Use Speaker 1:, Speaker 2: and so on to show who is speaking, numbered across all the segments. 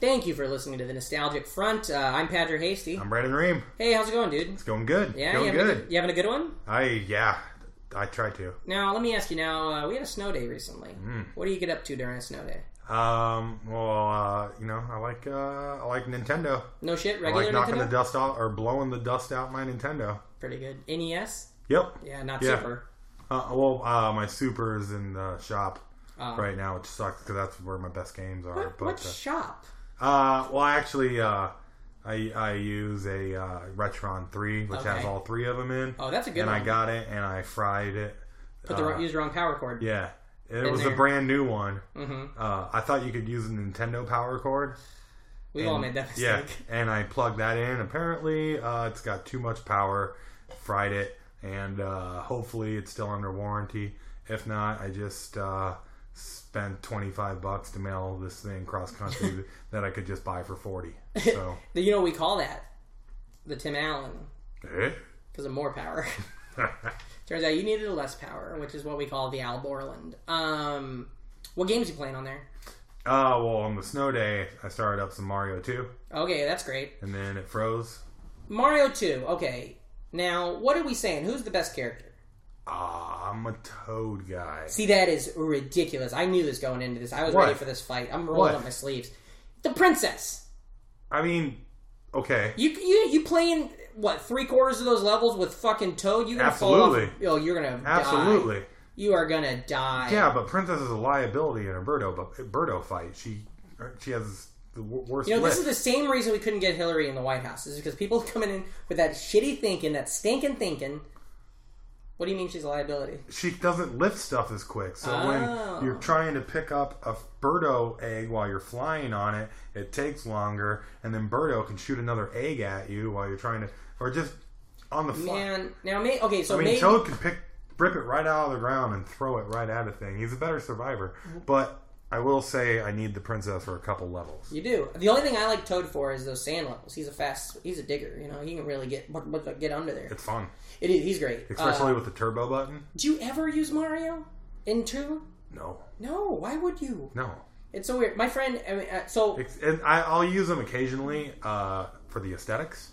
Speaker 1: Thank you for listening to the Nostalgic Front. Uh, I'm Padre Hasty.
Speaker 2: I'm Brandon Ream.
Speaker 1: Hey, how's it going, dude?
Speaker 2: It's going good.
Speaker 1: Yeah,
Speaker 2: going
Speaker 1: you having a
Speaker 2: good.
Speaker 1: You having a good one?
Speaker 2: I yeah, I tried to.
Speaker 1: Now, let me ask you. Now, uh, we had a snow day recently.
Speaker 2: Mm.
Speaker 1: What do you get up to during a snow day?
Speaker 2: Um, well, uh, you know, I like uh, I like Nintendo.
Speaker 1: No shit,
Speaker 2: I
Speaker 1: regular
Speaker 2: like knocking
Speaker 1: Nintendo.
Speaker 2: the dust off or blowing the dust out my Nintendo.
Speaker 1: Pretty good. NES.
Speaker 2: Yep.
Speaker 1: Yeah, not
Speaker 2: Yeah.
Speaker 1: super.
Speaker 2: Uh, well, uh, my Super is in the shop
Speaker 1: Uh,
Speaker 2: right now, which sucks because that's where my best games are.
Speaker 1: What,
Speaker 2: but
Speaker 1: what
Speaker 2: uh,
Speaker 1: shop?
Speaker 2: Uh, well, I actually, uh, I I use a uh, Retron three, which has
Speaker 1: Okay.
Speaker 2: all three of them in.
Speaker 1: Oh, that's a good
Speaker 2: and
Speaker 1: one.
Speaker 2: I got it, and I fried it.
Speaker 1: Put the
Speaker 2: uh,
Speaker 1: wrong, use the wrong power cord.
Speaker 2: Yeah, it
Speaker 1: In
Speaker 2: was
Speaker 1: there.
Speaker 2: a brand new one.
Speaker 1: Mm-hmm.
Speaker 2: Uh, I thought you could use a Nintendo power cord.
Speaker 1: We've all made that mistake.
Speaker 2: Yeah, and I plugged that in. Apparently, uh, it's got too much power. Fried it, and uh, hopefully, it's still under warranty. If not, I just uh, spent twenty five bucks to mail this thing cross country that I could just buy for forty. So.
Speaker 1: You know what we call that? The Tim Allen.
Speaker 2: Eh?
Speaker 1: Because of more power. Turns out you needed less power, which is what we call the Al Borland. Um, what games you playing on there?
Speaker 2: Oh, well, on the snow day, I started up some Mario 2,
Speaker 1: Okay, that's great.
Speaker 2: and then it froze.
Speaker 1: Mario 2, okay. Now, what are we saying? Who's the best character?
Speaker 2: Ah, I'm a toad guy.
Speaker 1: See, that is ridiculous. I knew this going into this. I was
Speaker 2: What?
Speaker 1: ready for this fight. I'm rolling
Speaker 2: What?
Speaker 1: up my sleeves. The princess.
Speaker 2: I mean, okay.
Speaker 1: You you you playing what three quarters of those levels with fucking Toad? You gonna
Speaker 2: Absolutely.
Speaker 1: Fall off, oh, you're gonna die.
Speaker 2: Absolutely.
Speaker 1: You are gonna die.
Speaker 2: Yeah, but Princess is a liability in a Birdo, bu- Birdo fight. She uh, she has the w- worst
Speaker 1: You know, this
Speaker 2: list.
Speaker 1: is the same reason we couldn't get Hillary in the White House. Is because people coming in with that shitty thinking, that stinking thinking. What do you mean she's a liability?
Speaker 2: she doesn't lift stuff as quick. So
Speaker 1: Oh.
Speaker 2: when you're trying to pick up a Birdo egg while you're flying on it, it takes longer, and then Birdo can shoot another egg at you while you're trying to. Or just on the fly.
Speaker 1: Man, now may okay, so
Speaker 2: I mean,
Speaker 1: maybe
Speaker 2: Toad can pick, rip it right out of the ground and throw it right at a thing. He's a better survivor. But I will say, I need the princess for a couple levels.
Speaker 1: you do. The only thing I like Toad for is those sand levels. He's a fast, he's a digger. You know, he can really get but- but- but get under there.
Speaker 2: It's fun,
Speaker 1: It is. He's great.
Speaker 2: especially
Speaker 1: Uh,
Speaker 2: with the turbo button.
Speaker 1: do you ever use Mario in two?
Speaker 2: No,
Speaker 1: No. Why would you?
Speaker 2: no.
Speaker 1: It's so weird. My friend, I mean, uh, so
Speaker 2: It's, and I, I'll use them occasionally uh, for the aesthetics.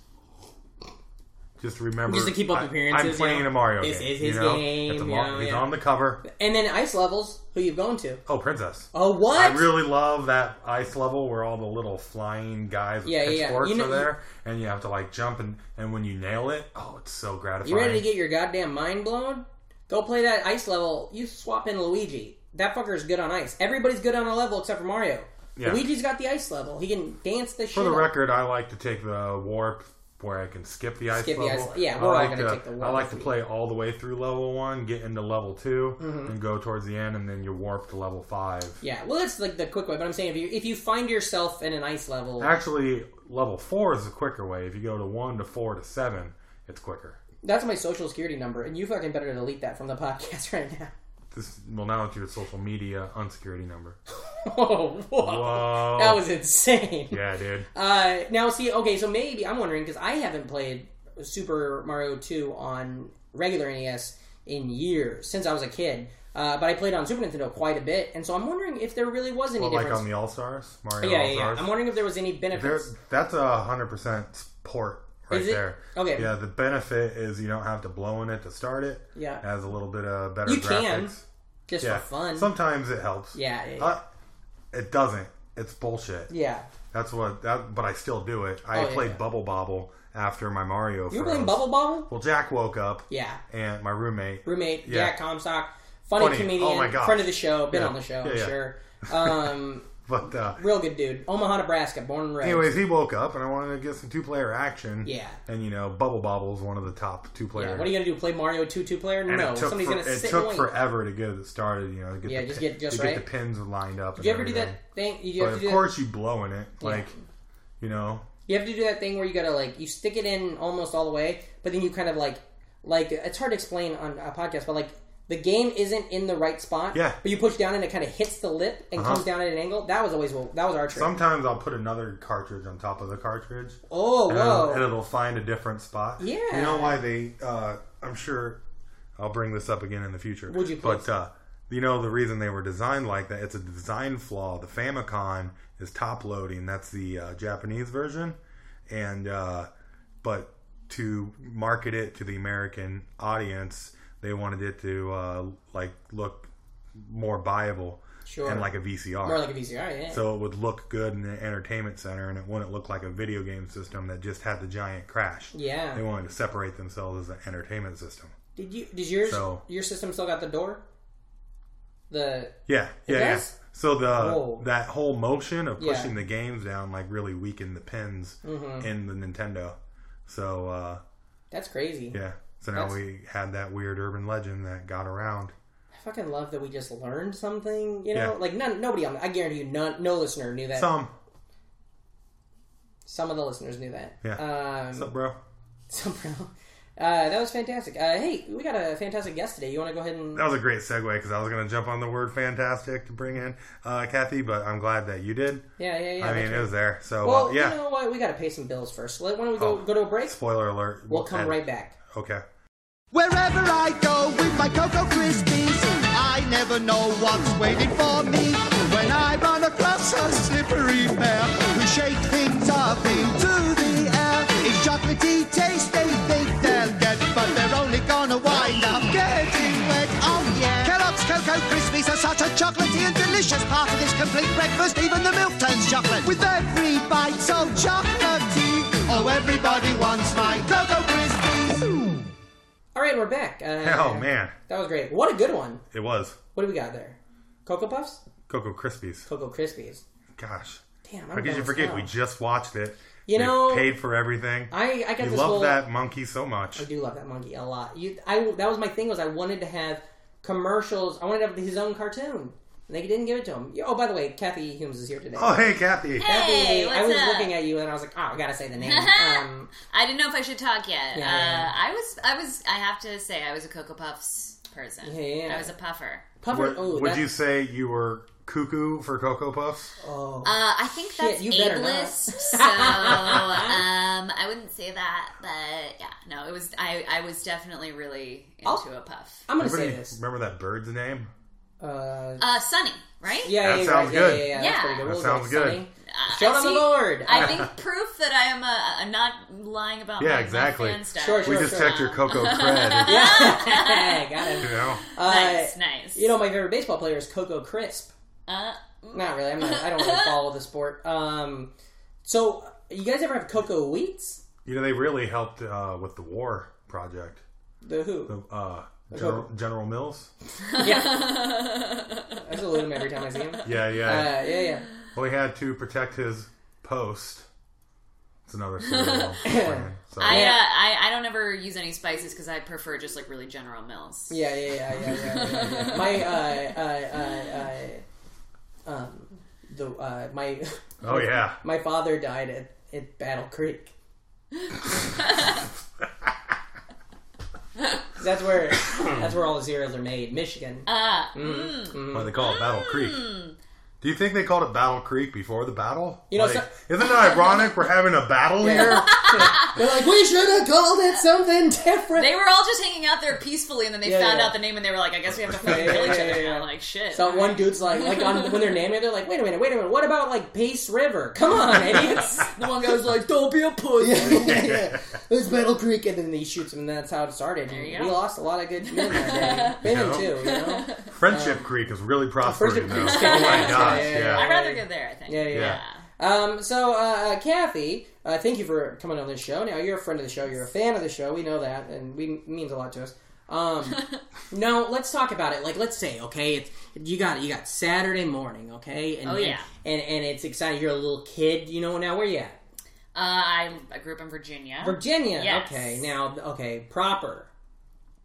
Speaker 2: Just remember,
Speaker 1: Just to keep up
Speaker 2: I-
Speaker 1: appearances,
Speaker 2: I'm playing
Speaker 1: you know?
Speaker 2: a Mario
Speaker 1: This
Speaker 2: game.
Speaker 1: is
Speaker 2: you
Speaker 1: his
Speaker 2: know?
Speaker 1: game,
Speaker 2: It's a
Speaker 1: you
Speaker 2: Mar-
Speaker 1: know,
Speaker 2: he's
Speaker 1: yeah.
Speaker 2: on the cover.
Speaker 1: and then ice levels. Who you going to?
Speaker 2: Oh, princess!
Speaker 1: Oh
Speaker 2: I
Speaker 1: what?
Speaker 2: really love that ice level where all the little flying guys with
Speaker 1: Yeah, yeah, yeah.
Speaker 2: pitchforks
Speaker 1: You know-
Speaker 2: are there, and you have to like jump and and when you nail it, oh, it's so gratifying.
Speaker 1: you ready to get your goddamn mind blown? Go play that ice level. You swap in Luigi. That fucker's good on ice. Everybody's good on a level except for Mario.
Speaker 2: Yeah.
Speaker 1: Luigi's got the ice level. He can dance the shit.
Speaker 2: For the
Speaker 1: out.
Speaker 2: record, I like to take the warp where I can skip the ice
Speaker 1: Skip the
Speaker 2: level.
Speaker 1: ice- yeah,
Speaker 2: I
Speaker 1: we're all
Speaker 2: like
Speaker 1: gonna
Speaker 2: to-
Speaker 1: take the warp
Speaker 2: I like
Speaker 1: if
Speaker 2: to
Speaker 1: we-
Speaker 2: play all the way through level one, get into level 2
Speaker 1: Mm-hmm.
Speaker 2: and go towards the end, and then you warp to level five.
Speaker 1: Yeah, well, that's like the quick way. But I'm saying if you if you find yourself in an ice level,
Speaker 2: Actually, level four is the quicker way. If you go to one to four to seven, it's quicker.
Speaker 1: that's my social security number, and you fucking better delete that from the podcast right now.
Speaker 2: This well now it's your social media unsecurity number.
Speaker 1: oh, whoa.
Speaker 2: Whoa,
Speaker 1: that was insane.
Speaker 2: yeah, dude.
Speaker 1: Uh, now, see, okay, so maybe I'm wondering because I haven't played Super Mario 2 on regular NES in years since I was a kid, uh, but I played on Super Nintendo quite a bit, and so I'm wondering if there really was any
Speaker 2: But like
Speaker 1: difference.
Speaker 2: on the All Stars, Mario
Speaker 1: yeah,
Speaker 2: All
Speaker 1: yeah, yeah.
Speaker 2: Stars.
Speaker 1: I'm wondering if there was any
Speaker 2: There,
Speaker 1: benefits.
Speaker 2: that's a hundred percent port right
Speaker 1: Is it?
Speaker 2: there.
Speaker 1: Okay.
Speaker 2: Yeah, the benefit is you don't have to blow in it to start it.
Speaker 1: Yeah.
Speaker 2: It has a little bit of better
Speaker 1: You
Speaker 2: graphics.
Speaker 1: can, just
Speaker 2: yeah.
Speaker 1: for fun.
Speaker 2: Sometimes it helps.
Speaker 1: yeah, yeah, yeah.
Speaker 2: Uh, it doesn't. It's bullshit.
Speaker 1: yeah.
Speaker 2: That's what. That, but I still do it. I
Speaker 1: Oh, yeah,
Speaker 2: played
Speaker 1: yeah.
Speaker 2: Bubble Bobble after my Mario.
Speaker 1: You were playing
Speaker 2: froze.
Speaker 1: Bubble Bobble?
Speaker 2: Well, Jack woke up
Speaker 1: Yeah.
Speaker 2: and my roommate.
Speaker 1: Roommate,
Speaker 2: Yeah.
Speaker 1: Jack Comstock, funny,
Speaker 2: Funny.
Speaker 1: comedian,
Speaker 2: Oh my gosh.
Speaker 1: friend of the show, been
Speaker 2: Yeah.
Speaker 1: on the show,
Speaker 2: Yeah,
Speaker 1: I'm
Speaker 2: yeah.
Speaker 1: sure. Um,
Speaker 2: But uh,
Speaker 1: Real good dude. Omaha, Nebraska, born and raised.
Speaker 2: anyways, he woke up and I wanted to get some two player action.
Speaker 1: Yeah.
Speaker 2: And you know, Bubble Bobble's one of the top two player.
Speaker 1: yeah, what are you gonna do? Play Mario two two player?
Speaker 2: and
Speaker 1: No,
Speaker 2: it took,
Speaker 1: somebody's
Speaker 2: for-
Speaker 1: gonna
Speaker 2: it
Speaker 1: sit
Speaker 2: took
Speaker 1: and wait.
Speaker 2: forever to get it started. You know, to get
Speaker 1: Yeah,
Speaker 2: the
Speaker 1: just
Speaker 2: pin-
Speaker 1: get just
Speaker 2: to
Speaker 1: right.
Speaker 2: get the pins lined up.
Speaker 1: Did you ever do that thing? You
Speaker 2: But
Speaker 1: have to
Speaker 2: of
Speaker 1: do that-
Speaker 2: course, you blowing it like
Speaker 1: Yeah.
Speaker 2: you know.
Speaker 1: You have to do that thing where you gotta like you stick it in almost all the way, but then you kind of like like it's hard to explain on a podcast, but like the game isn't in the right spot.
Speaker 2: Yeah. Uh-huh.
Speaker 1: But you push down and it kind of hits the lip and comes down at an angle. That was always what that was our trick.
Speaker 2: Sometimes I'll put another cartridge on top of the cartridge.
Speaker 1: oh
Speaker 2: and it'll,
Speaker 1: whoa!
Speaker 2: and it'll find a different spot.
Speaker 1: Yeah.
Speaker 2: You know why they? Uh, I'm sure I'll bring this up again in the future.
Speaker 1: Would you
Speaker 2: But
Speaker 1: please?
Speaker 2: uh, you know the reason they were designed like that? It's a design flaw. The Famicom is top loading. That's the uh, Japanese version, and uh, but to market it to the American audience, they wanted it to uh, like look more viable
Speaker 1: Sure.
Speaker 2: and like a VCR.
Speaker 1: More like a VCR, yeah.
Speaker 2: So it would look good in the entertainment center, and it wouldn't look like a video game system that just had the giant crash.
Speaker 1: yeah.
Speaker 2: They wanted to separate themselves as an entertainment system.
Speaker 1: Did you? Did yours?
Speaker 2: So-
Speaker 1: your system still got the door? The
Speaker 2: Yeah, yeah, yeah.
Speaker 1: does?
Speaker 2: So the
Speaker 1: Whoa.
Speaker 2: that whole motion of
Speaker 1: Yeah. Mm-hmm.
Speaker 2: pushing the games down like really weakened the pins in the Nintendo. So uh,
Speaker 1: that's crazy.
Speaker 2: yeah, so now
Speaker 1: That's-
Speaker 2: we had that weird urban legend that got around.
Speaker 1: I fucking love that we just learned something. You know,
Speaker 2: Yeah.
Speaker 1: like none, nobody on. I guarantee you, none, no listener knew that. Some,
Speaker 2: Some,
Speaker 1: of the listeners knew that.
Speaker 2: Yeah.
Speaker 1: Um,
Speaker 2: what's up, bro?
Speaker 1: Some pro. Uh, that was fantastic. Uh, hey, we got a fantastic guest today. You want to go ahead and
Speaker 2: That was a great segue because I was going to jump on the word fantastic to bring in uh, Kathy, but I'm glad that you did.
Speaker 1: yeah, yeah, yeah.
Speaker 2: I mean, it was there. So
Speaker 1: well,
Speaker 2: uh, yeah.
Speaker 1: you know what? We got to pay some bills first. Let- Why don't we go
Speaker 2: Oh.
Speaker 1: go to a break?
Speaker 2: Spoiler alert.
Speaker 1: We'll come
Speaker 2: And-
Speaker 1: right back.
Speaker 2: Okay.
Speaker 3: Wherever I go with my Cocoa Krispies, I never know what's waiting for me. When I run across a slippery bear who shake things up into the air, it's chocolatey taste they think they'll get, but they're only gonna wind up getting wet. Oh yeah! Kellogg's Cocoa Krispies are such a chocolatey and delicious part of this complete breakfast. Even the milk turns chocolate with every bite. So chocolatey, oh everybody wants my Cocoa Krispies.
Speaker 1: All right, we're back. Uh,
Speaker 2: Oh man,
Speaker 1: that was great. What a good one.
Speaker 2: it was
Speaker 1: What do we got there? Cocoa Puffs,
Speaker 2: Cocoa Krispies.
Speaker 1: Cocoa Krispies.
Speaker 2: Gosh,
Speaker 1: Damn, I'm
Speaker 2: how could you
Speaker 1: bounced
Speaker 2: forget?
Speaker 1: out.
Speaker 2: We just watched it.
Speaker 1: You
Speaker 2: We
Speaker 1: know-
Speaker 2: paid for everything.
Speaker 1: I I got
Speaker 2: we
Speaker 1: this
Speaker 2: love
Speaker 1: whole.
Speaker 2: that monkey so much.
Speaker 1: I do love that monkey a lot. You, I that was my thing was I wanted to have commercials. I wanted to have his own cartoon. And they didn't give it to him. Oh, by the way, Kathy Humes is here today.
Speaker 2: Oh hey, Kathy.
Speaker 1: Kathy,
Speaker 4: Hey,
Speaker 1: I
Speaker 4: what's
Speaker 1: was
Speaker 4: up?
Speaker 1: looking at you and I was like, oh, I gotta say the name. um,
Speaker 4: I didn't know if I should talk yet.
Speaker 1: Yeah, yeah, yeah.
Speaker 4: Uh, I was, I was, I have to say, I was a Cocoa Puffs person.
Speaker 1: Yeah, yeah.
Speaker 4: I was a puffer.
Speaker 1: Puffer.
Speaker 2: Would,
Speaker 1: oh,
Speaker 2: would
Speaker 1: that-
Speaker 2: you say you were cuckoo for Cocoa Puffs?
Speaker 1: Oh,
Speaker 4: Uh, I think
Speaker 1: Shit,
Speaker 4: that's
Speaker 1: you better not.
Speaker 4: ableist, so um, I wouldn't say that, but yeah, no, it was. I, I was definitely really into
Speaker 1: I'll-
Speaker 4: a puff.
Speaker 1: I'm gonna say
Speaker 2: Everybody
Speaker 1: this.
Speaker 2: remember that bird's name?
Speaker 1: Uh,
Speaker 4: Uh, Sunny, right?
Speaker 1: yeah,
Speaker 2: That
Speaker 1: yeah,
Speaker 2: sounds
Speaker 1: right. yeah,
Speaker 2: good.
Speaker 1: Yeah, yeah, yeah.
Speaker 4: Yeah.
Speaker 1: That's pretty good.
Speaker 2: That
Speaker 1: What was
Speaker 2: sounds good.
Speaker 1: Sunny?
Speaker 4: Uh,
Speaker 1: Shout out
Speaker 4: see,
Speaker 1: the Lord.
Speaker 4: I think proof that I am a, a not lying about.
Speaker 2: Yeah,
Speaker 4: my, my
Speaker 2: exactly.
Speaker 4: fan stuff.
Speaker 1: Sure,
Speaker 2: We
Speaker 1: sure.
Speaker 2: just checked your cocoa cred.
Speaker 1: yeah, got
Speaker 2: You
Speaker 1: him.
Speaker 2: know,
Speaker 1: Uh,
Speaker 4: Nice, nice.
Speaker 1: You know, my favorite baseball player is Coco Crisp.
Speaker 4: uh,
Speaker 1: Not really. I'm not, I don't really follow the sport. Um, so you guys ever have Coco Wheats?
Speaker 2: you know they really helped uh, with the war project.
Speaker 1: The who?
Speaker 2: The, Uh, General, General Mills.
Speaker 1: Yeah. I salute him every time I see him.
Speaker 2: Yeah,
Speaker 1: Uh,
Speaker 2: yeah.
Speaker 1: yeah, yeah.
Speaker 2: Well, he had to protect his post. It's another cereal brand, so-
Speaker 4: I,
Speaker 1: Yeah.
Speaker 4: uh, I I don't ever use any spices because I prefer just like really General Mills.
Speaker 1: Yeah, yeah, yeah, yeah, yeah. yeah, yeah. my, uh, uh, uh, uh, um, the, uh, my,
Speaker 2: Oh yeah,
Speaker 1: my father died at, at Battle Creek. that's where, that's where all the cereals are made. Michigan.
Speaker 4: Uh,
Speaker 2: why they call it Battle Creek?
Speaker 4: Mm.
Speaker 2: Do you think they called it Battle Creek before the battle?
Speaker 1: You know,
Speaker 2: Like,
Speaker 1: so-
Speaker 2: isn't it ironic we're having a battle here?
Speaker 1: They're like, we should have called it something different.
Speaker 4: They were all just hanging out there peacefully, and then they
Speaker 1: Yeah,
Speaker 4: found
Speaker 1: yeah.
Speaker 4: out the name, and they were like, "I guess we have to fucking
Speaker 1: Yeah,
Speaker 4: kill
Speaker 1: yeah,
Speaker 4: each
Speaker 1: yeah,
Speaker 4: other."
Speaker 1: yeah.
Speaker 4: now." Like shit.
Speaker 1: So one dude's like, like on when they're naming it, they're like, wait a minute, wait a minute, what about like Peace River? Come on, idiots!
Speaker 4: the one guy's like, "Don't be a pussy."
Speaker 1: yeah. It's Battle Creek, and then he shoots him, and that's how it started.
Speaker 4: There you
Speaker 1: we
Speaker 4: go.
Speaker 1: lost a lot of good men that day. Women
Speaker 2: know?
Speaker 1: too, you know.
Speaker 2: Friendship
Speaker 4: Um,
Speaker 2: Creek is really prospering
Speaker 1: Friendship
Speaker 2: though.
Speaker 1: Creek's
Speaker 2: Oh my
Speaker 1: fantastic.
Speaker 2: gosh,
Speaker 1: Yeah,
Speaker 2: yeah.
Speaker 1: yeah,
Speaker 4: I'd rather go there. I think.
Speaker 1: Yeah, yeah. yeah. Um, so, uh, uh, Kathy, uh, thank you for coming on this show. Now, you're a friend of the show. You're a fan of the show. We know that, and we it means a lot to us. Um, no, let's talk about it. Like, let's say, okay, it's you got you got Saturday morning, okay, and
Speaker 4: Oh, yeah.
Speaker 1: and, and and it's exciting. You're a little kid, you know. Now where you at?
Speaker 4: Uh, I I grew up in Virginia.
Speaker 1: Virginia.
Speaker 4: Yes.
Speaker 1: Okay, now okay, proper.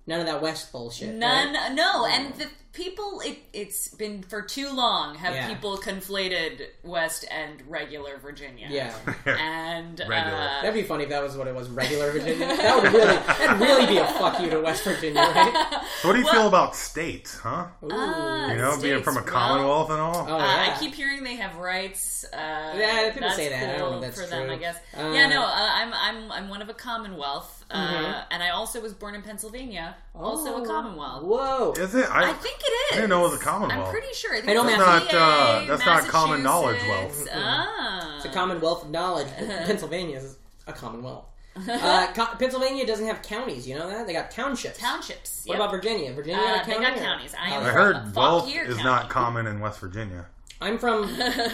Speaker 1: None of that West bullshit. right?
Speaker 4: None, uh, no, and the people. It, it's been for too long. Have
Speaker 1: Yeah.
Speaker 4: people conflated West and regular Virginia?
Speaker 1: Yeah.
Speaker 4: and uh,
Speaker 1: That'd be funny if that was what it was, regular Virginia. That would really, that'd really be a fuck you to West Virginia, right?
Speaker 2: So what do you feel about states, huh?
Speaker 1: Ooh.
Speaker 2: you know, being
Speaker 4: uh, states,
Speaker 2: from a
Speaker 4: well-
Speaker 2: commonwealth and all.
Speaker 1: oh,
Speaker 4: uh,
Speaker 1: yeah.
Speaker 4: I keep hearing they have rights. Uh,
Speaker 1: Yeah, people
Speaker 4: that's
Speaker 1: say that. I don't know
Speaker 4: cool
Speaker 1: if that's
Speaker 4: for them,
Speaker 1: true.
Speaker 4: I guess.
Speaker 1: Uh,
Speaker 4: yeah, no, uh, I'm I'm I'm one of a commonwealth, uh, and I also was born in Pennsylvania, also a
Speaker 1: Mm-hmm. Oh.
Speaker 4: commonwealth.
Speaker 1: Whoa.
Speaker 2: Is it? I,
Speaker 4: I think it is.
Speaker 2: I didn't know it was a commonwealth.
Speaker 4: I'm pretty sure. I think
Speaker 1: I don't
Speaker 4: it's
Speaker 1: know.
Speaker 2: That's not, uh,
Speaker 4: PA,
Speaker 2: that's not common knowledge,
Speaker 4: Massachusetts.
Speaker 2: Will.
Speaker 4: Ah.
Speaker 1: It's a commonwealth of knowledge. Pennsylvania is a commonwealth. Uh, co- Pennsylvania doesn't have counties, you know that? They got townships.
Speaker 4: Townships.
Speaker 1: What
Speaker 4: yep.
Speaker 1: about Virginia? Virginia
Speaker 4: Uh,
Speaker 1: got a
Speaker 4: they
Speaker 1: county
Speaker 4: got
Speaker 1: or-
Speaker 4: counties. I am
Speaker 2: I
Speaker 1: Oh,
Speaker 4: Fuck
Speaker 2: heard wealth
Speaker 4: here,
Speaker 2: is
Speaker 4: county.
Speaker 2: not common in West Virginia.
Speaker 1: I'm from.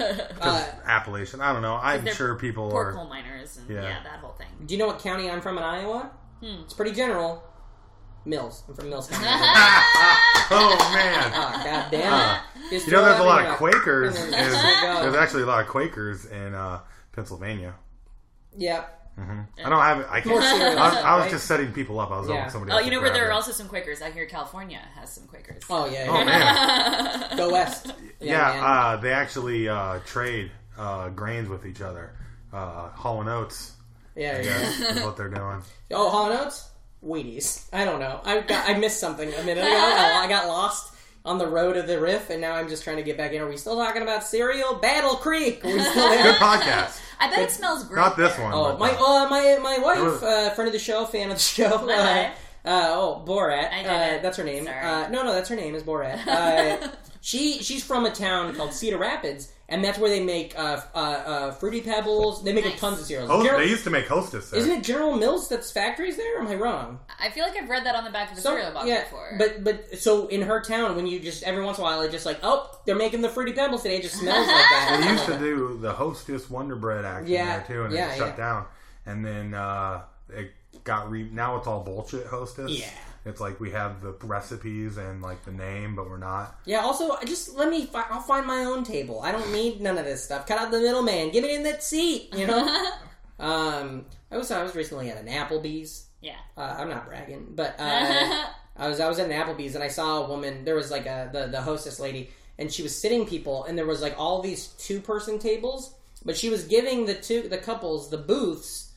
Speaker 1: Uh,
Speaker 2: Appalachian. I don't know. I'm
Speaker 4: they're
Speaker 2: sure people
Speaker 4: Poor
Speaker 2: are.
Speaker 4: coal miners and
Speaker 2: Yeah.
Speaker 4: yeah. that whole thing.
Speaker 1: do you know what county I'm from in Iowa?
Speaker 4: Hmm.
Speaker 1: It's pretty general. Mills. I'm from Mills County.
Speaker 2: Oh man.
Speaker 1: Ah, God damn it.
Speaker 2: Ah.
Speaker 1: Just
Speaker 2: You know,
Speaker 1: throw
Speaker 2: there's a lot of
Speaker 1: everything out.
Speaker 2: Quakers.
Speaker 1: There
Speaker 2: In,
Speaker 1: we go.
Speaker 2: there's actually a lot of Quakers in uh, Pennsylvania.
Speaker 1: Yep.
Speaker 2: I don't have. I can't.
Speaker 1: More serious,
Speaker 2: I, I was
Speaker 1: right?
Speaker 2: just setting people up. I was
Speaker 1: Yeah.
Speaker 2: hoping somebody.
Speaker 4: Oh,
Speaker 2: else
Speaker 4: you
Speaker 2: would
Speaker 4: know where there
Speaker 2: grab
Speaker 4: are
Speaker 2: it.
Speaker 4: also some Quakers. I hear California has some Quakers.
Speaker 1: Oh, yeah.
Speaker 2: Oh man.
Speaker 1: Go west.
Speaker 2: Yeah.
Speaker 1: man.
Speaker 2: uh, they actually uh, trade uh, grains with each other. Uh, Hall and Oates
Speaker 1: yeah, yeah. yeah.
Speaker 2: is what they're doing.
Speaker 1: Oh, Hall & Oates? Wheaties. I don't know. I got, I missed something a minute ago. Oh, I I got lost on the road of the riff, and now I'm just trying to get back in. Are we still talking about cereal? Battle Creek. Are we still
Speaker 2: Good
Speaker 1: there?
Speaker 2: podcast.
Speaker 4: I bet it smells great.
Speaker 2: Not this
Speaker 4: there.
Speaker 2: one.
Speaker 1: Oh,
Speaker 2: but,
Speaker 1: my,
Speaker 2: uh,
Speaker 1: uh, my, my wife,
Speaker 2: was-
Speaker 1: uh, friend of the show, fan of the show. Uh,
Speaker 4: wife.
Speaker 1: uh, oh, Borat.
Speaker 4: I did
Speaker 1: Uh,
Speaker 4: it.
Speaker 1: that's her name.
Speaker 4: Sorry.
Speaker 1: Uh, no, no, that's her name is Borat. Uh, she she's from a town called Cedar Rapids, and that's where they make uh, uh, uh, fruity pebbles. They make
Speaker 4: Nice.
Speaker 1: tons of cereals.
Speaker 2: Host-
Speaker 1: General-
Speaker 2: they used to make Hostess. There.
Speaker 1: isn't it General Mills that's factories there? Am I wrong?
Speaker 4: I feel like I've read that on the back of the
Speaker 1: Some-
Speaker 4: cereal box
Speaker 1: yeah,
Speaker 4: before.
Speaker 1: But but so in her town, when you just every once in a while, it's just like, oh, they're making the fruity pebbles today. It just smells like that.
Speaker 2: They used to do the Hostess Wonder Bread action
Speaker 1: Yeah,
Speaker 2: there too, and
Speaker 1: yeah,
Speaker 2: it shut
Speaker 1: yeah.
Speaker 2: down. And then uh, it got re. Now it's all bullshit Hostess.
Speaker 1: Yeah.
Speaker 2: It's like we have the recipes and like the name, but we're not.
Speaker 1: yeah. Also, just let me. Fi- I'll find my own table. I don't need none of this stuff. Cut out the middleman. Give me in that seat. You know. um, I was I was recently at an Applebee's.
Speaker 4: yeah.
Speaker 1: Uh, I'm not bragging, but uh, I was I was at an Applebee's and I saw a woman. There was like a the, the hostess lady, and she was sitting people, and there was like all these two person tables, but she was giving the two the couples the booths,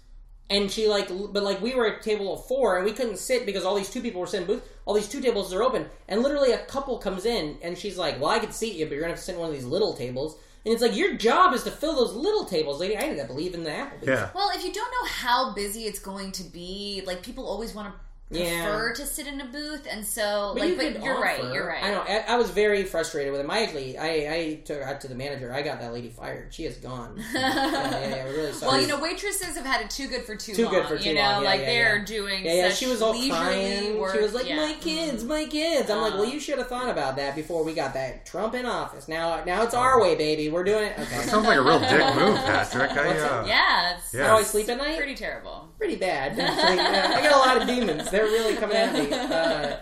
Speaker 1: and she like l- but like we were at table of four and we couldn't sit because all these two people were sitting booth. All these two tables are open, and literally a couple comes in and she's like, "Well, I could seat you, but you're gonna have to sit at one of these little tables." And it's like your job is to fill those little tables, lady. I ended up leaving the Applebee's.
Speaker 2: Yeah.
Speaker 4: Well, if you don't know how busy it's going to be, like people always want to
Speaker 1: Yeah.
Speaker 4: prefer to sit in a booth, and so
Speaker 1: But
Speaker 4: like,
Speaker 1: you
Speaker 4: but
Speaker 1: could
Speaker 4: you're
Speaker 1: offer.
Speaker 4: right, you're right.
Speaker 1: I know. I, I was very frustrated with him. I actually, I, I took her out to the manager. I got that lady fired. She is gone. yeah, yeah, yeah, we really sorry.
Speaker 4: Well, you know, waitresses have had it too good for too,
Speaker 1: Too
Speaker 4: long.
Speaker 1: good for too
Speaker 4: you know,
Speaker 1: long, yeah,
Speaker 4: like
Speaker 1: yeah,
Speaker 4: they're
Speaker 1: yeah.
Speaker 4: doing.
Speaker 1: yeah, yeah.
Speaker 4: such
Speaker 1: She was all
Speaker 4: leisurely
Speaker 1: crying.
Speaker 4: Work.
Speaker 1: She was like,
Speaker 4: yeah. Mm-hmm. Uh-huh.
Speaker 1: "My kids, my kids." I'm like, "Well, you should have thought about that before we got that Trump in office. Now, now it's our
Speaker 4: Uh-huh.
Speaker 1: way, baby. We're doing it." Okay.
Speaker 2: Sounds like a real dick move, Patrick. I, uh,
Speaker 4: Yeah, it's
Speaker 2: Yeah.
Speaker 1: How I sleep at night?
Speaker 4: pretty terrible.
Speaker 1: pretty bad. Actually, yeah. I got a lot of demons. They're really coming at me. Uh,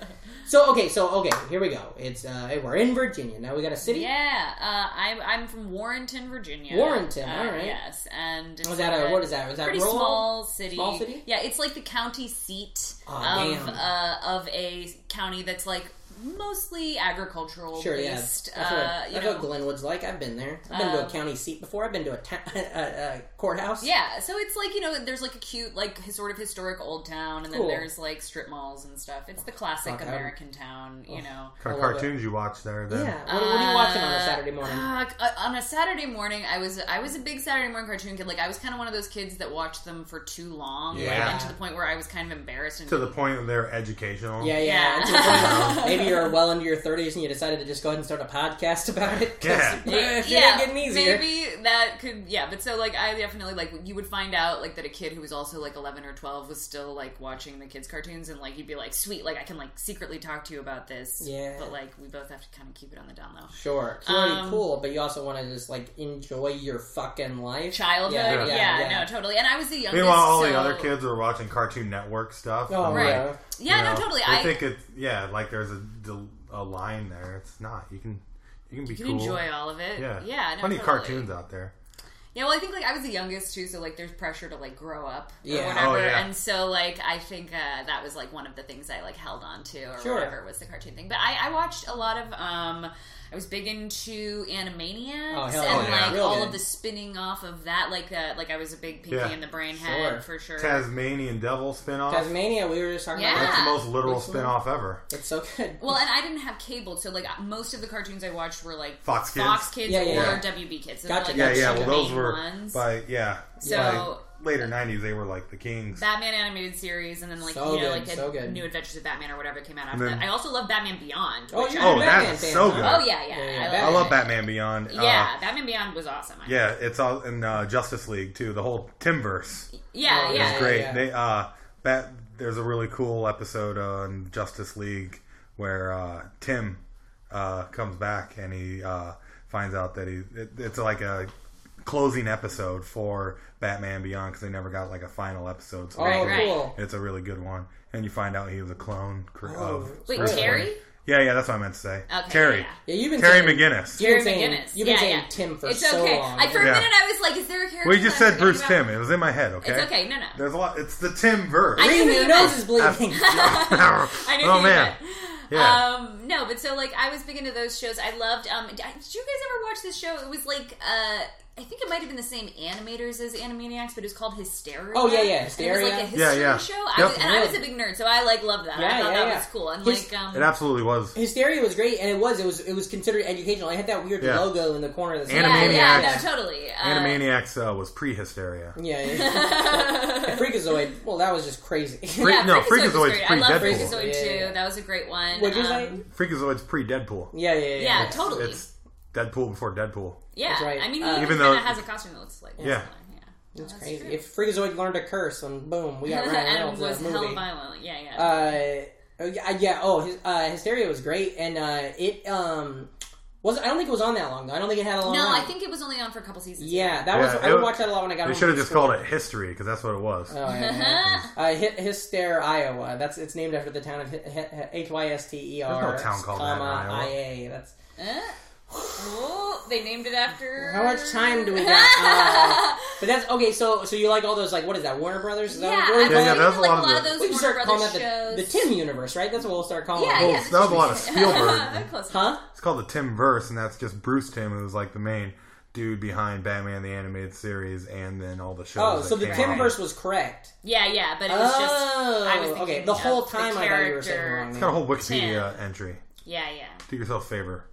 Speaker 1: so okay, so okay, here we go. It's uh, we're in Virginia now. We got a city.
Speaker 4: Yeah, uh, I'm I'm from Warrenton, Virginia.
Speaker 1: Warrenton,
Speaker 4: uh,
Speaker 1: all right.
Speaker 4: Yes, and it's
Speaker 1: Was that
Speaker 4: like
Speaker 1: a what is that? Was that
Speaker 4: pretty
Speaker 1: rural?
Speaker 4: small city.
Speaker 1: Small city?
Speaker 4: Yeah, it's like the county seat
Speaker 1: Aw,
Speaker 4: of
Speaker 1: damn.
Speaker 4: uh, of a county that's like mostly agricultural
Speaker 1: Sure, yeah.
Speaker 4: based.
Speaker 1: That's, what,
Speaker 4: Uh, you
Speaker 1: that's
Speaker 4: know,
Speaker 1: what Glenwood's like. I've been there. I've been to a
Speaker 4: Um,
Speaker 1: county seat before. I've been to a, ta- a, a courthouse.
Speaker 4: Yeah, so it's like you know, there's like a cute, like his sort of historic old town, and then
Speaker 1: Cool.
Speaker 4: there's like strip malls and stuff. It's the classic
Speaker 1: Fuck, I would-
Speaker 4: American town, you know.
Speaker 2: kind of
Speaker 1: I love
Speaker 2: cartoons you watch there. Then.
Speaker 1: Yeah. What, what are
Speaker 4: Uh,
Speaker 1: you watching on a Saturday morning?
Speaker 4: Fuck, uh, on a Saturday morning, I was I was a big Saturday morning cartoon kid. Like I was kind of one of those kids that watched them for too long, like,
Speaker 2: Yeah.
Speaker 4: and to the point where I was kind of embarrassed. And
Speaker 2: To the point where they're educational.
Speaker 1: yeah, yeah.
Speaker 4: yeah.
Speaker 1: It's just like, maybe you're well into your 30s and you decided to just go ahead and start a podcast about it. 'cause
Speaker 2: Yeah.
Speaker 1: it
Speaker 4: yeah,
Speaker 1: ain't getting easier.
Speaker 4: maybe that could yeah, but so like I definitely like you would find out like that a kid who was also like eleven or twelve was still like watching the kids' cartoons and like you'd be like sweet like I can like secretly talk to you about this
Speaker 1: Yeah.
Speaker 4: but like we both have to kind of keep it on the down low.
Speaker 1: Sure, it's really
Speaker 4: Um,
Speaker 1: cool, but you also want to just like enjoy your fucking life.
Speaker 4: Childhood,
Speaker 1: Yeah,
Speaker 4: yeah,
Speaker 1: yeah, yeah.
Speaker 4: no, totally. And I was the youngest.
Speaker 2: Meanwhile, all
Speaker 4: so-
Speaker 2: the other kids were watching Cartoon Network stuff.
Speaker 1: Oh,
Speaker 2: I'm
Speaker 1: right.
Speaker 2: like,
Speaker 1: Yeah.
Speaker 4: yeah,
Speaker 2: you
Speaker 4: no,
Speaker 2: know,
Speaker 4: totally.
Speaker 2: I
Speaker 4: I
Speaker 2: think it's yeah, like there's a del- a line there. It's not. You can you can be
Speaker 4: you
Speaker 2: cool.
Speaker 4: can enjoy all of it.
Speaker 2: Yeah,
Speaker 4: yeah, no,
Speaker 2: plenty
Speaker 4: totally.
Speaker 2: of cartoons out there.
Speaker 4: Yeah, well, I think like I was the youngest too, so like there's pressure to like grow up
Speaker 1: Yeah.
Speaker 4: or whatever,
Speaker 2: Oh, yeah.
Speaker 4: and so like I think uh, that was like one of the things I like held on to or
Speaker 1: Sure.
Speaker 4: whatever was the cartoon thing. But I, I watched a lot of. um I was big into Animaniacs
Speaker 1: Oh, hell
Speaker 4: and
Speaker 2: yeah.
Speaker 4: like
Speaker 1: Real
Speaker 4: all
Speaker 1: good.
Speaker 4: of the spinning off of that. Like, uh, like I was a big Pinky
Speaker 2: Yeah.
Speaker 4: and the Brain
Speaker 1: Sure.
Speaker 4: head for sure.
Speaker 2: Tasmanian Devil spinoff. off.
Speaker 1: Tasmania, we were just talking
Speaker 4: Yeah.
Speaker 1: about.
Speaker 2: That's
Speaker 1: that.
Speaker 2: the most literal
Speaker 1: Which one?
Speaker 2: spinoff ever.
Speaker 1: It's so good.
Speaker 4: Well, and I didn't have cable, so like most of the cartoons I watched were like
Speaker 2: Fox Kids?
Speaker 4: Fox Kids
Speaker 1: Yeah, yeah,
Speaker 4: or
Speaker 1: yeah.
Speaker 4: WB Kids. Those
Speaker 1: Gotcha,
Speaker 4: were, like,
Speaker 2: Yeah,
Speaker 4: the
Speaker 2: yeah.
Speaker 4: two
Speaker 2: Well, those
Speaker 4: main
Speaker 2: were
Speaker 4: ones.
Speaker 2: by yeah.
Speaker 4: So-
Speaker 2: by later '90s, they were like the kings.
Speaker 4: Batman animated series, and then like
Speaker 1: So
Speaker 4: you know
Speaker 1: good,
Speaker 4: like a
Speaker 1: so good.
Speaker 4: New Adventures of Batman or whatever came out after
Speaker 2: And then-
Speaker 4: that. I also love Batman Beyond.
Speaker 1: Oh,
Speaker 4: which
Speaker 1: you're
Speaker 4: I,
Speaker 1: a
Speaker 2: Oh,
Speaker 1: Batman
Speaker 2: that's
Speaker 1: fan,
Speaker 2: so
Speaker 1: huh?
Speaker 2: good.
Speaker 4: oh yeah, yeah.
Speaker 1: Yeah, yeah,
Speaker 4: I,
Speaker 1: Batman.
Speaker 2: I
Speaker 4: love
Speaker 2: love Batman Beyond.
Speaker 4: Yeah,
Speaker 2: Uh,
Speaker 4: Batman Beyond was awesome. I-
Speaker 2: yeah, it's all in uh, Justice League too. The whole Timverse.
Speaker 4: yeah,
Speaker 1: Oh,
Speaker 4: yeah.
Speaker 1: that's
Speaker 2: great.
Speaker 1: yeah.
Speaker 2: They uh that there's a really cool episode on Justice League where uh Tim uh comes back and he uh finds out that he it, it's like a closing episode for Batman Beyond because they never got like a final episode. So
Speaker 1: Oh,
Speaker 4: Right, right.
Speaker 1: cool.
Speaker 2: It's a really good one, and you find out he was a clone cr-
Speaker 1: Oh,
Speaker 2: of.
Speaker 4: Wait,
Speaker 1: Really?
Speaker 4: Terry?
Speaker 2: Yeah, yeah, that's what I meant to say.
Speaker 4: Okay,
Speaker 2: Terry,
Speaker 4: yeah,
Speaker 1: Yeah, you've been
Speaker 2: Terry
Speaker 1: saying, You've
Speaker 2: McGinnis.
Speaker 1: been
Speaker 4: Terry
Speaker 1: saying,
Speaker 4: McGinnis.
Speaker 1: You've been
Speaker 4: yeah,
Speaker 1: saying
Speaker 4: yeah.
Speaker 1: Tim for
Speaker 4: it's
Speaker 1: so
Speaker 4: okay.
Speaker 1: long.
Speaker 4: I, for a
Speaker 2: Yeah.
Speaker 4: minute, I was like, "Is there a character?"
Speaker 2: We just
Speaker 4: that I'm
Speaker 2: said Bruce
Speaker 4: forgetting
Speaker 2: Tim.
Speaker 4: about?
Speaker 2: It was in my head. Okay.
Speaker 4: It's okay. No, no.
Speaker 2: There's a lot. It's the Tim verse.
Speaker 4: I
Speaker 1: Green,
Speaker 4: knew who
Speaker 1: your
Speaker 4: you
Speaker 1: nose
Speaker 4: meant.
Speaker 1: is bleeding.
Speaker 4: I knew
Speaker 2: oh
Speaker 4: who you
Speaker 2: man.
Speaker 4: meant.
Speaker 2: Yeah.
Speaker 4: Um, no, but so like I was big into those shows. I loved. Um, did you guys ever watch this show? It was like uh, I think it might have been the same animators as Animaniacs, but it was called Hysteria.
Speaker 1: Oh, yeah, yeah,
Speaker 4: And it was like a
Speaker 1: Hysteria.
Speaker 4: history
Speaker 2: Yeah, yeah.
Speaker 4: show. I
Speaker 2: Yep.
Speaker 4: was, and I was a big nerd, so I like loved that.
Speaker 1: Yeah,
Speaker 4: I thought
Speaker 1: yeah,
Speaker 4: that
Speaker 1: yeah.
Speaker 4: was cool. And
Speaker 1: His-
Speaker 4: like um,
Speaker 2: it absolutely was.
Speaker 1: Hysteria was great, and it was it was it was considered educational. It had that weird
Speaker 2: Yeah.
Speaker 1: logo in the corner. That's
Speaker 4: yeah, yeah,
Speaker 2: Animaniacs.
Speaker 4: no, totally. Uh,
Speaker 2: Animaniacs uh, was pre-hysteria.
Speaker 1: yeah, yeah. And Freakazoid. Well, that was just crazy.
Speaker 2: Freak-
Speaker 4: Yeah,
Speaker 2: no,
Speaker 4: Freakazoid was
Speaker 2: Freakazoid's
Speaker 4: great. I love
Speaker 2: pre-Deadpool.
Speaker 4: Freakazoid
Speaker 1: Yeah, yeah,
Speaker 4: too.
Speaker 1: yeah.
Speaker 4: That was a great one.
Speaker 1: What'd you
Speaker 4: Um,
Speaker 1: say?
Speaker 2: Freakazoid's pre-Deadpool.
Speaker 1: Yeah, yeah, yeah.
Speaker 4: Yeah, totally.
Speaker 2: It's Deadpool before Deadpool.
Speaker 4: yeah,
Speaker 1: That's right.
Speaker 4: I mean,
Speaker 1: Uh,
Speaker 4: he
Speaker 2: Even
Speaker 4: even
Speaker 2: though-
Speaker 4: though has a costume that looks like
Speaker 2: Yeah.
Speaker 4: That's
Speaker 1: It's crazy.
Speaker 4: true.
Speaker 1: If Freakazoid learned to curse, then boom, we got Ryan
Speaker 4: and
Speaker 1: Reynolds in
Speaker 4: was
Speaker 1: that
Speaker 4: hell
Speaker 1: movie.
Speaker 4: violent. Yeah, yeah.
Speaker 1: Uh, oh, yeah, yeah. Oh, his, uh, Hysteria was great, and uh, it um was. I don't think it was on that long though. I don't think it had a long.
Speaker 4: No,
Speaker 1: run.
Speaker 4: I think it was only on for a couple seasons.
Speaker 1: Yeah, that was.
Speaker 2: Yeah,
Speaker 1: I
Speaker 2: it
Speaker 1: would
Speaker 2: was-
Speaker 1: watch that a lot when I got.
Speaker 2: They
Speaker 1: home
Speaker 2: should have
Speaker 1: from
Speaker 2: just
Speaker 1: school.
Speaker 2: called it history because that's what it was.
Speaker 1: Oh, yeah, yeah. uh, Hy- Hyster, Iowa. That's it's named after the town of H Y S T E R.
Speaker 2: There's no town called that in
Speaker 1: comma,
Speaker 2: Iowa.
Speaker 1: I A. That's
Speaker 4: Uh, oh, they named it after.
Speaker 1: how much time do we got? Uh, but that's okay. So so you like all those like what is that Warner Brothers? Is
Speaker 4: yeah,
Speaker 1: that
Speaker 4: I
Speaker 1: what-
Speaker 4: believe
Speaker 2: yeah,
Speaker 4: that
Speaker 2: that's
Speaker 4: like
Speaker 2: a lot
Speaker 4: a lot of
Speaker 2: of
Speaker 4: those
Speaker 1: we can start
Speaker 4: Warner
Speaker 1: calling
Speaker 4: Brothers
Speaker 1: that the, the
Speaker 4: shows.
Speaker 1: Tim universe, right? That's what we'll start calling.
Speaker 4: Yeah,
Speaker 1: it.
Speaker 4: yeah.
Speaker 2: that was a lot of Spielberg.
Speaker 4: Close enough.
Speaker 1: Huh?
Speaker 2: it's called the Tim verse, and that's just Bruce Tim, who's like the main dude behind Batman the animated series, and then all the shows.
Speaker 1: Oh,
Speaker 2: that
Speaker 1: so the
Speaker 2: came
Speaker 1: Tim
Speaker 2: out.
Speaker 1: verse was correct.
Speaker 4: Yeah, yeah, but it was just.
Speaker 1: Oh,
Speaker 4: I was thinking
Speaker 1: okay. The
Speaker 4: of
Speaker 1: whole
Speaker 4: the
Speaker 1: time I thought you were saying
Speaker 4: character.
Speaker 1: wrong.
Speaker 2: It's
Speaker 1: man.
Speaker 2: got a whole Wikipedia entry.
Speaker 4: Yeah, yeah.
Speaker 2: Do yourself a favor.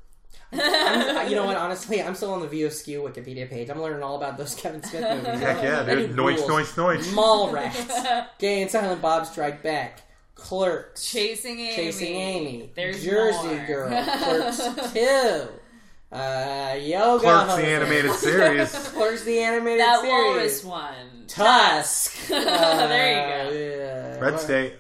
Speaker 1: Uh, you know what? Honestly, I'm still on the VOSQ Wikipedia page. I'm learning all about those Kevin Smith movies.
Speaker 2: Heck yeah,
Speaker 1: They
Speaker 2: dude.
Speaker 1: do
Speaker 2: Noich,
Speaker 1: rules.
Speaker 2: noich, noich.
Speaker 1: Mall rats. Gay and Silent Bob Strike Back. Clerks.
Speaker 4: Chasing Amy.
Speaker 1: Chasing Amy.
Speaker 4: There's
Speaker 1: Jersey
Speaker 4: more.
Speaker 1: Girl. Clerks 2. Uh, Yoga.
Speaker 2: Clerks
Speaker 1: Host.
Speaker 2: the animated series.
Speaker 1: Clerks the Animated
Speaker 4: That
Speaker 1: Series.
Speaker 4: walrus one.
Speaker 1: Tusk. Uh,
Speaker 4: there you go.
Speaker 1: yeah.
Speaker 2: Red State.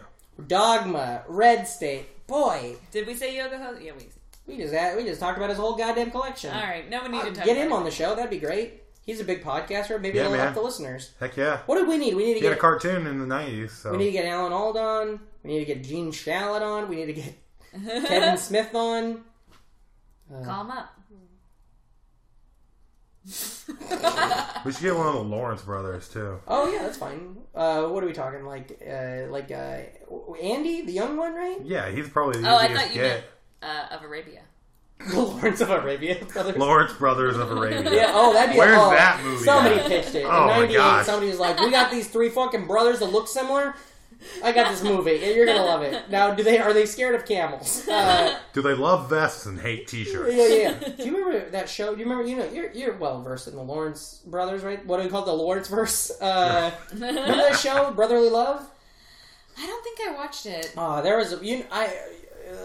Speaker 1: Dogma. Red State. Boy,
Speaker 4: Did we say yoga hose? Yeah, we.
Speaker 1: we just had, we just talked about his whole goddamn collection.
Speaker 4: All right, no one need to talk.
Speaker 1: Uh, Get him
Speaker 4: about
Speaker 1: on the show. That'd be great. He's a big podcaster. Maybe
Speaker 2: Yeah,
Speaker 1: he'll
Speaker 2: man.
Speaker 1: help the listeners.
Speaker 2: Heck yeah.
Speaker 1: What do we need? We need to
Speaker 2: He had
Speaker 1: get
Speaker 2: a cartoon in the 90s, so.
Speaker 1: We need to get Alan Alda on. We need to get Gene Shalit on. We need to get Kevin Smith on.
Speaker 4: it. Call him up.
Speaker 2: We should get one of the Lawrence brothers too.
Speaker 1: Oh yeah, that's fine. Uh, what are we talking like? Uh, like uh, Andy, the young one, right?
Speaker 2: Yeah, he's probably the
Speaker 4: Oh, I
Speaker 2: easiest
Speaker 4: thought you
Speaker 2: get.
Speaker 4: meant uh, of Arabia.
Speaker 1: The Lawrence of Arabia brothers.
Speaker 2: Lawrence Brothers of Arabia.
Speaker 1: Yeah, oh, that'd be
Speaker 2: Where's
Speaker 1: oh,
Speaker 2: that movie
Speaker 1: Somebody
Speaker 2: at?
Speaker 1: pitched it.
Speaker 2: Oh,
Speaker 1: In
Speaker 2: my
Speaker 1: 98,
Speaker 2: gosh.
Speaker 1: somebody was like, We got these three fucking brothers that look similar. I got this movie. You're gonna love it. Now, do they are they scared of camels? Uh,
Speaker 2: Do they love vests and hate T-shirts?
Speaker 1: yeah, yeah. Do you remember that show? Do you remember? You know, you're you're well versed in the Lawrence brothers, right? What do we call it? the Lawrence verse? Uh, remember that show, Brotherly Love?
Speaker 4: I don't think I watched it.
Speaker 1: Ah, there was a, you. I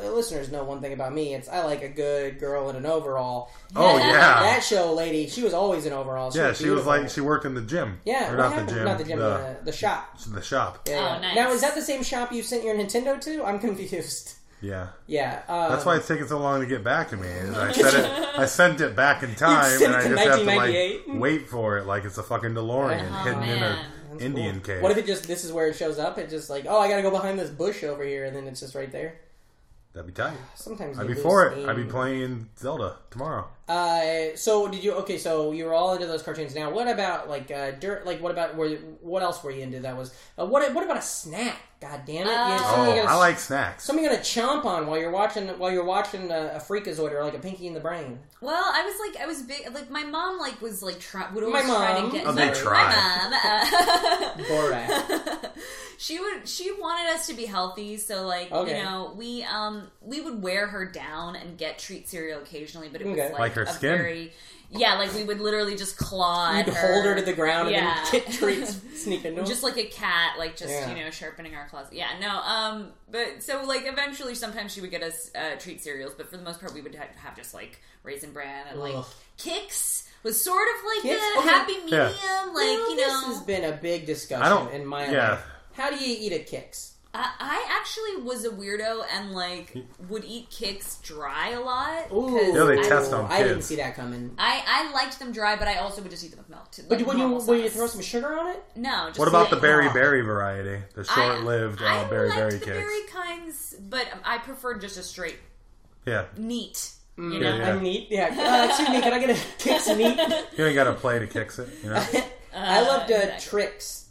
Speaker 1: uh, listeners know one thing about me. It's I like a good girl in an overall.
Speaker 2: Oh
Speaker 4: Yeah.
Speaker 2: yeah,
Speaker 1: That show lady, she was always in overalls.
Speaker 2: yeah. She was
Speaker 1: beautiful.
Speaker 2: like she worked in the gym.
Speaker 1: yeah,
Speaker 2: or
Speaker 1: what
Speaker 2: not the
Speaker 1: happened-
Speaker 2: gym,
Speaker 1: not the gym, the, the shop.
Speaker 2: the shop.
Speaker 1: Yeah, yeah.
Speaker 4: Oh, nice.
Speaker 1: Now is that the same shop you sent your Nintendo to? I'm confused.
Speaker 2: Yeah.
Speaker 1: Yeah, um,
Speaker 2: That's why it's taken so long to get back to me. is I sent it, I sent it back in time,
Speaker 1: sent
Speaker 2: and I
Speaker 1: it to
Speaker 2: just have to like
Speaker 1: 1998?
Speaker 2: wait for it, like it's a fucking DeLorean
Speaker 4: Oh,
Speaker 2: hidden
Speaker 4: man.
Speaker 2: in an Indian cave.
Speaker 1: What if it just this is where it shows up? It just like oh, I gotta go behind this bush over here, and then it's just right there.
Speaker 2: That'd be tight.
Speaker 1: Sometimes
Speaker 2: I'd
Speaker 1: you
Speaker 2: be
Speaker 1: lose
Speaker 2: for it.
Speaker 1: steam.
Speaker 2: I'd be playing Zelda tomorrow.
Speaker 1: Uh, so did you? Okay, so you were all into those cartoons. Now, what about like uh, dirt? Like, what about were? What else were you into? That was uh, what? What about a snack? God damn it! You had something
Speaker 2: Oh,
Speaker 1: you gotta-
Speaker 2: I like snacks.
Speaker 1: something you gotta chomp on while you're watching while you're watching uh, a, a Freakazoid or like a Pinky in the Brain.
Speaker 4: Well, I was like, I was big. Like my mom, like was like try, would
Speaker 1: My
Speaker 4: always try
Speaker 1: mom.
Speaker 4: to get.
Speaker 1: Oh,
Speaker 2: they
Speaker 4: like,
Speaker 2: try.
Speaker 4: My mom. uh,
Speaker 1: Borat.
Speaker 4: she would she wanted us to be healthy so like
Speaker 1: Okay.
Speaker 4: you know we um we would wear her down and get treat cereal occasionally but it
Speaker 1: Okay.
Speaker 4: was like,
Speaker 2: Like her
Speaker 4: a
Speaker 2: skin?
Speaker 4: very yeah like we would literally just claw at
Speaker 1: You'd hold her to the ground
Speaker 4: Yeah.
Speaker 1: and then get treats sneaking.
Speaker 4: just like a cat like just
Speaker 1: Yeah.
Speaker 4: you know sharpening our claws yeah no um but so like eventually sometimes she would get us uh, treat cereals but for the most part we would have, have just like raisin bran and like
Speaker 1: Ugh.
Speaker 4: kicks was sort of like
Speaker 1: Kix?
Speaker 4: a
Speaker 1: Okay.
Speaker 4: happy medium
Speaker 2: Yeah.
Speaker 4: like you know
Speaker 1: this has been a big discussion
Speaker 2: I don't-
Speaker 1: in my
Speaker 2: yeah.
Speaker 1: life. How do you eat a Kix?
Speaker 4: I, I actually was a weirdo and like would eat kicks dry a lot. because
Speaker 2: Yeah, they
Speaker 4: I,
Speaker 2: test them,
Speaker 1: I didn't
Speaker 2: kids.
Speaker 1: see that coming.
Speaker 4: I, I liked them dry, but I also would just eat them with milk. Too,
Speaker 1: But
Speaker 4: like
Speaker 1: when you
Speaker 4: normal
Speaker 1: when you
Speaker 4: sauce.
Speaker 1: throw some sugar on it,
Speaker 4: no. Just
Speaker 2: What about
Speaker 4: like-
Speaker 2: the berry berry variety? The
Speaker 4: I-
Speaker 2: short-lived
Speaker 4: I
Speaker 2: uh, berry
Speaker 4: liked
Speaker 2: berry
Speaker 4: the
Speaker 2: kicks.
Speaker 4: berry kinds, but I preferred just a straight
Speaker 2: Yeah,
Speaker 4: neat. You
Speaker 2: Yeah,
Speaker 4: know,
Speaker 2: yeah.
Speaker 1: I'm neat. Yeah, uh, excuse me, can I get a Kix neat?
Speaker 2: you ain't got to play to kicks it. You know.
Speaker 1: I loved uh,
Speaker 4: exactly.
Speaker 1: tricks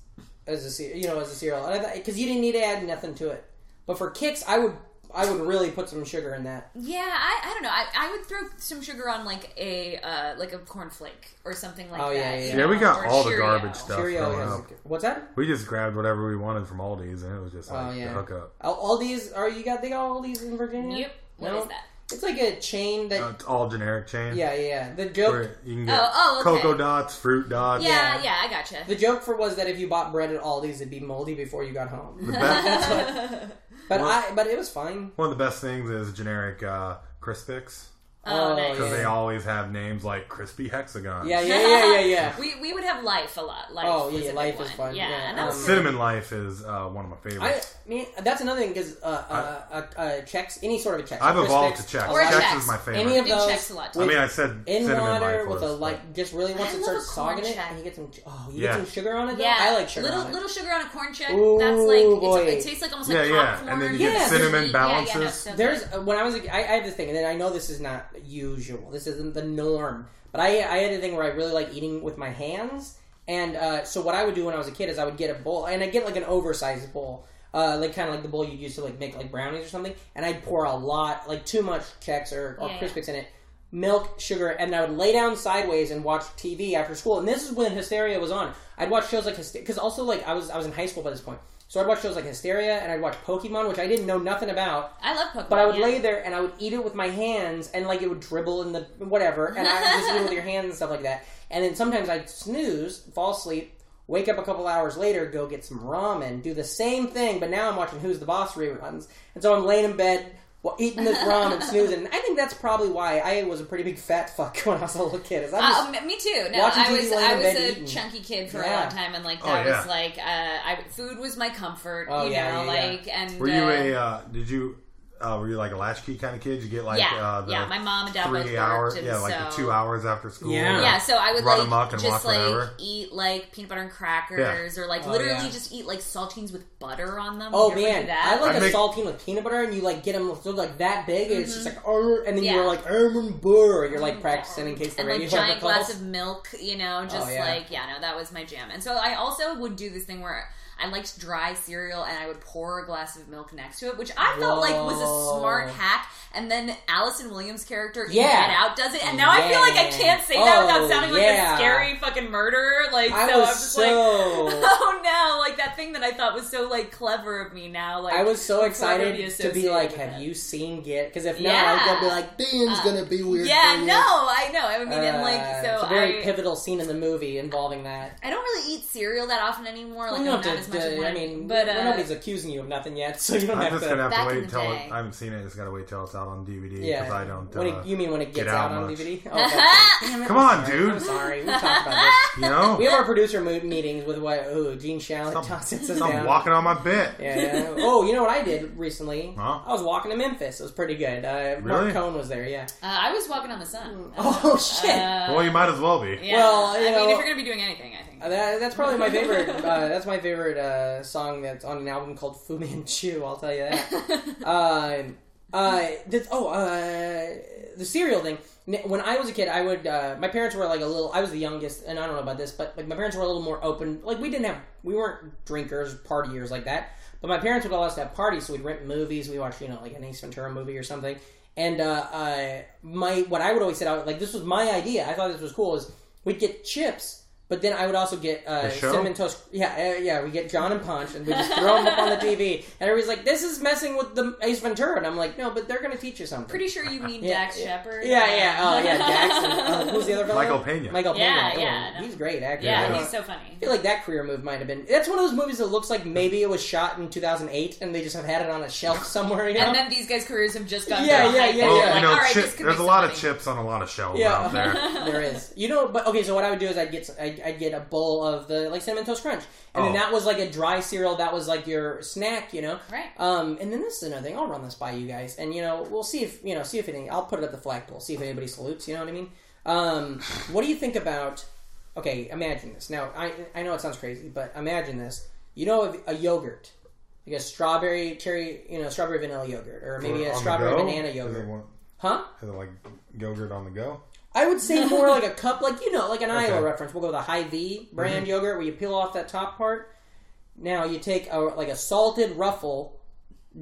Speaker 1: as a ce- you know as a cereal, and I thought because you didn't need to add nothing to it. But for kicks, I would I would really put some sugar in that.
Speaker 4: yeah. I, I don't know. I, I would throw some sugar on like a uh, like a cornflake or something like
Speaker 1: Oh,
Speaker 4: that.
Speaker 1: yeah, yeah,
Speaker 4: you
Speaker 1: yeah.
Speaker 2: Yeah, we
Speaker 4: know,
Speaker 2: got
Speaker 4: or a
Speaker 2: all the
Speaker 4: Cheerio.
Speaker 2: garbage stuff
Speaker 1: Cheerio
Speaker 2: growing
Speaker 1: has,
Speaker 2: up.
Speaker 1: what's that?
Speaker 2: We just grabbed whatever we wanted from Aldi's, and it was just like
Speaker 1: Oh yeah,
Speaker 2: the hookup.
Speaker 1: Al- Aldi's are you got they got Aldi's in Virginia?
Speaker 4: Yep. What is
Speaker 1: No?
Speaker 4: that?
Speaker 1: It's like a chain that
Speaker 2: Uh, it's all generic chain.
Speaker 1: yeah yeah, yeah. The joke
Speaker 2: Where you can get
Speaker 4: Oh, oh, okay.
Speaker 2: cocoa dots, fruit dots.
Speaker 4: Yeah,
Speaker 1: Yeah.
Speaker 4: yeah. I gotcha.
Speaker 1: the joke for was that if you bought bread at Aldi's, it'd be moldy before you got home.
Speaker 2: The best-
Speaker 4: Oh,
Speaker 1: But I but it was fine.
Speaker 2: one of the best things is generic uh, Crispix.
Speaker 4: Oh,
Speaker 1: Oh,
Speaker 4: nice.
Speaker 1: yeah.
Speaker 2: Because they always have names like Crispy Hexagon.
Speaker 1: Yeah yeah yeah yeah yeah.
Speaker 4: We, we would have life a lot. Life
Speaker 1: Oh,
Speaker 4: was
Speaker 1: yeah,
Speaker 4: a big
Speaker 1: life is
Speaker 4: one.
Speaker 1: fun,
Speaker 4: Yeah,
Speaker 1: yeah,
Speaker 4: and that was
Speaker 1: um,
Speaker 2: Cinnamon Life is uh, one of my
Speaker 1: I
Speaker 2: favorites.
Speaker 1: mean that's another thing because uh, uh, uh, uh, checks any sort of a check.
Speaker 2: I, have
Speaker 1: Crisp
Speaker 2: evolved to
Speaker 1: Chex,
Speaker 2: Chex.
Speaker 1: a
Speaker 4: Or
Speaker 1: lot-
Speaker 2: Chex
Speaker 4: Chex.
Speaker 2: is my favorite.
Speaker 1: Any of
Speaker 4: Did
Speaker 1: those
Speaker 4: Chex a lot.
Speaker 2: I
Speaker 1: with-
Speaker 2: mean, I said
Speaker 1: in
Speaker 2: cinnamon
Speaker 1: water
Speaker 2: life
Speaker 1: with a
Speaker 2: was,
Speaker 1: like just really once
Speaker 4: I
Speaker 1: it
Speaker 4: love
Speaker 1: starts
Speaker 4: a corn
Speaker 1: soggy in it
Speaker 4: check.
Speaker 1: and you get some oh you
Speaker 2: Yeah.
Speaker 1: get some sugar on it though?
Speaker 4: yeah.
Speaker 1: I like sugar
Speaker 4: little
Speaker 1: on it.
Speaker 4: little sugar on a corn chip.
Speaker 1: Ooh,
Speaker 4: that's like
Speaker 1: boy.
Speaker 4: It's, it tastes like almost
Speaker 2: Yeah,
Speaker 4: like
Speaker 2: yeah, and
Speaker 4: popcorn.
Speaker 2: then you get
Speaker 1: Yeah,
Speaker 2: cinnamon
Speaker 4: sweet. Yeah, yeah, no,
Speaker 2: balances.
Speaker 4: so good.
Speaker 1: There's uh, when I was a, I, I had this thing and then I know this is not usual this isn't the norm but I I had a thing where I really like eating with my hands and uh, so what I would do when I was a kid is I would get a bowl and I get like an oversized bowl. Uh, like kind of like the bowl you'd use to like make like brownies or something, and I'd pour a lot, like too much Chex or, or
Speaker 4: Yeah, yeah.
Speaker 1: Crispix in it, milk, sugar, and I would lay down sideways and watch TV after school. And this is when Hysteria was on. I'd watch shows like Hysteria because also like I was I was in high school by this point, so I'd watch shows like Hysteria and I'd watch Pokemon, which I didn't know nothing about.
Speaker 4: I love Pokemon.
Speaker 1: But I would
Speaker 4: yeah.
Speaker 1: lay there and I would eat it with my hands and like it would dribble in the whatever and I would just eat it with your hands and stuff like that. And then sometimes I'd snooze, fall asleep, wake up a couple hours later, go get some ramen, do the same thing, but now I'm watching Who's the Boss reruns. And so I'm laying in bed wa- eating this ramen, snoozing. And I think that's probably why I was a pretty big fat fuck when I was a little kid. Is I
Speaker 4: Uh,
Speaker 1: just,
Speaker 4: um, me too. No,
Speaker 1: Watching
Speaker 4: I
Speaker 1: TV
Speaker 4: was
Speaker 1: laying
Speaker 4: I
Speaker 1: in
Speaker 4: was
Speaker 1: bed
Speaker 4: a
Speaker 1: eating.
Speaker 4: chunky kid for
Speaker 1: Yeah.
Speaker 4: a long time, and like
Speaker 2: Oh,
Speaker 4: that was
Speaker 2: yeah.
Speaker 4: like uh, I food was my comfort.
Speaker 1: Oh,
Speaker 4: you
Speaker 1: yeah,
Speaker 4: know,
Speaker 1: yeah, yeah.
Speaker 4: like and
Speaker 2: Were
Speaker 4: uh,
Speaker 2: you a? Uh, did you? Uh, were you like a latchkey kind of kid? You get like
Speaker 4: yeah
Speaker 2: uh, the
Speaker 4: yeah? My mom and dad both
Speaker 2: three
Speaker 4: worked,
Speaker 2: hours,
Speaker 4: and
Speaker 2: yeah, like the
Speaker 4: so-
Speaker 2: two hours after school.
Speaker 1: Yeah.
Speaker 4: Yeah, so I would
Speaker 2: Run
Speaker 4: like
Speaker 2: amok and walk
Speaker 4: just like
Speaker 2: wherever.
Speaker 4: eat like peanut butter and crackers, or like
Speaker 1: Oh,
Speaker 4: literally
Speaker 1: yeah.
Speaker 4: just eat like saltines with butter on them.
Speaker 1: Oh
Speaker 4: Did you ever
Speaker 1: man,
Speaker 4: do that?
Speaker 1: I like
Speaker 2: I
Speaker 1: a
Speaker 2: make-
Speaker 1: saltine with peanut butter, and you like get them like that big, and it's just like, "Arr," and then
Speaker 4: Mm-hmm. Yeah. Mm-hmm.
Speaker 1: you're like, "Ermin burr," you're like practicing in case the
Speaker 4: and
Speaker 1: radio
Speaker 4: like giant
Speaker 1: ever calls.
Speaker 4: glass of milk, you know, just
Speaker 1: Oh, yeah.
Speaker 4: like yeah, no, that was my jam. And so I also would do this thing where I liked dry cereal and I would pour a glass of milk next to it, which I felt like was
Speaker 1: Whoa.
Speaker 4: a smart hack. And then Allison Williams' character in
Speaker 1: Yeah.
Speaker 4: Get Out does it, and now I feel like I
Speaker 1: Yeah.
Speaker 4: can't say that
Speaker 1: Oh,
Speaker 4: without sounding like
Speaker 1: yeah.
Speaker 4: a scary fucking murderer. Like
Speaker 1: I
Speaker 4: so,
Speaker 1: was
Speaker 4: I'm just
Speaker 1: so-
Speaker 4: like, oh no, like that thing that I thought was so like clever of me. Now, like
Speaker 1: I was so
Speaker 4: forever
Speaker 1: excited to be
Speaker 4: associated
Speaker 1: like,
Speaker 4: with
Speaker 1: have
Speaker 4: it.
Speaker 1: you seen Get? Because if
Speaker 4: Yeah.
Speaker 1: not, I'd be like, Dan's gonna be weird.
Speaker 4: Yeah,
Speaker 1: for you."
Speaker 4: no, I know. I mean, and like
Speaker 1: Uh,
Speaker 4: so,
Speaker 1: it's a very
Speaker 4: I,
Speaker 1: pivotal scene in the movie involving that.
Speaker 4: I don't really eat cereal that often anymore. Like
Speaker 1: you
Speaker 4: I'm
Speaker 1: don't
Speaker 4: not
Speaker 1: have
Speaker 4: as much.
Speaker 1: to. I
Speaker 4: of one.
Speaker 1: mean,
Speaker 4: but
Speaker 1: well,
Speaker 4: uh,
Speaker 1: nobody's accusing you of nothing yet, so you don't
Speaker 2: I'm
Speaker 1: have
Speaker 2: just
Speaker 1: to.
Speaker 2: gonna have to
Speaker 4: Back in
Speaker 2: wait
Speaker 4: the
Speaker 2: till it,
Speaker 4: day.
Speaker 2: I haven't seen it. Just gotta wait till it's out on DVD because
Speaker 1: yeah,
Speaker 2: I don't.
Speaker 1: When
Speaker 2: uh,
Speaker 1: it, you mean when it
Speaker 2: get
Speaker 1: gets
Speaker 2: out
Speaker 1: out, on
Speaker 2: much.
Speaker 1: DVD? Oh, okay. Damn it,
Speaker 2: Come
Speaker 1: I'm
Speaker 2: on,
Speaker 4: Uh,
Speaker 1: sorry.
Speaker 2: dude.
Speaker 1: I'm sorry. We talked about this.
Speaker 2: you know,
Speaker 1: We have our producer mo- meetings with what? Ooh, Gene Shalit
Speaker 2: Stop-
Speaker 1: Johnson says
Speaker 2: I'm
Speaker 1: down.
Speaker 2: walking on my bit.
Speaker 1: Yeah, yeah. Oh, you know what I did recently?
Speaker 2: Huh?
Speaker 1: I was walking to Memphis. It was pretty good. Uh,
Speaker 2: Really?
Speaker 1: Mark Cohn was there. Yeah.
Speaker 4: uh, I was walking on the sun.
Speaker 1: Oh shit.
Speaker 4: Uh,
Speaker 2: Well, you might as well be.
Speaker 4: yeah.
Speaker 1: Well, you
Speaker 4: I
Speaker 1: know-
Speaker 4: mean, if you're gonna be doing anything, I think.
Speaker 1: Uh, That, that's probably my favorite. Uh, that's my favorite uh, song that's on an album called Fu Manchu. I'll tell you that. um, uh, this, oh, uh, the cereal thing. N- When I was a kid, I would. Uh, my parents were like a little. I was the youngest, and I don't know about this, but like my parents were a little more open. Like we didn't have, we weren't drinkers, partiers like that. But my parents would allow us to have parties, so we'd rent movies. We watched, you know, like an Ace Ventura movie or something. And uh, uh, my what I would always say, I would, like this was my idea. I thought this was cool. Is we'd get chips, but then I would also get uh,
Speaker 2: show?
Speaker 1: cinnamon toast. Yeah, uh, yeah. We get John and Punch, and we just throw them up on the TV, and everybody's like, "This is messing with the Ace Ventura," and I'm like, "No, but they're going to teach you something."
Speaker 4: Pretty sure you mean Dax Shepard.
Speaker 1: yeah, yeah, oh yeah, Dax. And, uh, who's the other fellow?
Speaker 2: Michael Pena.
Speaker 1: Michael Pena.
Speaker 4: Yeah,
Speaker 1: Oh,
Speaker 4: yeah, no.
Speaker 1: he's great actor. I
Speaker 4: yeah,
Speaker 1: don't-
Speaker 4: he's so funny.
Speaker 1: I feel like that career move might have been. That's one of those movies that looks like maybe it was shot in 2008, and they just have had it on a shelf somewhere. You know?
Speaker 4: And then these guys' careers have just gotten
Speaker 1: Yeah,
Speaker 4: so
Speaker 1: yeah,
Speaker 4: hyped
Speaker 1: yeah,
Speaker 4: that
Speaker 2: Well,
Speaker 4: you're
Speaker 1: yeah.
Speaker 2: you
Speaker 4: like,
Speaker 2: know,
Speaker 4: all right,
Speaker 2: chip,
Speaker 4: this could
Speaker 2: there's
Speaker 4: make
Speaker 2: a
Speaker 4: some
Speaker 2: lot
Speaker 4: money.
Speaker 2: of chips on a lot of shelves
Speaker 1: Yeah.
Speaker 2: out there.
Speaker 1: there is. You know, but okay. So what I would do is I'd get I'd, I'd get a bowl of the like cinnamon toast crunch, and then
Speaker 2: Oh.
Speaker 1: that was like a dry cereal. That was like your snack, you know.
Speaker 4: Right.
Speaker 1: Um, and then this is another thing. I'll run this by you guys, and you know we'll see if you know see if any. I'll put it at the flagpole. See if anybody salutes. You know what I mean? Um, what do you think about? Okay, imagine this. Now I I know it sounds crazy, but imagine this. You know a yogurt. Like a strawberry cherry, you know, strawberry vanilla yogurt, or maybe a
Speaker 2: On the
Speaker 1: strawberry
Speaker 2: go?
Speaker 1: banana
Speaker 2: Is it
Speaker 1: yogurt,
Speaker 2: one-
Speaker 1: huh?
Speaker 2: Is it like yogurt on the go?
Speaker 1: I would say more like a cup, like you know, like an Iowa
Speaker 2: Okay.
Speaker 1: reference. We'll go with a high V brand yogurt where you peel off that top part. Now you take a, like a salted ruffle,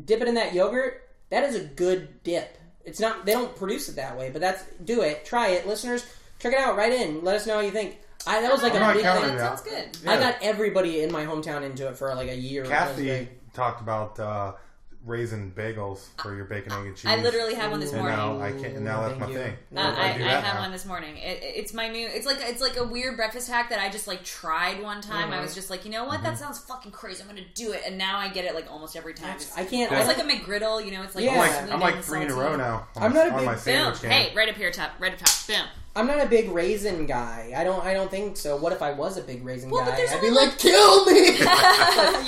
Speaker 1: dip it in that yogurt. That is a good dip. It's not they don't produce it that way, but that's do it, try it, listeners. Check it out, right in. Let us know how you think. I that was like
Speaker 2: I'm not
Speaker 1: a big,
Speaker 2: counting
Speaker 1: I,
Speaker 4: That
Speaker 2: Yeah.
Speaker 4: sounds good.
Speaker 2: Yeah.
Speaker 1: got everybody in my hometown into it for like a year. It was
Speaker 2: Kathy
Speaker 1: great.
Speaker 2: talked about uh, raisin bagels for your bacon, egg, and cheese.
Speaker 4: I literally have one this
Speaker 2: and
Speaker 4: morning.
Speaker 2: now I can't. and Now that's my
Speaker 1: Thank you.
Speaker 2: thing.
Speaker 1: No,
Speaker 4: Uh, I, I,
Speaker 2: I do that
Speaker 4: have
Speaker 2: now.
Speaker 4: one this morning. It, it's my new. It's like it's like a weird breakfast hack that I just like tried one time.
Speaker 2: Mm-hmm.
Speaker 4: I was just like, you know what? That sounds fucking crazy. I'm gonna do it, and now I get it like almost every time. It's,
Speaker 1: I can't.
Speaker 4: it's
Speaker 1: I,
Speaker 4: like a McGriddle. You know, it's like
Speaker 1: Yeah.
Speaker 2: I'm
Speaker 4: sweet
Speaker 2: like, I'm like
Speaker 4: and
Speaker 2: three in a
Speaker 4: salty.
Speaker 2: row now. On,
Speaker 1: I'm not a
Speaker 2: on
Speaker 1: big-
Speaker 2: my
Speaker 4: Boom!
Speaker 2: sandwich can.
Speaker 4: Hey, right up here, top, right up top. Boom!
Speaker 1: I'm not a big raisin guy. I don't. I don't think so. What if I was a big raisin
Speaker 4: Well,
Speaker 1: guy?
Speaker 4: but there's
Speaker 1: I'd be
Speaker 4: only,
Speaker 1: like, kill me.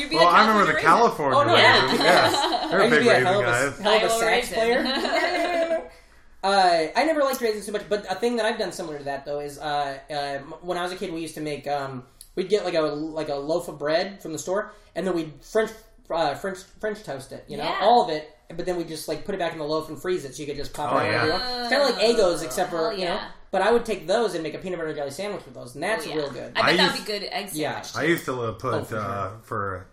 Speaker 4: You'd be
Speaker 2: Well,
Speaker 4: like
Speaker 2: I remember the
Speaker 4: California raisin.
Speaker 1: Oh,
Speaker 2: California
Speaker 1: no, yeah.
Speaker 2: raisins. Yes, they're
Speaker 1: I used to
Speaker 2: big
Speaker 1: be a
Speaker 2: raisin
Speaker 1: hell of a,
Speaker 2: guys.
Speaker 1: hell of a
Speaker 4: Iowa
Speaker 1: sax
Speaker 4: raisin.
Speaker 1: player. uh, I never liked raisins too much, but a thing that I've done similar to that though is uh, uh, m- when I was a kid, we used to make um, we'd get like a like a loaf of bread from the store, and then we'd French uh, French French toast it, you know,
Speaker 4: Yeah.
Speaker 1: all of it. But then we just like put it back in the loaf and freeze it, so you could just pop
Speaker 2: Oh,
Speaker 1: it. whenever
Speaker 2: yeah.
Speaker 1: you want. It's kind of like Egos, except for
Speaker 4: Hell
Speaker 1: you know.
Speaker 4: yeah.
Speaker 1: But I would take those and make a peanut butter and jelly sandwich with those, and that's
Speaker 4: Yeah.
Speaker 1: real good.
Speaker 4: I bet
Speaker 2: I
Speaker 4: that would
Speaker 2: used-
Speaker 4: be good egg sandwich.
Speaker 1: Yeah.
Speaker 2: I used to love put
Speaker 1: for
Speaker 2: uh, for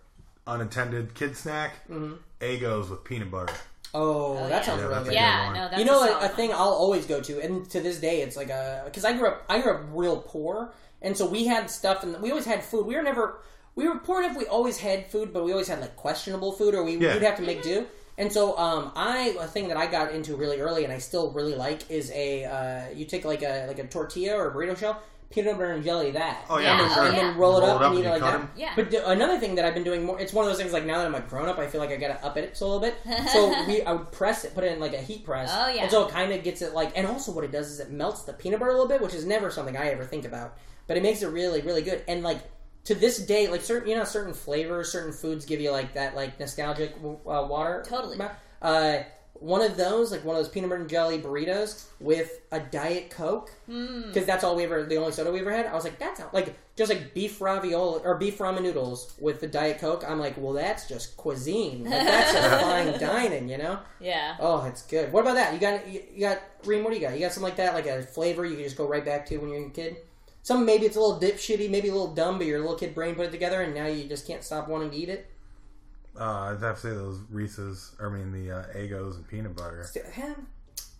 Speaker 2: unattended kid snack,
Speaker 1: Mm-hmm.
Speaker 2: Egos with peanut butter.
Speaker 1: oh, that
Speaker 4: yeah.
Speaker 1: sounds
Speaker 2: Yeah,
Speaker 1: really
Speaker 2: that's
Speaker 1: good.
Speaker 2: a
Speaker 4: Yeah,
Speaker 2: one.
Speaker 4: no, that's
Speaker 1: you know,
Speaker 4: a,
Speaker 1: a,
Speaker 4: solid
Speaker 1: a thing I'll always go to, and to this day, it's like a because I grew up, I grew up real poor, and so we had stuff, and we always had food. We were never, we were poor enough. We always had food, but we always had like questionable food, or we
Speaker 2: Yeah.
Speaker 1: would have to make do. And so, um, I a thing that I got into really early, and I still really like is a uh, you take like a like a tortilla or a burrito shell, peanut butter and jelly that.
Speaker 2: Oh yeah,
Speaker 4: Yeah,
Speaker 2: for sure.
Speaker 4: and
Speaker 1: And roll it up, and eat
Speaker 2: you
Speaker 1: it like
Speaker 2: cut
Speaker 1: that.
Speaker 2: 'em.
Speaker 4: Yeah.
Speaker 1: But the, another thing that I've been doing more, it's one of those things like now that I'm a grown up, I feel like I gotta up it a little bit. So we, I would press it, put it in like a heat press.
Speaker 4: Oh, yeah.
Speaker 1: And so it kind of gets it like, and also what it does is it melts the peanut butter a little bit, which is never something I ever think about. But it makes it really, really good. And like to this day, like certain, you know, certain flavors, certain foods give you like that, like nostalgic uh, water.
Speaker 4: Totally.
Speaker 1: Uh, one of those, like one of those peanut butter and jelly burritos with a diet coke, because that's all we ever, the only soda we ever had. I was like, that's not, like just like beef ravioli or beef ramen noodles with the diet coke. I'm like, well, that's just cuisine. Like, that's just fine dining, you know?
Speaker 4: yeah.
Speaker 1: Oh, it's good. What about that? You got you, you got Reem? What do you got? You got something like that, like a flavor you can just go right back to when you're a kid. Some maybe it's a little dipshitty, maybe a little dumb, but your little kid brain put it together, and now you just can't stop wanting to eat it.
Speaker 2: Uh, I'd have to say those Reese's. I mean the uh, Egos and peanut butter.
Speaker 1: Yeah,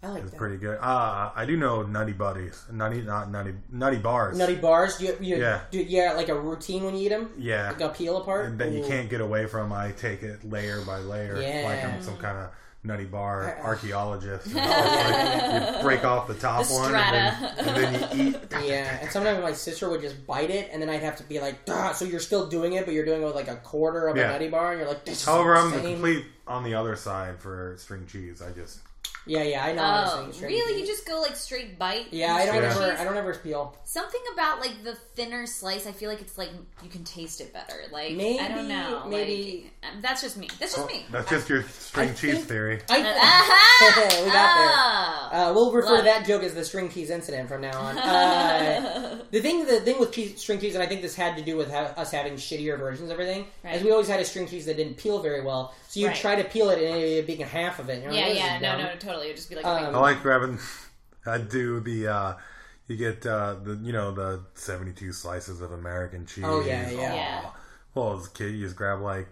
Speaker 1: I like
Speaker 2: It's
Speaker 1: that.
Speaker 2: pretty good. Uh, I do know Nutty Buddies. Nutty, not Nutty, Nutty Bars.
Speaker 1: Nutty bars? Do you, you,
Speaker 2: Yeah.
Speaker 1: do yeah, like a routine when you eat them.
Speaker 2: Yeah.
Speaker 1: like a peel apart.
Speaker 2: that you
Speaker 1: Ooh.
Speaker 2: can't get away from. I take it layer by layer,
Speaker 1: Yeah. Uh-uh.
Speaker 2: like I'm some kind of nutty bar archaeologist. And it's like you break off the top
Speaker 5: The
Speaker 2: one,
Speaker 5: strata.
Speaker 2: and then, and then you eat.
Speaker 1: Yeah, and sometimes my sister would just bite it, and then I'd have to be like, "Duh, "So you're still doing it, but you're doing it with like a quarter of a
Speaker 2: Yeah.
Speaker 1: nutty bar." And you're like, "This is
Speaker 2: However, I'm the
Speaker 1: insane."
Speaker 2: complete on the other side for string cheese. I just
Speaker 1: Yeah, yeah, I know. how to
Speaker 4: Oh,
Speaker 1: sing string
Speaker 4: really?
Speaker 1: cheese.
Speaker 4: You just go like straight bite?
Speaker 1: yeah, I don't
Speaker 2: Yeah.
Speaker 1: ever,
Speaker 4: Cheese?
Speaker 1: I don't ever peel.
Speaker 4: Something about like the thinner slice. I feel like it's like you can taste it better. Like I
Speaker 1: Maybe-
Speaker 4: don't know.
Speaker 1: maybe-
Speaker 4: like, um, that's just me. That's just me.
Speaker 2: oh, that's just your string
Speaker 1: I
Speaker 2: cheese
Speaker 1: think-
Speaker 2: theory.
Speaker 1: I,
Speaker 4: Aha!
Speaker 1: We got there.
Speaker 4: Uh-huh. Oh.
Speaker 1: uh, we'll refer to
Speaker 4: Love
Speaker 1: that joke as the string cheese incident from now on. Uh, the thing, the thing with cheese, string cheese, and I think this had to do with ha- us having shittier versions of everything, is
Speaker 4: Right.
Speaker 1: we always had a string cheese that didn't peel very well. So you would
Speaker 4: Right.
Speaker 1: try to peel it, and it'd be half of it. and you're like,
Speaker 4: Yeah,
Speaker 1: "This is
Speaker 4: yeah, no,
Speaker 1: dumb."
Speaker 4: no, totally. It'd just be like "Oh,
Speaker 1: Um,
Speaker 4: a
Speaker 2: I like grabbing. I do the. uh You get uh the you know the seventy-two slices of American cheese. Oh,
Speaker 1: Oh, yeah, yeah.
Speaker 4: big, yeah.
Speaker 2: Well, as a kid, you just grab like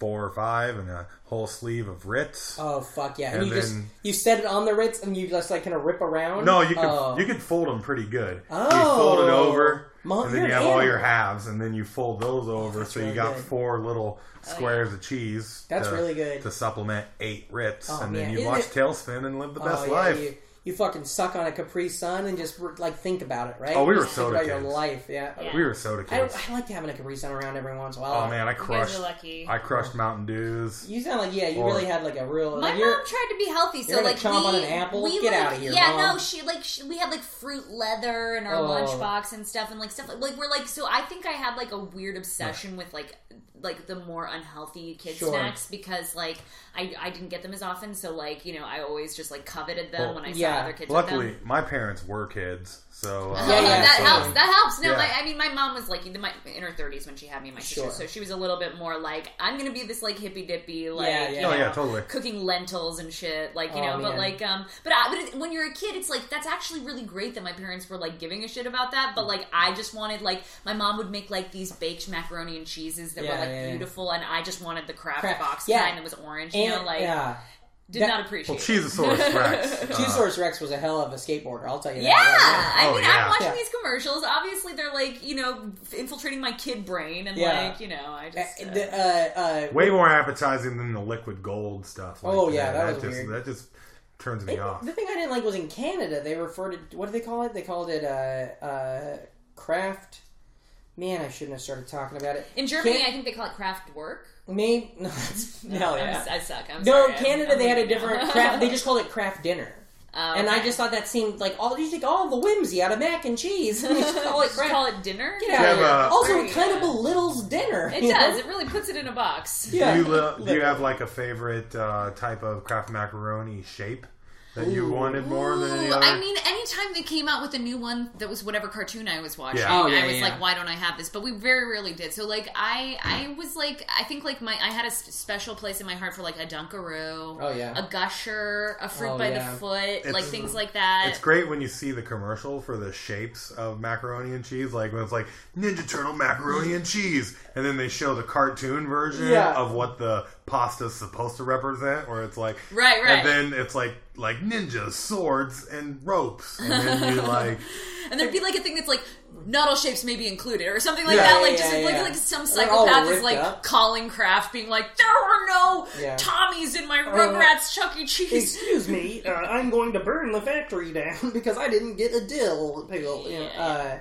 Speaker 2: four or five and a whole sleeve of Ritz.
Speaker 1: Oh fuck yeah! And,
Speaker 2: And
Speaker 1: you just
Speaker 2: then-
Speaker 1: you set it on the Ritz and you just like kind of rip around.
Speaker 2: No, you could
Speaker 1: Oh.
Speaker 2: you could fold them pretty good.
Speaker 1: Oh.
Speaker 2: You fold it over,
Speaker 1: Mom,
Speaker 2: and then
Speaker 1: you're
Speaker 2: you
Speaker 1: an
Speaker 2: have all your
Speaker 1: animal.
Speaker 2: halves, and then you fold those over, so
Speaker 1: really
Speaker 2: you got
Speaker 1: good. Oh,
Speaker 2: four little squares of cheese.
Speaker 1: That's
Speaker 2: to-
Speaker 1: really good. Oh,
Speaker 2: to supplement eight Ritz, and then
Speaker 1: man.
Speaker 2: you
Speaker 1: Isn't
Speaker 2: watch
Speaker 1: it-
Speaker 2: Tailspin and live the
Speaker 1: Oh,
Speaker 2: best
Speaker 1: yeah,
Speaker 2: life.
Speaker 1: You, you fucking suck on a Capri Sun and just like think about it, right?
Speaker 2: Oh, we
Speaker 1: Just
Speaker 2: were
Speaker 1: think
Speaker 2: soda
Speaker 1: about your
Speaker 2: kids.
Speaker 1: life, yeah.
Speaker 2: We were soda
Speaker 1: I,
Speaker 2: kids.
Speaker 1: I liked having a Capri Sun around every once in a while.
Speaker 2: oh man, I
Speaker 5: You guys
Speaker 2: crushed.
Speaker 5: are lucky.
Speaker 2: I crushed Mountain Dews.
Speaker 1: you sound like yeah, you
Speaker 2: Or-
Speaker 1: really had like a real.
Speaker 4: My
Speaker 1: Like
Speaker 4: mom
Speaker 1: you're,
Speaker 4: tried to be healthy, so
Speaker 1: you're gonna
Speaker 4: like
Speaker 1: chomp
Speaker 4: we,
Speaker 1: on an apple?
Speaker 4: we
Speaker 1: Get
Speaker 4: would-
Speaker 1: outta here,
Speaker 4: Yeah,
Speaker 1: Mom.
Speaker 4: no, she like she, we had like fruit leather in our
Speaker 1: Oh.
Speaker 4: lunchbox and stuff, and like stuff like, like we're like so. I think I had like a weird obsession with like like the more unhealthy kid
Speaker 1: Sure.
Speaker 4: snacks because like I I didn't get them as often, so like you know I always just like coveted them
Speaker 2: Well,
Speaker 4: when I
Speaker 1: yeah.
Speaker 4: saw other kids.
Speaker 2: Luckily,
Speaker 4: with them.
Speaker 2: my parents were kids, so uh,
Speaker 1: Yeah,
Speaker 4: Oh,
Speaker 1: yeah,
Speaker 4: that
Speaker 1: so-
Speaker 4: helps. That helps. No,
Speaker 2: Yeah.
Speaker 4: my, I mean, my mom was like in my in her thirties when she had me and my sister,
Speaker 1: Sure.
Speaker 4: so she was a little bit more like, "I'm gonna be this like hippy dippy,
Speaker 1: Yeah,
Speaker 4: like
Speaker 1: yeah.
Speaker 4: you
Speaker 2: Oh, yeah,
Speaker 4: know,
Speaker 2: totally.
Speaker 4: cooking lentils and shit, like you
Speaker 1: Oh,
Speaker 4: know."
Speaker 1: man.
Speaker 4: But like, um, but I, but it, when you're a kid, it's like that's actually really great that my parents were like giving a shit about that. But like, I just wanted like my mom would make like these baked macaroni and cheeses that
Speaker 1: Yeah,
Speaker 4: were
Speaker 1: yeah,
Speaker 4: like
Speaker 1: yeah.
Speaker 4: beautiful, and I just wanted the crab
Speaker 1: Crap,
Speaker 4: box
Speaker 1: yeah.
Speaker 4: kind that was orange. you know,
Speaker 1: and,
Speaker 4: like
Speaker 1: yeah,
Speaker 4: did
Speaker 1: that-
Speaker 4: not
Speaker 2: well,
Speaker 4: appreciate. it.
Speaker 2: Cheezosaurus Rex. uh,
Speaker 1: Cheesesaurus Rex was a hell of a skateboarder. I'll tell you.
Speaker 4: Yeah,
Speaker 1: that.
Speaker 4: I
Speaker 2: Oh,
Speaker 4: mean,
Speaker 2: yeah.
Speaker 4: I'm watching
Speaker 1: Yeah.
Speaker 4: these commercials. Obviously, they're like you know infiltrating my kid brain and
Speaker 1: Yeah.
Speaker 4: like you know I
Speaker 1: right now.
Speaker 4: just uh,
Speaker 1: Uh, the, uh, uh,
Speaker 2: way more appetizing than the liquid gold stuff. Like
Speaker 1: Oh, yeah, that was
Speaker 2: that just
Speaker 1: weird.
Speaker 2: that just turns me
Speaker 1: They-
Speaker 2: off.
Speaker 1: The thing I didn't like was in Canada. They referred to what do they call it? They called it uh, uh, craft. Man, I shouldn't have started talking about it.
Speaker 4: in Germany.
Speaker 1: Can-
Speaker 4: I think they call it craft work.
Speaker 1: Maybe no, that's, no,
Speaker 4: I'm
Speaker 1: yeah.
Speaker 4: s- I suck. I'm
Speaker 1: no,
Speaker 4: sorry. I'm-
Speaker 1: Canada
Speaker 4: I'm
Speaker 1: they had a
Speaker 4: leaving now.
Speaker 1: different craft. They just called it craft dinner,
Speaker 4: Oh,
Speaker 1: and I
Speaker 4: okay.
Speaker 1: just thought that seemed like all you take all the whimsy out of mac and cheese. And you just call it
Speaker 4: Just
Speaker 1: craft.
Speaker 4: call it dinner.
Speaker 1: Get
Speaker 2: Yeah,
Speaker 1: out of here.
Speaker 2: but-
Speaker 1: also, it
Speaker 4: Yeah.
Speaker 1: kind of belittles dinner.
Speaker 4: It
Speaker 1: you know?
Speaker 4: does. It really puts it in a box.
Speaker 1: Yeah.
Speaker 2: Do you, lo- do you have like a favorite uh, type of Kraft macaroni shape that you wanted more than any
Speaker 4: Ooh,
Speaker 2: other?
Speaker 4: I mean, anytime they came out with a new one that was whatever cartoon I was watching,
Speaker 2: Yeah.
Speaker 1: Oh, yeah,
Speaker 4: I was
Speaker 1: yeah.
Speaker 4: like, why don't I have this? But we very rarely did. So like, I I was like, I think like my I had a s- special place in my heart for like a Dunkaroo,
Speaker 1: Oh, yeah.
Speaker 4: a Gusher, a Fruit
Speaker 1: Oh,
Speaker 4: by
Speaker 1: yeah.
Speaker 4: the Foot, like
Speaker 2: It's-
Speaker 4: things like that.
Speaker 2: It's great when you see the commercial for the shapes of macaroni and cheese, like when it's like Ninja Turtle macaroni and cheese, and then they show the cartoon version
Speaker 1: Yeah.
Speaker 2: of what the pasta's supposed to represent, where it's like
Speaker 4: Right, right.
Speaker 2: and then it's like like ninjas, swords, and ropes, and then you like
Speaker 4: And there'd be like a thing that's like noddle shapes may be included or something like
Speaker 2: Yeah,
Speaker 4: that.
Speaker 2: yeah,
Speaker 4: Like just
Speaker 1: yeah,
Speaker 4: like
Speaker 1: yeah.
Speaker 4: like some
Speaker 1: Like, all
Speaker 4: psychopath is
Speaker 1: ripped
Speaker 4: like
Speaker 1: up.
Speaker 4: calling Kraft, being like, "There were no
Speaker 1: Yeah. Oh,
Speaker 4: Tommies in my Rugrats Chuck E. Cheese."
Speaker 1: Excuse me, uh, I'm going to burn the factory down because I didn't get a dill pickle. You know, uh,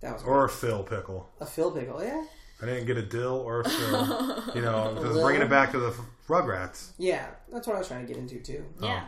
Speaker 1: that was
Speaker 2: or a Phil pickle.
Speaker 1: a Phil pickle, yeah,
Speaker 2: I didn't get a dill or a Phil. you know, just bringing it back to the Rugrats.
Speaker 1: yeah. That's what I was trying to get into too.
Speaker 4: yeah.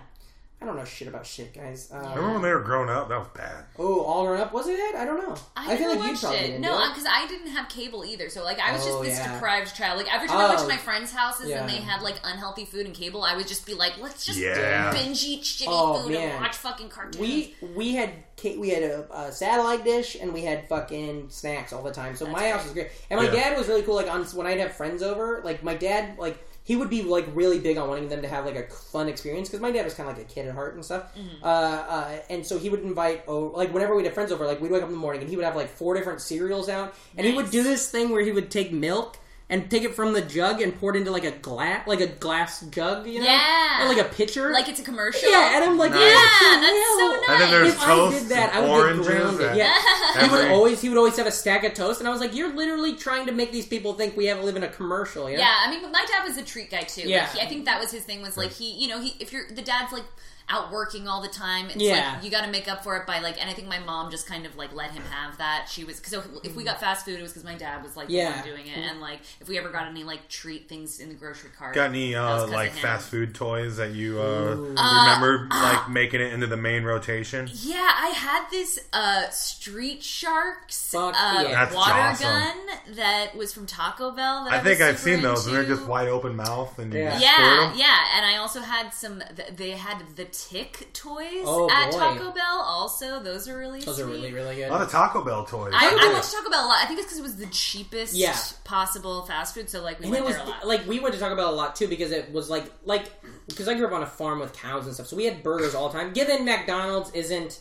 Speaker 1: I don't know shit about shit, guys. Um,
Speaker 2: Remember when they were grown up? That was bad.
Speaker 1: oh, all grown up was it that? I don't know.
Speaker 4: I,
Speaker 1: feel
Speaker 4: never
Speaker 1: like you
Speaker 4: watched
Speaker 1: probably
Speaker 4: it.
Speaker 1: didn't.
Speaker 4: No,
Speaker 1: do it.
Speaker 4: because I didn't have cable either. So like I was
Speaker 1: Oh,
Speaker 4: just this
Speaker 1: yeah.
Speaker 4: deprived child. Like every time I went
Speaker 1: Oh.
Speaker 4: to my friends' houses
Speaker 1: Yeah.
Speaker 4: and they had like unhealthy food and cable, I would just be like, "Let's just
Speaker 2: Yeah.
Speaker 4: binge eat shitty
Speaker 1: Oh,
Speaker 4: food
Speaker 1: man.
Speaker 4: and watch fucking cartoons."
Speaker 1: We we had ca- we had a, a satellite dish and we had fucking snacks all the time. So my house was great, and my
Speaker 2: Yeah.
Speaker 1: dad was really cool. Like on when I'd have friends over, like my dad like he would be like really big on wanting them to have like a fun experience because my dad was kind of like a kid at heart and stuff.
Speaker 4: Mm-hmm.
Speaker 1: Uh, uh, and so he would invite oh like whenever we'd have friends over, like we'd wake up in the morning and he would have like four different cereals out, and he would do this thing where he would take milk. and take it from the jug and pour it into like a glass, like a glass jug, you know,
Speaker 4: Yeah.
Speaker 1: or like a pitcher,
Speaker 4: Like it's a commercial.
Speaker 1: yeah. And I'm like,
Speaker 2: Nice.
Speaker 1: yeah,
Speaker 4: Yeah, that's so nice.
Speaker 2: And then there's
Speaker 1: If I
Speaker 2: toast,
Speaker 1: did that, I
Speaker 2: and
Speaker 1: would get
Speaker 2: oranges,
Speaker 1: grounded.
Speaker 2: and
Speaker 1: Yeah, he
Speaker 2: every-
Speaker 1: would always he would always have a stack of toast, and I was like, "You're literally trying to make these people think we have live in a commercial." You know?
Speaker 4: Yeah, I mean, but my dad was a treat guy too.
Speaker 1: Yeah.
Speaker 4: Like, he, I think that was his thing was like he, you know, he if you're the dad's like out working all the time, it's
Speaker 1: Yeah.
Speaker 4: like you got to make up for it by like. And I think my mom just kind of like let him have that. She was so if we got fast food, it was because my dad was like the
Speaker 1: Mm-hmm. Yeah.
Speaker 4: one doing it, and like if we ever got any like treat things in the grocery cart,
Speaker 2: Got any
Speaker 4: that was
Speaker 2: uh,
Speaker 4: 'cause of
Speaker 2: like
Speaker 4: him.
Speaker 2: fast food toys that you uh, remember
Speaker 1: uh,
Speaker 2: like making it into the main rotation?
Speaker 4: Yeah, I had this uh, Street Sharks
Speaker 1: Fuck
Speaker 4: uh,
Speaker 1: yeah.
Speaker 2: That's
Speaker 4: water
Speaker 2: awesome.
Speaker 4: gun that was from Taco Bell. That I,
Speaker 2: I think
Speaker 4: was
Speaker 2: I've
Speaker 4: super
Speaker 2: seen those, and they're
Speaker 4: into.
Speaker 2: just wide open mouth, and you
Speaker 1: Yeah.
Speaker 2: just squirt
Speaker 4: Yeah,
Speaker 2: 'em.
Speaker 4: yeah, and I also had some. th- They had the Tick toys
Speaker 1: Oh,
Speaker 4: at
Speaker 1: boy.
Speaker 4: Taco Bell. Also, those are really
Speaker 1: those are
Speaker 4: sweet.
Speaker 1: really really good.
Speaker 2: A lot of Taco Bell toys.
Speaker 4: I,
Speaker 1: Bell.
Speaker 4: I went to Taco Bell a lot. I think it's because it was the cheapest
Speaker 1: Yeah.
Speaker 4: possible fast food. So like we
Speaker 1: and it
Speaker 4: went
Speaker 1: was
Speaker 4: there a lot.
Speaker 1: like we went to Taco Bell a lot too because it was like like because I grew up on a farm with cows and stuff, so we had burgers all the time. Given McDonald's isn't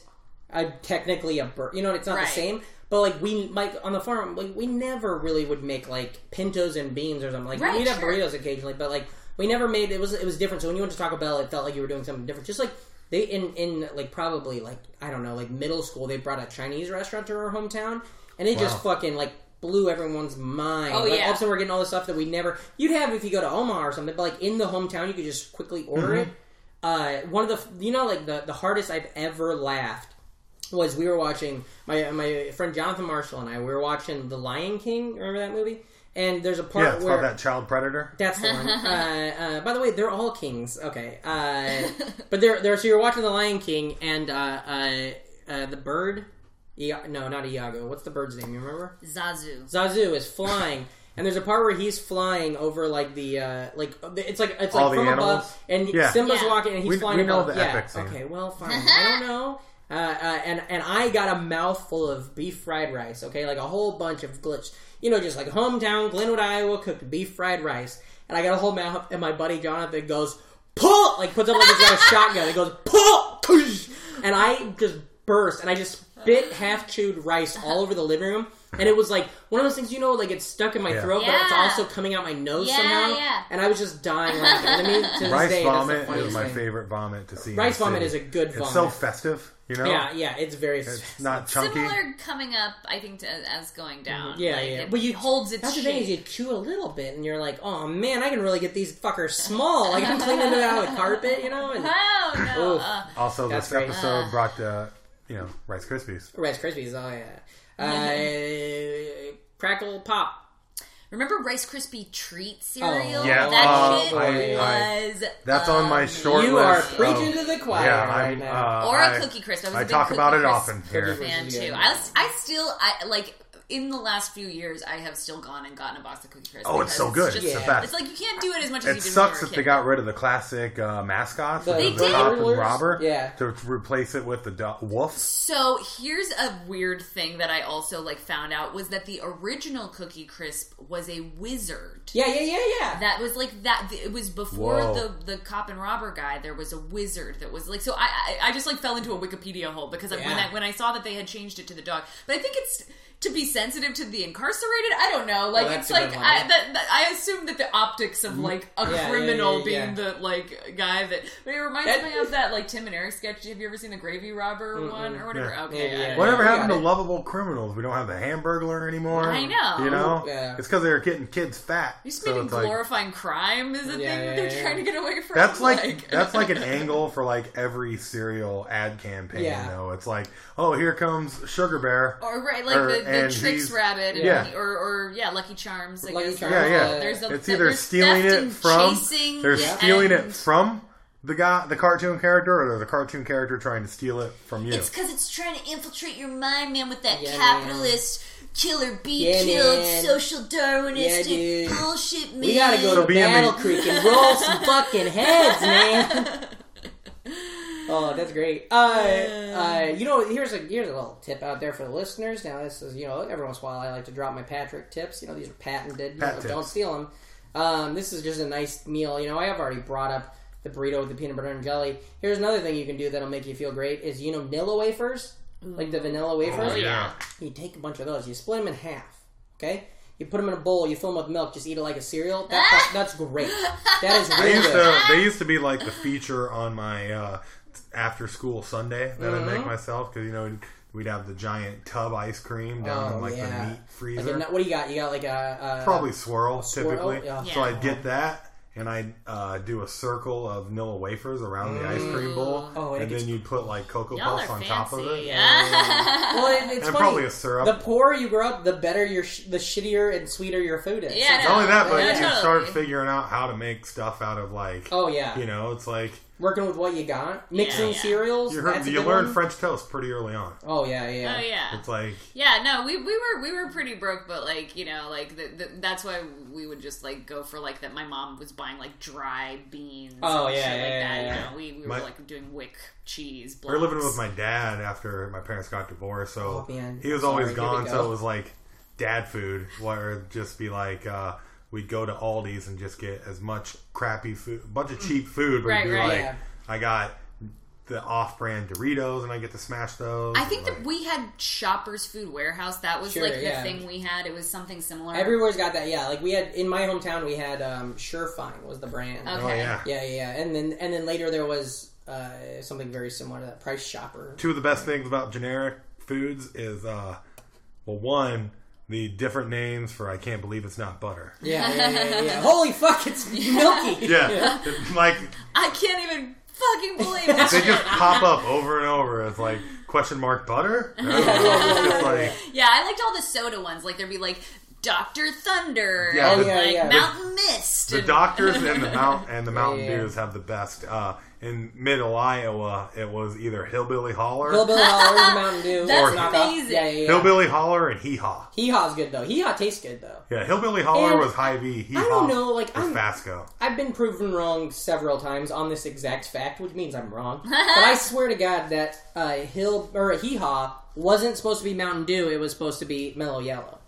Speaker 1: a, technically a burger, you know, it's not
Speaker 4: Right.
Speaker 1: the same. But like we like on the farm, like we never really would make like pintos and beans or something. Like
Speaker 4: Right,
Speaker 1: we'd have
Speaker 4: sure.
Speaker 1: burritos occasionally, but like we never made it was it was different. So when you went to Taco Bell, it felt like you were doing something different. Just like they in in like probably like I don't know like middle school, they brought a Chinese restaurant to our hometown, and it just fucking like blew everyone's mind.
Speaker 4: Oh,
Speaker 1: like,
Speaker 4: yeah.
Speaker 1: all of a sudden we're getting all this stuff that we never you'd have if you go to Omaha or something, but like in the hometown you could just quickly order
Speaker 2: Mm-hmm.
Speaker 1: it. Uh, one of the you know like the the hardest I've ever laughed was we were watching my my friend Jonathan Marshall and I we were watching The Lion King. Remember that movie? And there's a part
Speaker 2: yeah, it's
Speaker 1: where
Speaker 2: called that child predator.
Speaker 1: that's the one. uh, uh, by the way, they're all kings. Okay, uh, but they're, they're so you're watching The Lion King and uh, uh, uh, the bird. Ia- no, not Iago. What's the bird's name? You remember?
Speaker 4: Zazu.
Speaker 1: Zazu is flying, and there's a part where he's flying over like the uh, like it's like it's like
Speaker 2: All the
Speaker 1: from
Speaker 2: animals?
Speaker 1: above, and
Speaker 2: Yeah.
Speaker 1: Simba's
Speaker 4: Yeah.
Speaker 1: walking, and he's
Speaker 2: We-
Speaker 1: flying
Speaker 2: we know
Speaker 1: above.
Speaker 2: the
Speaker 1: yeah.
Speaker 2: epic scene.
Speaker 1: Okay, well, fine. I don't know. Uh, uh, and and I got a mouthful of beef fried rice. Okay, like a whole bunch of glitch. You know, just like hometown Glenwood, Iowa, cooked beef fried rice, and I got a whole mouth. And my buddy Jonathan goes pull, like puts up like he's got a shotgun. It goes pull, Kush! and I just burst, and I just spit half chewed rice all over the living room, and it was like one of those things you know, like it's stuck in my
Speaker 2: Yeah.
Speaker 1: throat, but it's
Speaker 4: Yeah.
Speaker 1: also coming out my nose
Speaker 4: Yeah,
Speaker 1: somehow,
Speaker 4: yeah.
Speaker 1: and I was just dying laughing. And I mean, to this
Speaker 2: Rice
Speaker 1: day, that's the
Speaker 2: vomit is
Speaker 1: funniest
Speaker 2: my
Speaker 1: thing.
Speaker 2: favorite vomit to see. in
Speaker 1: Rice
Speaker 2: the
Speaker 1: vomit
Speaker 2: city.
Speaker 1: is a good
Speaker 2: It's so
Speaker 1: vomit.
Speaker 2: festive, you know.
Speaker 1: Yeah, yeah, it's very.
Speaker 2: It's not chunky.
Speaker 4: Similar coming up, I think, to, as going down.
Speaker 1: Mm-hmm. Yeah,
Speaker 4: Like,
Speaker 1: yeah.
Speaker 4: It
Speaker 1: But you-
Speaker 4: holds its
Speaker 1: That's the
Speaker 4: shape.
Speaker 1: thing is you chew a little bit and you're like, oh man, I can really get these fuckers small. Like I'm cleaning it out of the carpet, you know. And
Speaker 4: Oh no!
Speaker 1: Oof.
Speaker 4: Uh,
Speaker 2: Also, this
Speaker 1: great. Uh.
Speaker 2: episode brought the you know Rice Krispies.
Speaker 1: Rice Krispies, oh yeah. Uh, crackle pop.
Speaker 4: remember Rice Krispie treat cereal?
Speaker 1: Oh,
Speaker 2: Yeah,
Speaker 4: that
Speaker 2: uh,
Speaker 4: shit
Speaker 2: I- I-
Speaker 4: was.
Speaker 2: That's on my short
Speaker 1: Uh, You are
Speaker 2: list.
Speaker 1: preaching
Speaker 2: of-
Speaker 1: to the choir
Speaker 2: Oh, yeah,
Speaker 1: right
Speaker 2: I'm,
Speaker 1: now.
Speaker 2: uh,
Speaker 4: or a
Speaker 2: I-
Speaker 4: cookie crisp. I was a
Speaker 2: I
Speaker 4: big
Speaker 2: talk
Speaker 4: Cookie
Speaker 2: about it
Speaker 4: Crisp
Speaker 2: often here.
Speaker 4: Fan
Speaker 1: Cookie Crisp is
Speaker 4: too.
Speaker 1: good.
Speaker 4: I was, I still I like in the last few years I have still gone and gotten a box of cookie crisp.
Speaker 2: Oh, it's
Speaker 4: because
Speaker 2: so good.
Speaker 4: just-
Speaker 2: It's the
Speaker 1: Yeah.
Speaker 2: best.
Speaker 4: It's like you can't do it as much as
Speaker 2: it
Speaker 4: you did when you
Speaker 2: sucks
Speaker 4: were a
Speaker 2: that
Speaker 4: kid.
Speaker 2: they got rid of the classic uh, mascots,
Speaker 1: The-
Speaker 2: which
Speaker 1: They
Speaker 2: was
Speaker 1: did.
Speaker 2: cop and
Speaker 1: Warblers?
Speaker 2: robber,
Speaker 1: Yeah.
Speaker 2: to replace it with the do- wolf.
Speaker 4: So here's a weird thing that I also like found out was that the original Cookie Crisp was a wizard.
Speaker 1: Yeah, yeah, yeah, yeah.
Speaker 4: That was like that. It was before
Speaker 2: Whoa.
Speaker 4: the the cop and robber guy. There was a wizard that was like. So I I, I just like fell into a Wikipedia hole because I, when
Speaker 1: Yeah.
Speaker 4: I when I saw that they had changed it to the dog, but I think it's to be sensitive to the incarcerated. I don't know. Like
Speaker 1: Oh, that's
Speaker 4: it's
Speaker 1: a
Speaker 4: like
Speaker 1: good one,
Speaker 4: I,
Speaker 1: yeah.
Speaker 4: that, that, I assume that the optics of like a
Speaker 1: Yeah, yeah,
Speaker 4: criminal
Speaker 1: yeah,
Speaker 4: being
Speaker 1: yeah.
Speaker 4: the like guy that. But it reminds
Speaker 1: That-
Speaker 4: me of that like Tim and Eric sketch. Have you ever seen the Gravy Robber one or whatever?
Speaker 2: Yeah.
Speaker 4: Okay.
Speaker 1: Yeah, yeah,
Speaker 4: I-
Speaker 1: yeah. we
Speaker 2: Whatever happened
Speaker 1: got
Speaker 2: to
Speaker 1: it.
Speaker 2: lovable criminals? We don't have the Hamburglar anymore.
Speaker 4: I know.
Speaker 2: You know,
Speaker 1: Yeah.
Speaker 2: it's because they were getting kids fat.
Speaker 4: You're just
Speaker 2: so
Speaker 4: making
Speaker 2: it's like-
Speaker 4: glorifying crime is
Speaker 1: Yeah,
Speaker 4: a thing
Speaker 1: yeah,
Speaker 4: they're
Speaker 1: yeah.
Speaker 4: trying to get away from.
Speaker 2: That's like, that's like an angle for like every cereal ad campaign.
Speaker 1: Yeah.
Speaker 2: Though it's like, oh, here comes Sugar Bear.
Speaker 4: Or right, like
Speaker 2: Or-
Speaker 4: the, the
Speaker 2: and
Speaker 4: Tricks
Speaker 2: he's-
Speaker 4: Rabbit, and
Speaker 2: yeah.
Speaker 4: or, or yeah, Lucky Charms. I
Speaker 1: Lucky
Speaker 4: guess.
Speaker 1: Charms,
Speaker 2: yeah, yeah.
Speaker 1: Uh,
Speaker 4: There's the,
Speaker 2: it's
Speaker 4: the-
Speaker 2: either
Speaker 4: there's
Speaker 2: stealing
Speaker 4: theft
Speaker 2: it
Speaker 4: and
Speaker 2: from,
Speaker 4: chasing
Speaker 2: they're
Speaker 4: and-
Speaker 2: stealing it from the guy, the cartoon character, or the cartoon character trying to steal it from you.
Speaker 4: It's because it's trying to infiltrate your mind, man, with that
Speaker 1: Yeah,
Speaker 4: capitalist killer be
Speaker 1: Yeah,
Speaker 4: killed
Speaker 1: man.
Speaker 4: social Darwinistic
Speaker 1: Yeah, dude.
Speaker 4: bullshit. Man.
Speaker 1: We gotta go
Speaker 2: So
Speaker 1: to
Speaker 2: be in the-
Speaker 1: Battle Creek and roll some fucking heads, man. Oh, that's great. Uh, uh, you know, here's a here's a little tip out there for the listeners. Now, this is you know, every once in a while, I like to drop my Patrick tips. You know, these are patented. You
Speaker 2: Pat
Speaker 1: know,
Speaker 2: tips.
Speaker 1: don't steal them. Um, this is just a nice meal. You know, I have already brought up the burrito with the peanut butter and jelly. Here's another thing you can do that'll make you feel great is you know, Nilla
Speaker 4: Oh,
Speaker 1: wafers, like the vanilla wafers.
Speaker 2: Oh, yeah.
Speaker 1: You take a bunch of those. You split them in half. Okay. You put them in a bowl. You fill them with milk. Just eat it like a cereal. That, fu- that's great. That is
Speaker 2: They
Speaker 1: really
Speaker 2: used
Speaker 1: good.
Speaker 2: to they used to be like the feature on my uh, after school Sunday that I
Speaker 1: Mm-hmm.
Speaker 2: make myself because you know we'd have the giant tub ice cream down
Speaker 1: Oh,
Speaker 2: in like
Speaker 1: yeah.
Speaker 2: the meat
Speaker 1: Like
Speaker 2: freezer.
Speaker 1: a nut- what do you got? You got like a, a
Speaker 2: Probably swirl,
Speaker 1: swirl,
Speaker 2: typically.
Speaker 1: yeah.
Speaker 2: So
Speaker 4: Yeah.
Speaker 2: I'd get that and I'd uh, do a circle of Nilla wafers around the ice cream bowl,
Speaker 1: Oh, and it
Speaker 2: and
Speaker 1: gets-
Speaker 2: then you'd put like cocoa
Speaker 4: Y'all
Speaker 2: puffs
Speaker 4: are
Speaker 2: on top of it.
Speaker 4: fancy. Yeah.
Speaker 1: Well, it, it's
Speaker 2: And
Speaker 1: funny.
Speaker 2: probably a syrup.
Speaker 1: The poorer you grow up, the better your sh- the shittier and sweeter your food is.
Speaker 4: Yeah,
Speaker 2: Not only that, but you
Speaker 4: Yeah, totally.
Speaker 2: start figuring out how to make stuff out of like,
Speaker 1: Oh yeah.
Speaker 2: you know, it's like
Speaker 1: Working with what you got, mixing
Speaker 4: Yeah.
Speaker 1: cereals.
Speaker 2: you, heard,
Speaker 1: that's a
Speaker 2: you
Speaker 1: good
Speaker 2: learn
Speaker 1: one.
Speaker 2: French toast pretty early on.
Speaker 1: Oh yeah, yeah.
Speaker 4: Oh yeah.
Speaker 2: It's like
Speaker 4: Yeah, no, we, we were we were pretty broke, but like you know, like the, the, that's why we would just like go for like that. My mom was buying like dry beans.
Speaker 1: Oh,
Speaker 4: and
Speaker 1: yeah,
Speaker 4: shit
Speaker 1: yeah,
Speaker 4: like
Speaker 1: yeah,
Speaker 4: that.
Speaker 1: yeah.
Speaker 4: You know, we, we
Speaker 2: My-
Speaker 4: were like doing wick cheese.
Speaker 2: we were living
Speaker 4: blocks.
Speaker 2: with my dad after my parents got divorced, so
Speaker 1: Oh, man.
Speaker 2: he was
Speaker 1: Sorry,
Speaker 2: always
Speaker 1: here we
Speaker 2: gone.
Speaker 1: go.
Speaker 2: So it was like dad food, where it'd just be like uh, we'd go to Aldi's and just get as much crappy food, a bunch of cheap food. But
Speaker 4: Right,
Speaker 2: it'd be
Speaker 4: right,
Speaker 2: like,
Speaker 1: yeah.
Speaker 2: I got the off-brand Doritos, and I get to smash those.
Speaker 4: I
Speaker 2: and,
Speaker 4: think that
Speaker 2: like-
Speaker 4: we had Shoppers Food Warehouse. That was
Speaker 1: Sure,
Speaker 4: like the
Speaker 1: yeah.
Speaker 4: thing we had. It was something similar.
Speaker 1: Everywhere's got that. Yeah, like we had in my hometown, we had um, Surefine was the brand.
Speaker 4: Okay.
Speaker 2: Oh yeah.
Speaker 1: Yeah, yeah, yeah. And then and then later there was uh, something very similar to that Price Shopper.
Speaker 2: two of the best things about generic foods is uh well one the different names for i can't believe it's not butter
Speaker 1: Yeah, yeah, yeah, yeah, yeah. Holy fuck, it's milky.
Speaker 2: yeah like
Speaker 4: I can't even fucking believe it.
Speaker 2: they just pop up over and over it's like question mark butter I don't know. It's just like
Speaker 4: yeah, I liked all the soda ones. Like there'd be like Doctor Thunder
Speaker 2: Yeah,
Speaker 4: and
Speaker 2: the-
Speaker 4: like
Speaker 1: Yeah, yeah.
Speaker 4: Mountain Mist.
Speaker 2: the
Speaker 4: and-
Speaker 2: doctors and the mount and the mountain
Speaker 1: yeah.
Speaker 2: dews have the best uh in middle iowa it was either hillbilly holler
Speaker 1: Hillbilly Holler, Mountain Dew.
Speaker 4: That's
Speaker 1: knockoff.
Speaker 4: amazing.
Speaker 1: Yeah, yeah, yeah.
Speaker 2: hillbilly holler and hee haw
Speaker 1: Hee Haw's good though. Hee Haw tastes good though.
Speaker 2: yeah hillbilly holler
Speaker 1: And
Speaker 2: was high v hee haw
Speaker 1: I don't know, like,
Speaker 2: was
Speaker 1: I'm-
Speaker 2: fasco
Speaker 1: I've been proven wrong several times on this exact fact, which means I'm wrong. but I swear to God that uh, Hill or Hee Haw wasn't supposed to be Mountain Dew. It was supposed to be Mellow Yellow.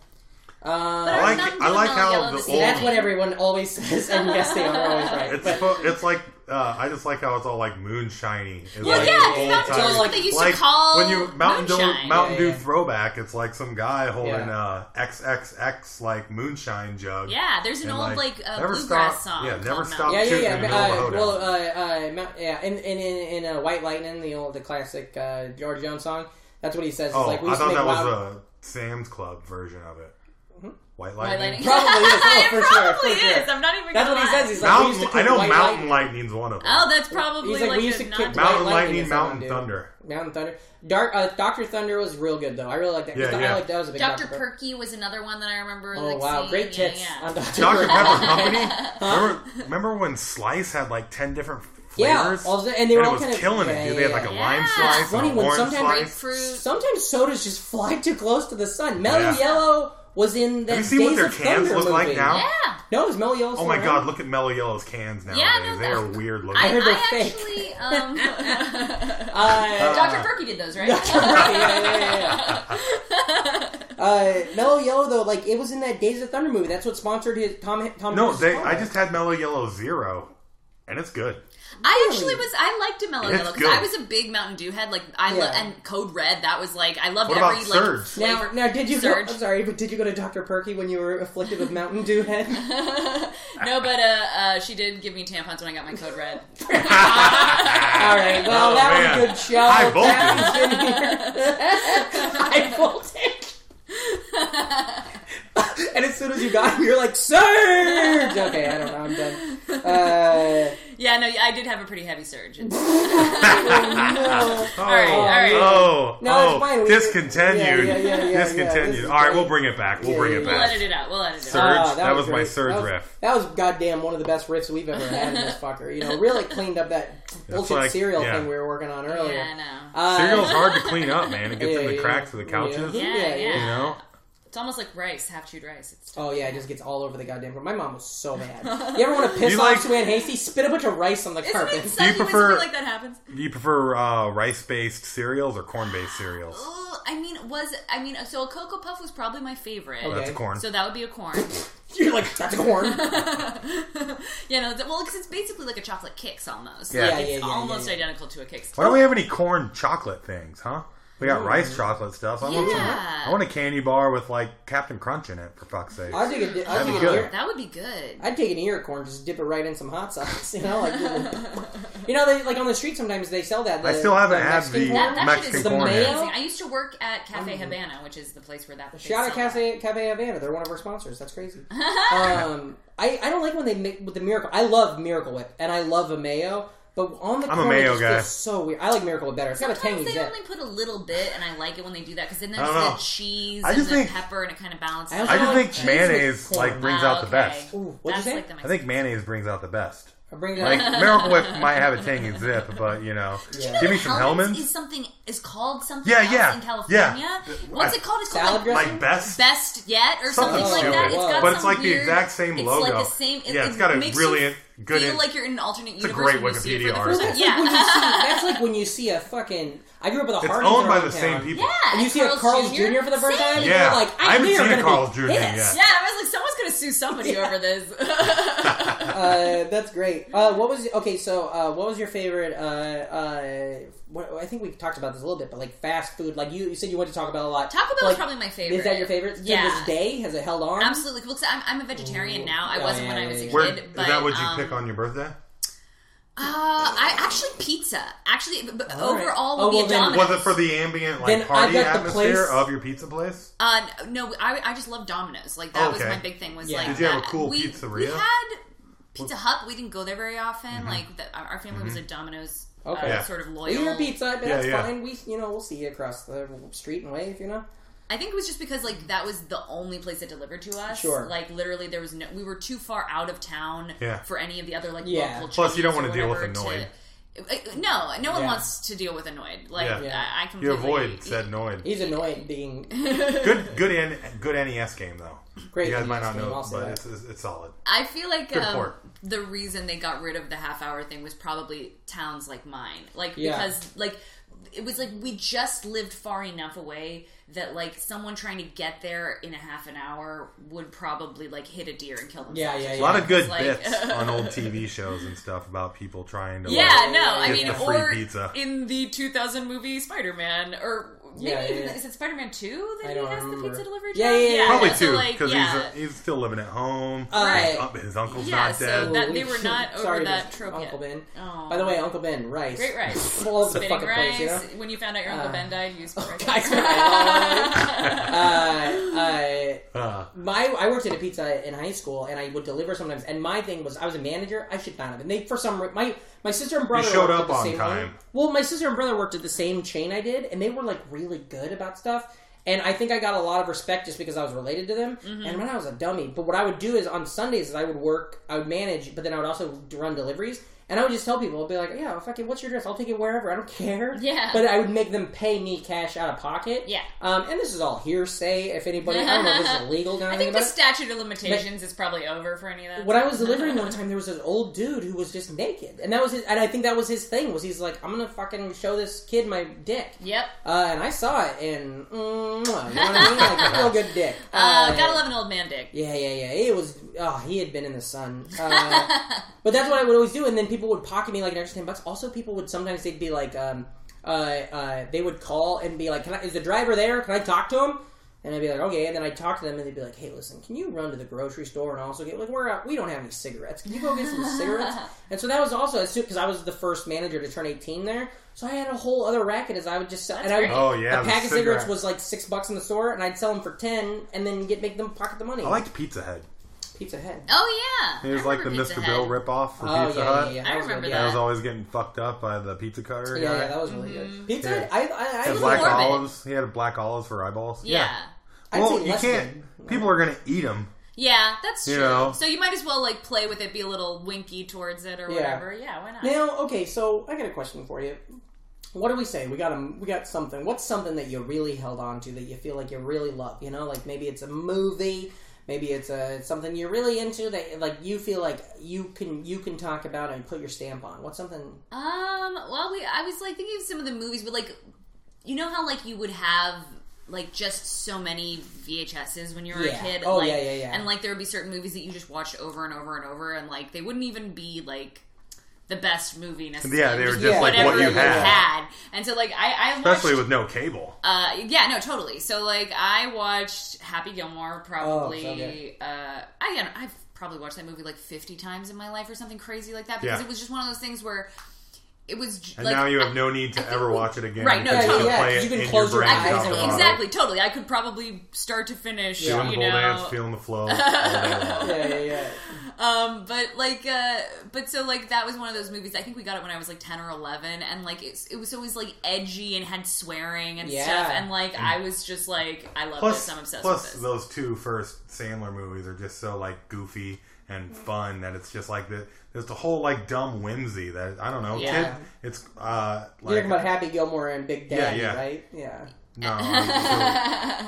Speaker 4: But
Speaker 2: I like-
Speaker 4: Mountain
Speaker 2: I
Speaker 4: Dew
Speaker 2: like
Speaker 4: Mellow
Speaker 2: how
Speaker 4: Yellow
Speaker 2: the
Speaker 4: is
Speaker 2: old-
Speaker 1: That's what everyone always says, and yes, they are always right.
Speaker 2: It's
Speaker 1: But-
Speaker 2: fo- it's like uh, I just like how it's all like moonshiny. It's
Speaker 4: Well,
Speaker 2: like
Speaker 4: yeah, 'cause
Speaker 2: old
Speaker 4: Mountain Dew
Speaker 1: is
Speaker 2: times.
Speaker 1: what
Speaker 4: they used to call
Speaker 2: when you Mountain
Speaker 4: moonshine.
Speaker 2: Dew Mountain
Speaker 1: Yeah,
Speaker 2: Dew
Speaker 1: yeah.
Speaker 2: throwback. It's like some guy holding uh,
Speaker 1: Yeah.
Speaker 2: a XXX like moonshine jug.
Speaker 4: Yeah, there's an
Speaker 2: And,
Speaker 4: old like, uh,
Speaker 2: never
Speaker 4: bluegrass
Speaker 2: stop,
Speaker 4: song.
Speaker 2: Yeah,
Speaker 4: called
Speaker 2: never
Speaker 4: Mountain
Speaker 2: stop
Speaker 1: yeah, yeah,
Speaker 2: shooting in the middle
Speaker 1: yeah.
Speaker 2: of
Speaker 1: Uh,
Speaker 2: a
Speaker 1: well,
Speaker 2: hoedown.
Speaker 1: uh, uh, Mount- yeah, in in in, in uh, White Lightning, the old the classic uh, George Jones song. That's what he says. It's
Speaker 2: oh,
Speaker 1: like we
Speaker 2: I
Speaker 1: used to
Speaker 2: thought
Speaker 1: make Mm-hmm.
Speaker 2: that
Speaker 1: loud.
Speaker 2: was a Sam's Club version of it. White lightning.
Speaker 4: Lightning.
Speaker 1: Probably is. Oh, for sure, for
Speaker 4: Probably
Speaker 1: sure.
Speaker 4: is. I'm not even.
Speaker 1: That's what
Speaker 4: gonna
Speaker 1: he
Speaker 4: lie.
Speaker 1: says. He's like, we used to
Speaker 2: Mountain.
Speaker 1: cook
Speaker 2: I know
Speaker 1: White Lightning.
Speaker 2: Mountain lightning's one of them.
Speaker 4: Oh, that's probably
Speaker 1: He's like, we used
Speaker 4: a
Speaker 1: to kick
Speaker 4: non-
Speaker 2: Mountain
Speaker 1: White Lightning
Speaker 2: Lightning,
Speaker 1: is
Speaker 2: Mountain
Speaker 1: Mountain Dew.
Speaker 2: Thunder.
Speaker 1: Mountain Thunder. Dark uh, Doctor Thunder was real good though. I really like that. 'cause
Speaker 2: Yeah,
Speaker 1: I
Speaker 2: yeah.
Speaker 1: like that was a big
Speaker 4: Dr.
Speaker 1: Doctor
Speaker 4: Perky was another one that I remember.
Speaker 1: Oh
Speaker 4: like,
Speaker 1: wow,
Speaker 4: seeing.
Speaker 1: great
Speaker 4: Yeah,
Speaker 1: tits
Speaker 4: yeah.
Speaker 1: on Doctor
Speaker 2: Dr.
Speaker 1: Pepper.
Speaker 2: Pepper Company. Remember, remember when Slice had like ten different
Speaker 1: Yeah,
Speaker 2: flavors?
Speaker 1: all of a sudden- and they were
Speaker 2: it
Speaker 1: all
Speaker 2: was
Speaker 1: kind of
Speaker 2: killing it,
Speaker 1: yeah,
Speaker 2: dude. They had like a
Speaker 4: yeah.
Speaker 2: lime
Speaker 4: Yeah.
Speaker 2: slice,
Speaker 4: It's
Speaker 1: funny
Speaker 2: an
Speaker 1: when
Speaker 2: orange
Speaker 1: sometimes
Speaker 2: slice.
Speaker 4: Grapefruit.
Speaker 1: Sometimes sodas just fly too close to the sun. Mellow
Speaker 2: Yeah.
Speaker 1: Yellow was in that
Speaker 2: Have you seen what
Speaker 1: Days
Speaker 2: their
Speaker 1: of
Speaker 2: cans
Speaker 1: Thunder
Speaker 2: look like
Speaker 1: movie.
Speaker 2: now?
Speaker 4: Yeah.
Speaker 1: No, it was Mellow Yellow.
Speaker 2: Oh my god, look at Mellow Yellow's cans nowadays.
Speaker 4: no,
Speaker 2: they
Speaker 4: that-
Speaker 2: are weird looking.
Speaker 4: I,
Speaker 1: heard they're
Speaker 4: I
Speaker 1: fake.
Speaker 4: actually, um,
Speaker 1: Uh,
Speaker 6: Dr. Perky did those, right?
Speaker 1: yeah, yeah, yeah, yeah. uh, Mellow Yellow though, like it was in that Days of Thunder movie. That's what sponsored his Tom. Tom
Speaker 2: no,
Speaker 1: Cruise's
Speaker 2: they.
Speaker 1: car.
Speaker 2: I just had Mellow Yellow Zero, and it's good.
Speaker 4: I actually was. I liked a Mellow
Speaker 2: It's
Speaker 4: Yellow because
Speaker 2: good.
Speaker 4: I was a big Mountain Dew head. Like I lo-
Speaker 1: Yeah.
Speaker 4: and Code Red. That was like I loved
Speaker 2: What about
Speaker 4: every like
Speaker 2: Surge?
Speaker 1: Now,
Speaker 4: flavor.
Speaker 1: now, did you? Go, I'm
Speaker 4: Surge.
Speaker 1: sorry, but did you go to Dr. Perky when you were afflicted with Mountain Dew head?
Speaker 4: no, but uh, uh, she did give me tampons when I got my Code Red.
Speaker 1: All right, well,
Speaker 2: Oh,
Speaker 1: that was a
Speaker 2: man.
Speaker 1: good show.
Speaker 2: High
Speaker 1: That was good here. High voltage. and as soon as you got here, you're like, Surge! Okay, I don't know, I'm done. Uh,
Speaker 4: yeah, no, I did have a pretty heavy surge.
Speaker 1: Oh, no.
Speaker 2: Oh,
Speaker 4: right, all right.
Speaker 2: oh,
Speaker 1: No, it's
Speaker 2: oh,
Speaker 1: fine. We-
Speaker 2: discontinued,
Speaker 1: yeah, yeah, yeah, yeah,
Speaker 2: discontinued.
Speaker 1: this is
Speaker 2: all right,
Speaker 1: great.
Speaker 2: we'll bring it back. We'll
Speaker 1: Yeah,
Speaker 2: bring
Speaker 1: yeah,
Speaker 2: it
Speaker 1: yeah.
Speaker 4: we'll edit
Speaker 2: back.
Speaker 4: it out. We'll edit it
Speaker 2: Surge.
Speaker 4: out.
Speaker 1: Ah,
Speaker 2: That was my
Speaker 1: great.
Speaker 2: surge
Speaker 1: that was,
Speaker 2: riff.
Speaker 1: That was goddamn one of the best riffs we've ever had in this fucker. You know, really cleaned up that bullshit
Speaker 2: like-
Speaker 1: cereal
Speaker 2: yeah.
Speaker 1: thing we were working on earlier.
Speaker 4: Yeah, I know.
Speaker 1: Uh,
Speaker 2: Cereal's hard to clean up, man. It gets
Speaker 1: Yeah,
Speaker 2: in the
Speaker 1: yeah.
Speaker 2: cracks of the couches.
Speaker 1: Yeah.
Speaker 4: yeah,
Speaker 1: you
Speaker 4: yeah.
Speaker 2: You know,
Speaker 4: It's almost like rice, half chewed rice. It's
Speaker 1: Oh yeah, it just gets all over the goddamn. My mom was so mad. You ever want to piss
Speaker 2: You
Speaker 1: off
Speaker 2: like-
Speaker 1: Sue Ann Hasty? Spit a bunch of rice on the
Speaker 4: Isn't
Speaker 1: carpet.
Speaker 4: it sucky when
Speaker 2: prefer-
Speaker 4: something like that happens?
Speaker 2: do you prefer uh, rice-based cereals or corn-based cereals?
Speaker 4: Ugh, I mean, was I mean, so a cocoa puff was probably my favorite.
Speaker 1: Okay.
Speaker 2: Oh, That's corn.
Speaker 4: So that would be a corn.
Speaker 1: You're like that's corn.
Speaker 4: you know, th- well, because it's basically like a chocolate kicks almost.
Speaker 2: Yeah.
Speaker 4: Like,
Speaker 2: Yeah,
Speaker 4: it's
Speaker 1: yeah, yeah,
Speaker 4: almost
Speaker 1: yeah, yeah.
Speaker 4: identical to a kicks.
Speaker 2: Why don't we have any corn chocolate things, huh? We got rice chocolate stuff. I want some.
Speaker 4: Yeah.
Speaker 2: I want a candy bar with like Captain Crunch in it. For fuck's sake.
Speaker 1: I'd take, a, I'd,
Speaker 2: be
Speaker 1: take an
Speaker 2: good.
Speaker 1: ear,
Speaker 4: Oh, That would be good.
Speaker 1: I'd take an ear corn, just dip it right in some hot sauce. You know, like you know, they, like on the street sometimes they sell that. The,
Speaker 2: I still haven't
Speaker 1: the
Speaker 2: had
Speaker 1: Mexican
Speaker 2: the
Speaker 1: corn.
Speaker 4: That- that shit
Speaker 2: Mexican
Speaker 4: is
Speaker 2: corn
Speaker 1: the
Speaker 2: yet.
Speaker 1: mayo. Mm-hmm.
Speaker 4: Amazing. I used to work at Cafe Habana, which is the place where that.
Speaker 1: Shout out Cafe Cafe Havana. They're one of our sponsors. That's crazy. um, I, I don't like when they make with the miracle. I love Miracle Whip and I love a mayo, but on the
Speaker 2: I'm a
Speaker 1: corn, it
Speaker 2: mayo
Speaker 1: just
Speaker 2: guy.
Speaker 1: feels so weird. I like Miracle Whip better. It's got a tangy
Speaker 4: Sometimes they
Speaker 1: zip.
Speaker 4: only put a little bit, and I like it when they do that because then
Speaker 2: I
Speaker 4: there's
Speaker 2: don't know.
Speaker 4: the cheese
Speaker 2: I
Speaker 4: and
Speaker 2: just
Speaker 4: the
Speaker 2: think-
Speaker 4: pepper, and it kind of balances.
Speaker 1: I also
Speaker 2: I just
Speaker 4: out.
Speaker 1: like
Speaker 2: think
Speaker 1: cheese with
Speaker 2: mayonnaise
Speaker 1: corn.
Speaker 2: like brings
Speaker 4: Ah,
Speaker 2: out the
Speaker 4: okay.
Speaker 2: best.
Speaker 1: Ooh, what'd you
Speaker 4: That's
Speaker 1: say?
Speaker 4: like the
Speaker 2: I think mayonnaise brings out the best.
Speaker 1: I bring it
Speaker 2: Like
Speaker 1: up.
Speaker 2: Miracle Whip might have a tangy zip, but you know, give me some Hellman's.
Speaker 4: Is something is called something
Speaker 2: Yeah,
Speaker 4: else
Speaker 2: yeah,
Speaker 4: in California?
Speaker 2: yeah.
Speaker 4: What's
Speaker 2: I-
Speaker 4: it called? It's
Speaker 1: Salad
Speaker 4: called like,
Speaker 1: dressing?
Speaker 2: like best.
Speaker 4: best yet or something,
Speaker 2: Something
Speaker 4: like that.
Speaker 2: stupid.
Speaker 4: It's got
Speaker 2: but it's
Speaker 4: some
Speaker 2: like the
Speaker 4: weird-
Speaker 2: exact same
Speaker 4: it's
Speaker 2: logo.
Speaker 4: Like the same, it,
Speaker 2: yeah,
Speaker 4: it
Speaker 2: it's got a
Speaker 4: makes
Speaker 2: really
Speaker 4: you
Speaker 2: good.
Speaker 4: Feel
Speaker 2: in-
Speaker 4: like you're in an alternate universe.
Speaker 2: a great
Speaker 4: when you see it
Speaker 2: Wikipedia
Speaker 4: for the first
Speaker 1: That's
Speaker 2: article.
Speaker 4: time.
Speaker 1: like when you see.
Speaker 4: Yeah.
Speaker 1: That's like when you see a fucking. I grew up with a.
Speaker 2: it's
Speaker 1: Hardee's
Speaker 2: owned
Speaker 1: in
Speaker 2: by
Speaker 1: our
Speaker 2: the
Speaker 1: hometown.
Speaker 2: same people.
Speaker 4: Yeah,
Speaker 1: And you see a Carl's Jr. for the first
Speaker 4: Same.
Speaker 1: time.
Speaker 2: Yeah.
Speaker 1: you're like I,
Speaker 2: I haven't
Speaker 1: knew you were
Speaker 2: seen a
Speaker 1: gonna be
Speaker 2: Carl's Jr.
Speaker 1: pissed.
Speaker 2: yet.
Speaker 4: Yeah, I was like, someone's gonna sue somebody over this.
Speaker 1: Uh, that's great. Uh, what was okay? So, uh, what was your favorite? Uh, uh, what, I think we talked about this a little bit, but like fast food, like you, you said you went to Taco Bell a lot.
Speaker 4: Taco Bell
Speaker 1: Like,
Speaker 4: is probably my favorite.
Speaker 1: Is that your favorite to
Speaker 4: Yeah.
Speaker 1: this day? Has it held on?
Speaker 4: Absolutely. Looks, I'm, I'm a vegetarian now. I
Speaker 1: Oh,
Speaker 4: wasn't
Speaker 1: yeah,
Speaker 4: when I was
Speaker 1: yeah,
Speaker 4: a
Speaker 1: yeah.
Speaker 4: kid.
Speaker 2: Where,
Speaker 4: but,
Speaker 2: is that what you
Speaker 4: um,
Speaker 2: pick on your birthday?
Speaker 4: Uh, I actually pizza. Actually, b- b-
Speaker 1: All right.
Speaker 4: overall
Speaker 1: Oh, well,
Speaker 4: would be a
Speaker 1: then-
Speaker 4: Domino's.
Speaker 2: Was it for the ambient
Speaker 1: Then
Speaker 2: like
Speaker 1: I
Speaker 2: party
Speaker 1: got the
Speaker 2: atmosphere
Speaker 1: place-
Speaker 2: of your pizza place?
Speaker 4: Uh, no, I, I just love Domino's. Like that was
Speaker 2: Okay.
Speaker 4: my big thing. Was
Speaker 1: Yeah.
Speaker 4: like
Speaker 1: Did
Speaker 2: you have a
Speaker 4: that-
Speaker 2: cool
Speaker 4: we,
Speaker 2: pizzeria?
Speaker 4: We had Pizza Hut. We didn't go there very often.
Speaker 2: Mm-hmm.
Speaker 4: Like the, our our family was a Domino's uh,
Speaker 1: Okay. Yeah.
Speaker 4: sort of
Speaker 1: We
Speaker 4: loyal.
Speaker 1: your pizza, but
Speaker 2: Yeah,
Speaker 1: that's
Speaker 2: yeah.
Speaker 1: fine. We, you know, we'll see you across the street and wave. You know,
Speaker 4: I think it was just because like that was the only place that delivered to us.
Speaker 1: Sure.
Speaker 4: Like literally, there was no. We were too far out of town
Speaker 2: Yeah.
Speaker 4: for any of the other like
Speaker 1: Yeah.
Speaker 4: local.
Speaker 2: Plus, you don't
Speaker 4: chains or
Speaker 2: wanna deal with
Speaker 4: whatever
Speaker 2: annoyed.
Speaker 4: To, Uh, no, no one
Speaker 1: Yeah.
Speaker 4: wants to deal with annoyed. Like
Speaker 2: Yeah.
Speaker 1: Yeah.
Speaker 4: I, I can
Speaker 2: You avoid said Noid.
Speaker 1: he's annoyed being
Speaker 2: Good, good, N, good NES game though.
Speaker 1: great. E
Speaker 2: You guys might not
Speaker 1: Game,
Speaker 2: know,
Speaker 1: I'll say
Speaker 2: but
Speaker 1: that.
Speaker 2: it's, it's it's solid.
Speaker 4: I feel like
Speaker 2: Good
Speaker 4: um,
Speaker 2: port.
Speaker 4: the reason they got rid of the half hour thing was probably towns like mine. Like
Speaker 1: Yeah.
Speaker 4: because like it was like we just lived far enough away that like someone trying to get there in a half an hour would probably like hit a deer and kill themselves.
Speaker 1: yeah, yeah,
Speaker 2: A
Speaker 1: yeah.
Speaker 2: lot of good
Speaker 4: like-
Speaker 2: bits on old TV shows and stuff about people trying to. like,
Speaker 4: Yeah, no, I
Speaker 2: Get
Speaker 4: mean,
Speaker 2: the free
Speaker 4: or
Speaker 2: pizza.
Speaker 4: in the 2000 movie Spider Man, or maybe
Speaker 1: Yeah, yeah,
Speaker 4: even
Speaker 1: yeah.
Speaker 4: is it Spider Man Two
Speaker 1: I
Speaker 4: that he
Speaker 1: don't
Speaker 4: has
Speaker 1: remember.
Speaker 4: the pizza delivery?
Speaker 1: Yeah,
Speaker 4: job?
Speaker 1: yeah, yeah.
Speaker 2: Probably
Speaker 4: so,
Speaker 2: two,
Speaker 4: like,
Speaker 2: because
Speaker 4: yeah.
Speaker 2: he's, he's still living at home.
Speaker 1: Right.
Speaker 2: His un- His uncle's
Speaker 4: Yeah,
Speaker 2: not
Speaker 4: so
Speaker 2: dead.
Speaker 4: that-
Speaker 1: Ooh,
Speaker 4: they
Speaker 1: we
Speaker 4: were
Speaker 1: should-
Speaker 4: not over
Speaker 1: sorry to
Speaker 4: that trope
Speaker 1: Uncle
Speaker 4: yet.
Speaker 1: Ben.
Speaker 4: Aw.
Speaker 1: By the way, Uncle Ben, rice.
Speaker 4: Great rice.
Speaker 1: All over the
Speaker 4: Spinning
Speaker 1: fucking
Speaker 4: rice.
Speaker 1: place, you know? Uh, oh,
Speaker 4: When you found out your Uncle Ben died, you used to rice.
Speaker 1: Guys, uh, uh,
Speaker 2: Uh,
Speaker 1: my I worked at a pizza Hut in high school, and I would deliver sometimes. And my thing was, I was a manager. I should not have. And they, for some, re- my my sister and brother
Speaker 2: showed
Speaker 1: worked at
Speaker 2: up
Speaker 1: the
Speaker 2: on
Speaker 1: same
Speaker 2: time.
Speaker 1: one. Well, my sister and brother worked at the same chain I did, and they were like really good about stuff. And I think I got a lot of respect just because I was related to them.
Speaker 4: Mm-hmm.
Speaker 1: And when I was a dummy, but what I would do is on Sundays is I would work, I would manage, but then I would also d- run deliveries. And I would just tell people, I'd be like, "Yeah, fucking, what's your dress? I'll take it wherever. I don't care."
Speaker 4: Yeah.
Speaker 1: But I would make them pay me cash out of pocket.
Speaker 4: Yeah.
Speaker 1: Um, and this is all hearsay. If anybody, I don't know if this is legal. Now
Speaker 4: I think the statute of limitations is probably over for any of that.
Speaker 1: when I was delivering one time, there was this old dude who was just naked, and that was his. And I think that was his thing. Was he's like, I'm gonna fucking show this kid my dick.
Speaker 4: Yep.
Speaker 1: Uh, and I saw it, and mm, you know what I mean, like a real good dick.
Speaker 4: Uh, gotta love an old man dick.
Speaker 1: Oh, Yeah, yeah, yeah. It was. Oh, he had been in the sun. Uh, but that's what I would always do. And then people would pocket me like an extra ten bucks. Also, people would sometimes they'd be like, um, uh, uh, they would call and be like, Can I, "Is the driver there? Can I talk to him?" And I'd be like, "Okay." And then I'd talk to them, and they'd be like, "Hey, listen, can you run to the grocery store and also get like we're out, we don't have any cigarettes. Can you go get some cigarettes?" And so that was also because I was the first manager to turn eighteen there. So I had a whole other racket as I would just sell. and I would,
Speaker 4: great.
Speaker 2: Oh, yeah,
Speaker 1: a
Speaker 2: the
Speaker 1: pack of cigarettes
Speaker 2: cigarette.
Speaker 1: was like six bucks in the store, and I'd sell them for ten, and then get make them pocket the money.
Speaker 2: I liked Pizza Head.
Speaker 1: Pizza Head.
Speaker 4: Oh yeah.
Speaker 2: It was
Speaker 4: I
Speaker 2: like the
Speaker 4: remember
Speaker 2: Mr.
Speaker 4: Pizza
Speaker 2: Bill
Speaker 4: Hut.
Speaker 2: ripoff for
Speaker 1: Oh
Speaker 2: Pizza
Speaker 1: yeah, yeah,
Speaker 2: Hut.
Speaker 1: yeah.
Speaker 4: I
Speaker 1: That was
Speaker 4: remember
Speaker 1: good.
Speaker 2: I
Speaker 1: yeah.
Speaker 2: was always getting fucked up by the pizza cutter.
Speaker 1: Yeah,
Speaker 2: guy.
Speaker 1: yeah, that was really good. Pizza, Hut, I, I, I,
Speaker 2: Had
Speaker 1: I
Speaker 2: black
Speaker 4: morbid.
Speaker 2: olives. He had black olives for eyeballs.
Speaker 4: Yeah.
Speaker 1: I'd
Speaker 2: Well,
Speaker 1: say
Speaker 2: you
Speaker 1: less
Speaker 2: can't. People are gonna eat them.
Speaker 4: Yeah, that's true.
Speaker 2: You know.
Speaker 4: So you might as well like play with it, be a little winky towards it or
Speaker 1: Yeah.
Speaker 4: whatever. Yeah, why not?
Speaker 1: Now, okay, so I got a question for you. What do we say? We got a, we got something. What's something that you really held on to that you feel like you really love? You know, like maybe it's a movie, maybe it's a it's something you're really into that like you feel like you can you can talk about and put your stamp on. What's something?
Speaker 4: Um, well, we I was like thinking of some of the movies, but like, you know how like you would have like just so many VHSs when you were
Speaker 1: Yeah.
Speaker 4: a kid.
Speaker 1: Oh,
Speaker 4: like,
Speaker 1: yeah, yeah, yeah.
Speaker 4: And like there would be certain movies that you just watched over and over and over, and like they wouldn't even be like. the best movie necessarily.
Speaker 2: Yeah, they were just,
Speaker 1: like,
Speaker 4: whatever
Speaker 1: what you
Speaker 4: you
Speaker 1: had.
Speaker 4: had. And so like I, I
Speaker 2: especially
Speaker 4: watched,
Speaker 2: with no cable.
Speaker 4: uh, yeah, no, totally. So like, I watched Happy Gilmore probably.
Speaker 1: so good.
Speaker 4: uh, I don't- I've probably watched that movie like fifty times in my life or something crazy like that because
Speaker 2: Yeah.
Speaker 4: it was just one of those things where it was. j-
Speaker 2: And
Speaker 4: like,
Speaker 2: now you have
Speaker 4: I-
Speaker 2: no need to
Speaker 4: think
Speaker 2: ever
Speaker 4: we-
Speaker 2: watch it again.
Speaker 4: Right, no,
Speaker 2: because
Speaker 4: totally,
Speaker 2: you can
Speaker 1: yeah,
Speaker 2: play
Speaker 1: because
Speaker 2: it
Speaker 1: you can
Speaker 2: in
Speaker 1: close your
Speaker 2: your
Speaker 1: eyes
Speaker 2: brain. off
Speaker 1: and
Speaker 2: the
Speaker 1: watch it.
Speaker 2: bottom.
Speaker 4: Exactly, totally. I could probably start to finish.
Speaker 1: Yeah.
Speaker 2: Doing the
Speaker 4: you
Speaker 2: pole
Speaker 4: know,
Speaker 2: dance, feeling the flow. all day long.
Speaker 1: Yeah, yeah, yeah.
Speaker 4: Um, but like, uh, but so like that was one of those movies. I think we got it when I was like ten or eleven, and like it's, it was always like edgy and had swearing and
Speaker 1: Yeah.
Speaker 4: stuff. And like I was just like, I love
Speaker 2: plus,
Speaker 4: this. I'm obsessed
Speaker 2: plus
Speaker 4: with this.
Speaker 2: those two first Sandler movies are just so like goofy and fun that it's just like the there's the whole like dumb whimsy that I don't know.
Speaker 1: Yeah.
Speaker 2: Kid, it's uh
Speaker 1: You're
Speaker 2: like
Speaker 1: talking about Happy Gilmore and Big Daddy,
Speaker 2: Yeah, yeah.
Speaker 1: right? Yeah.
Speaker 2: no. I'm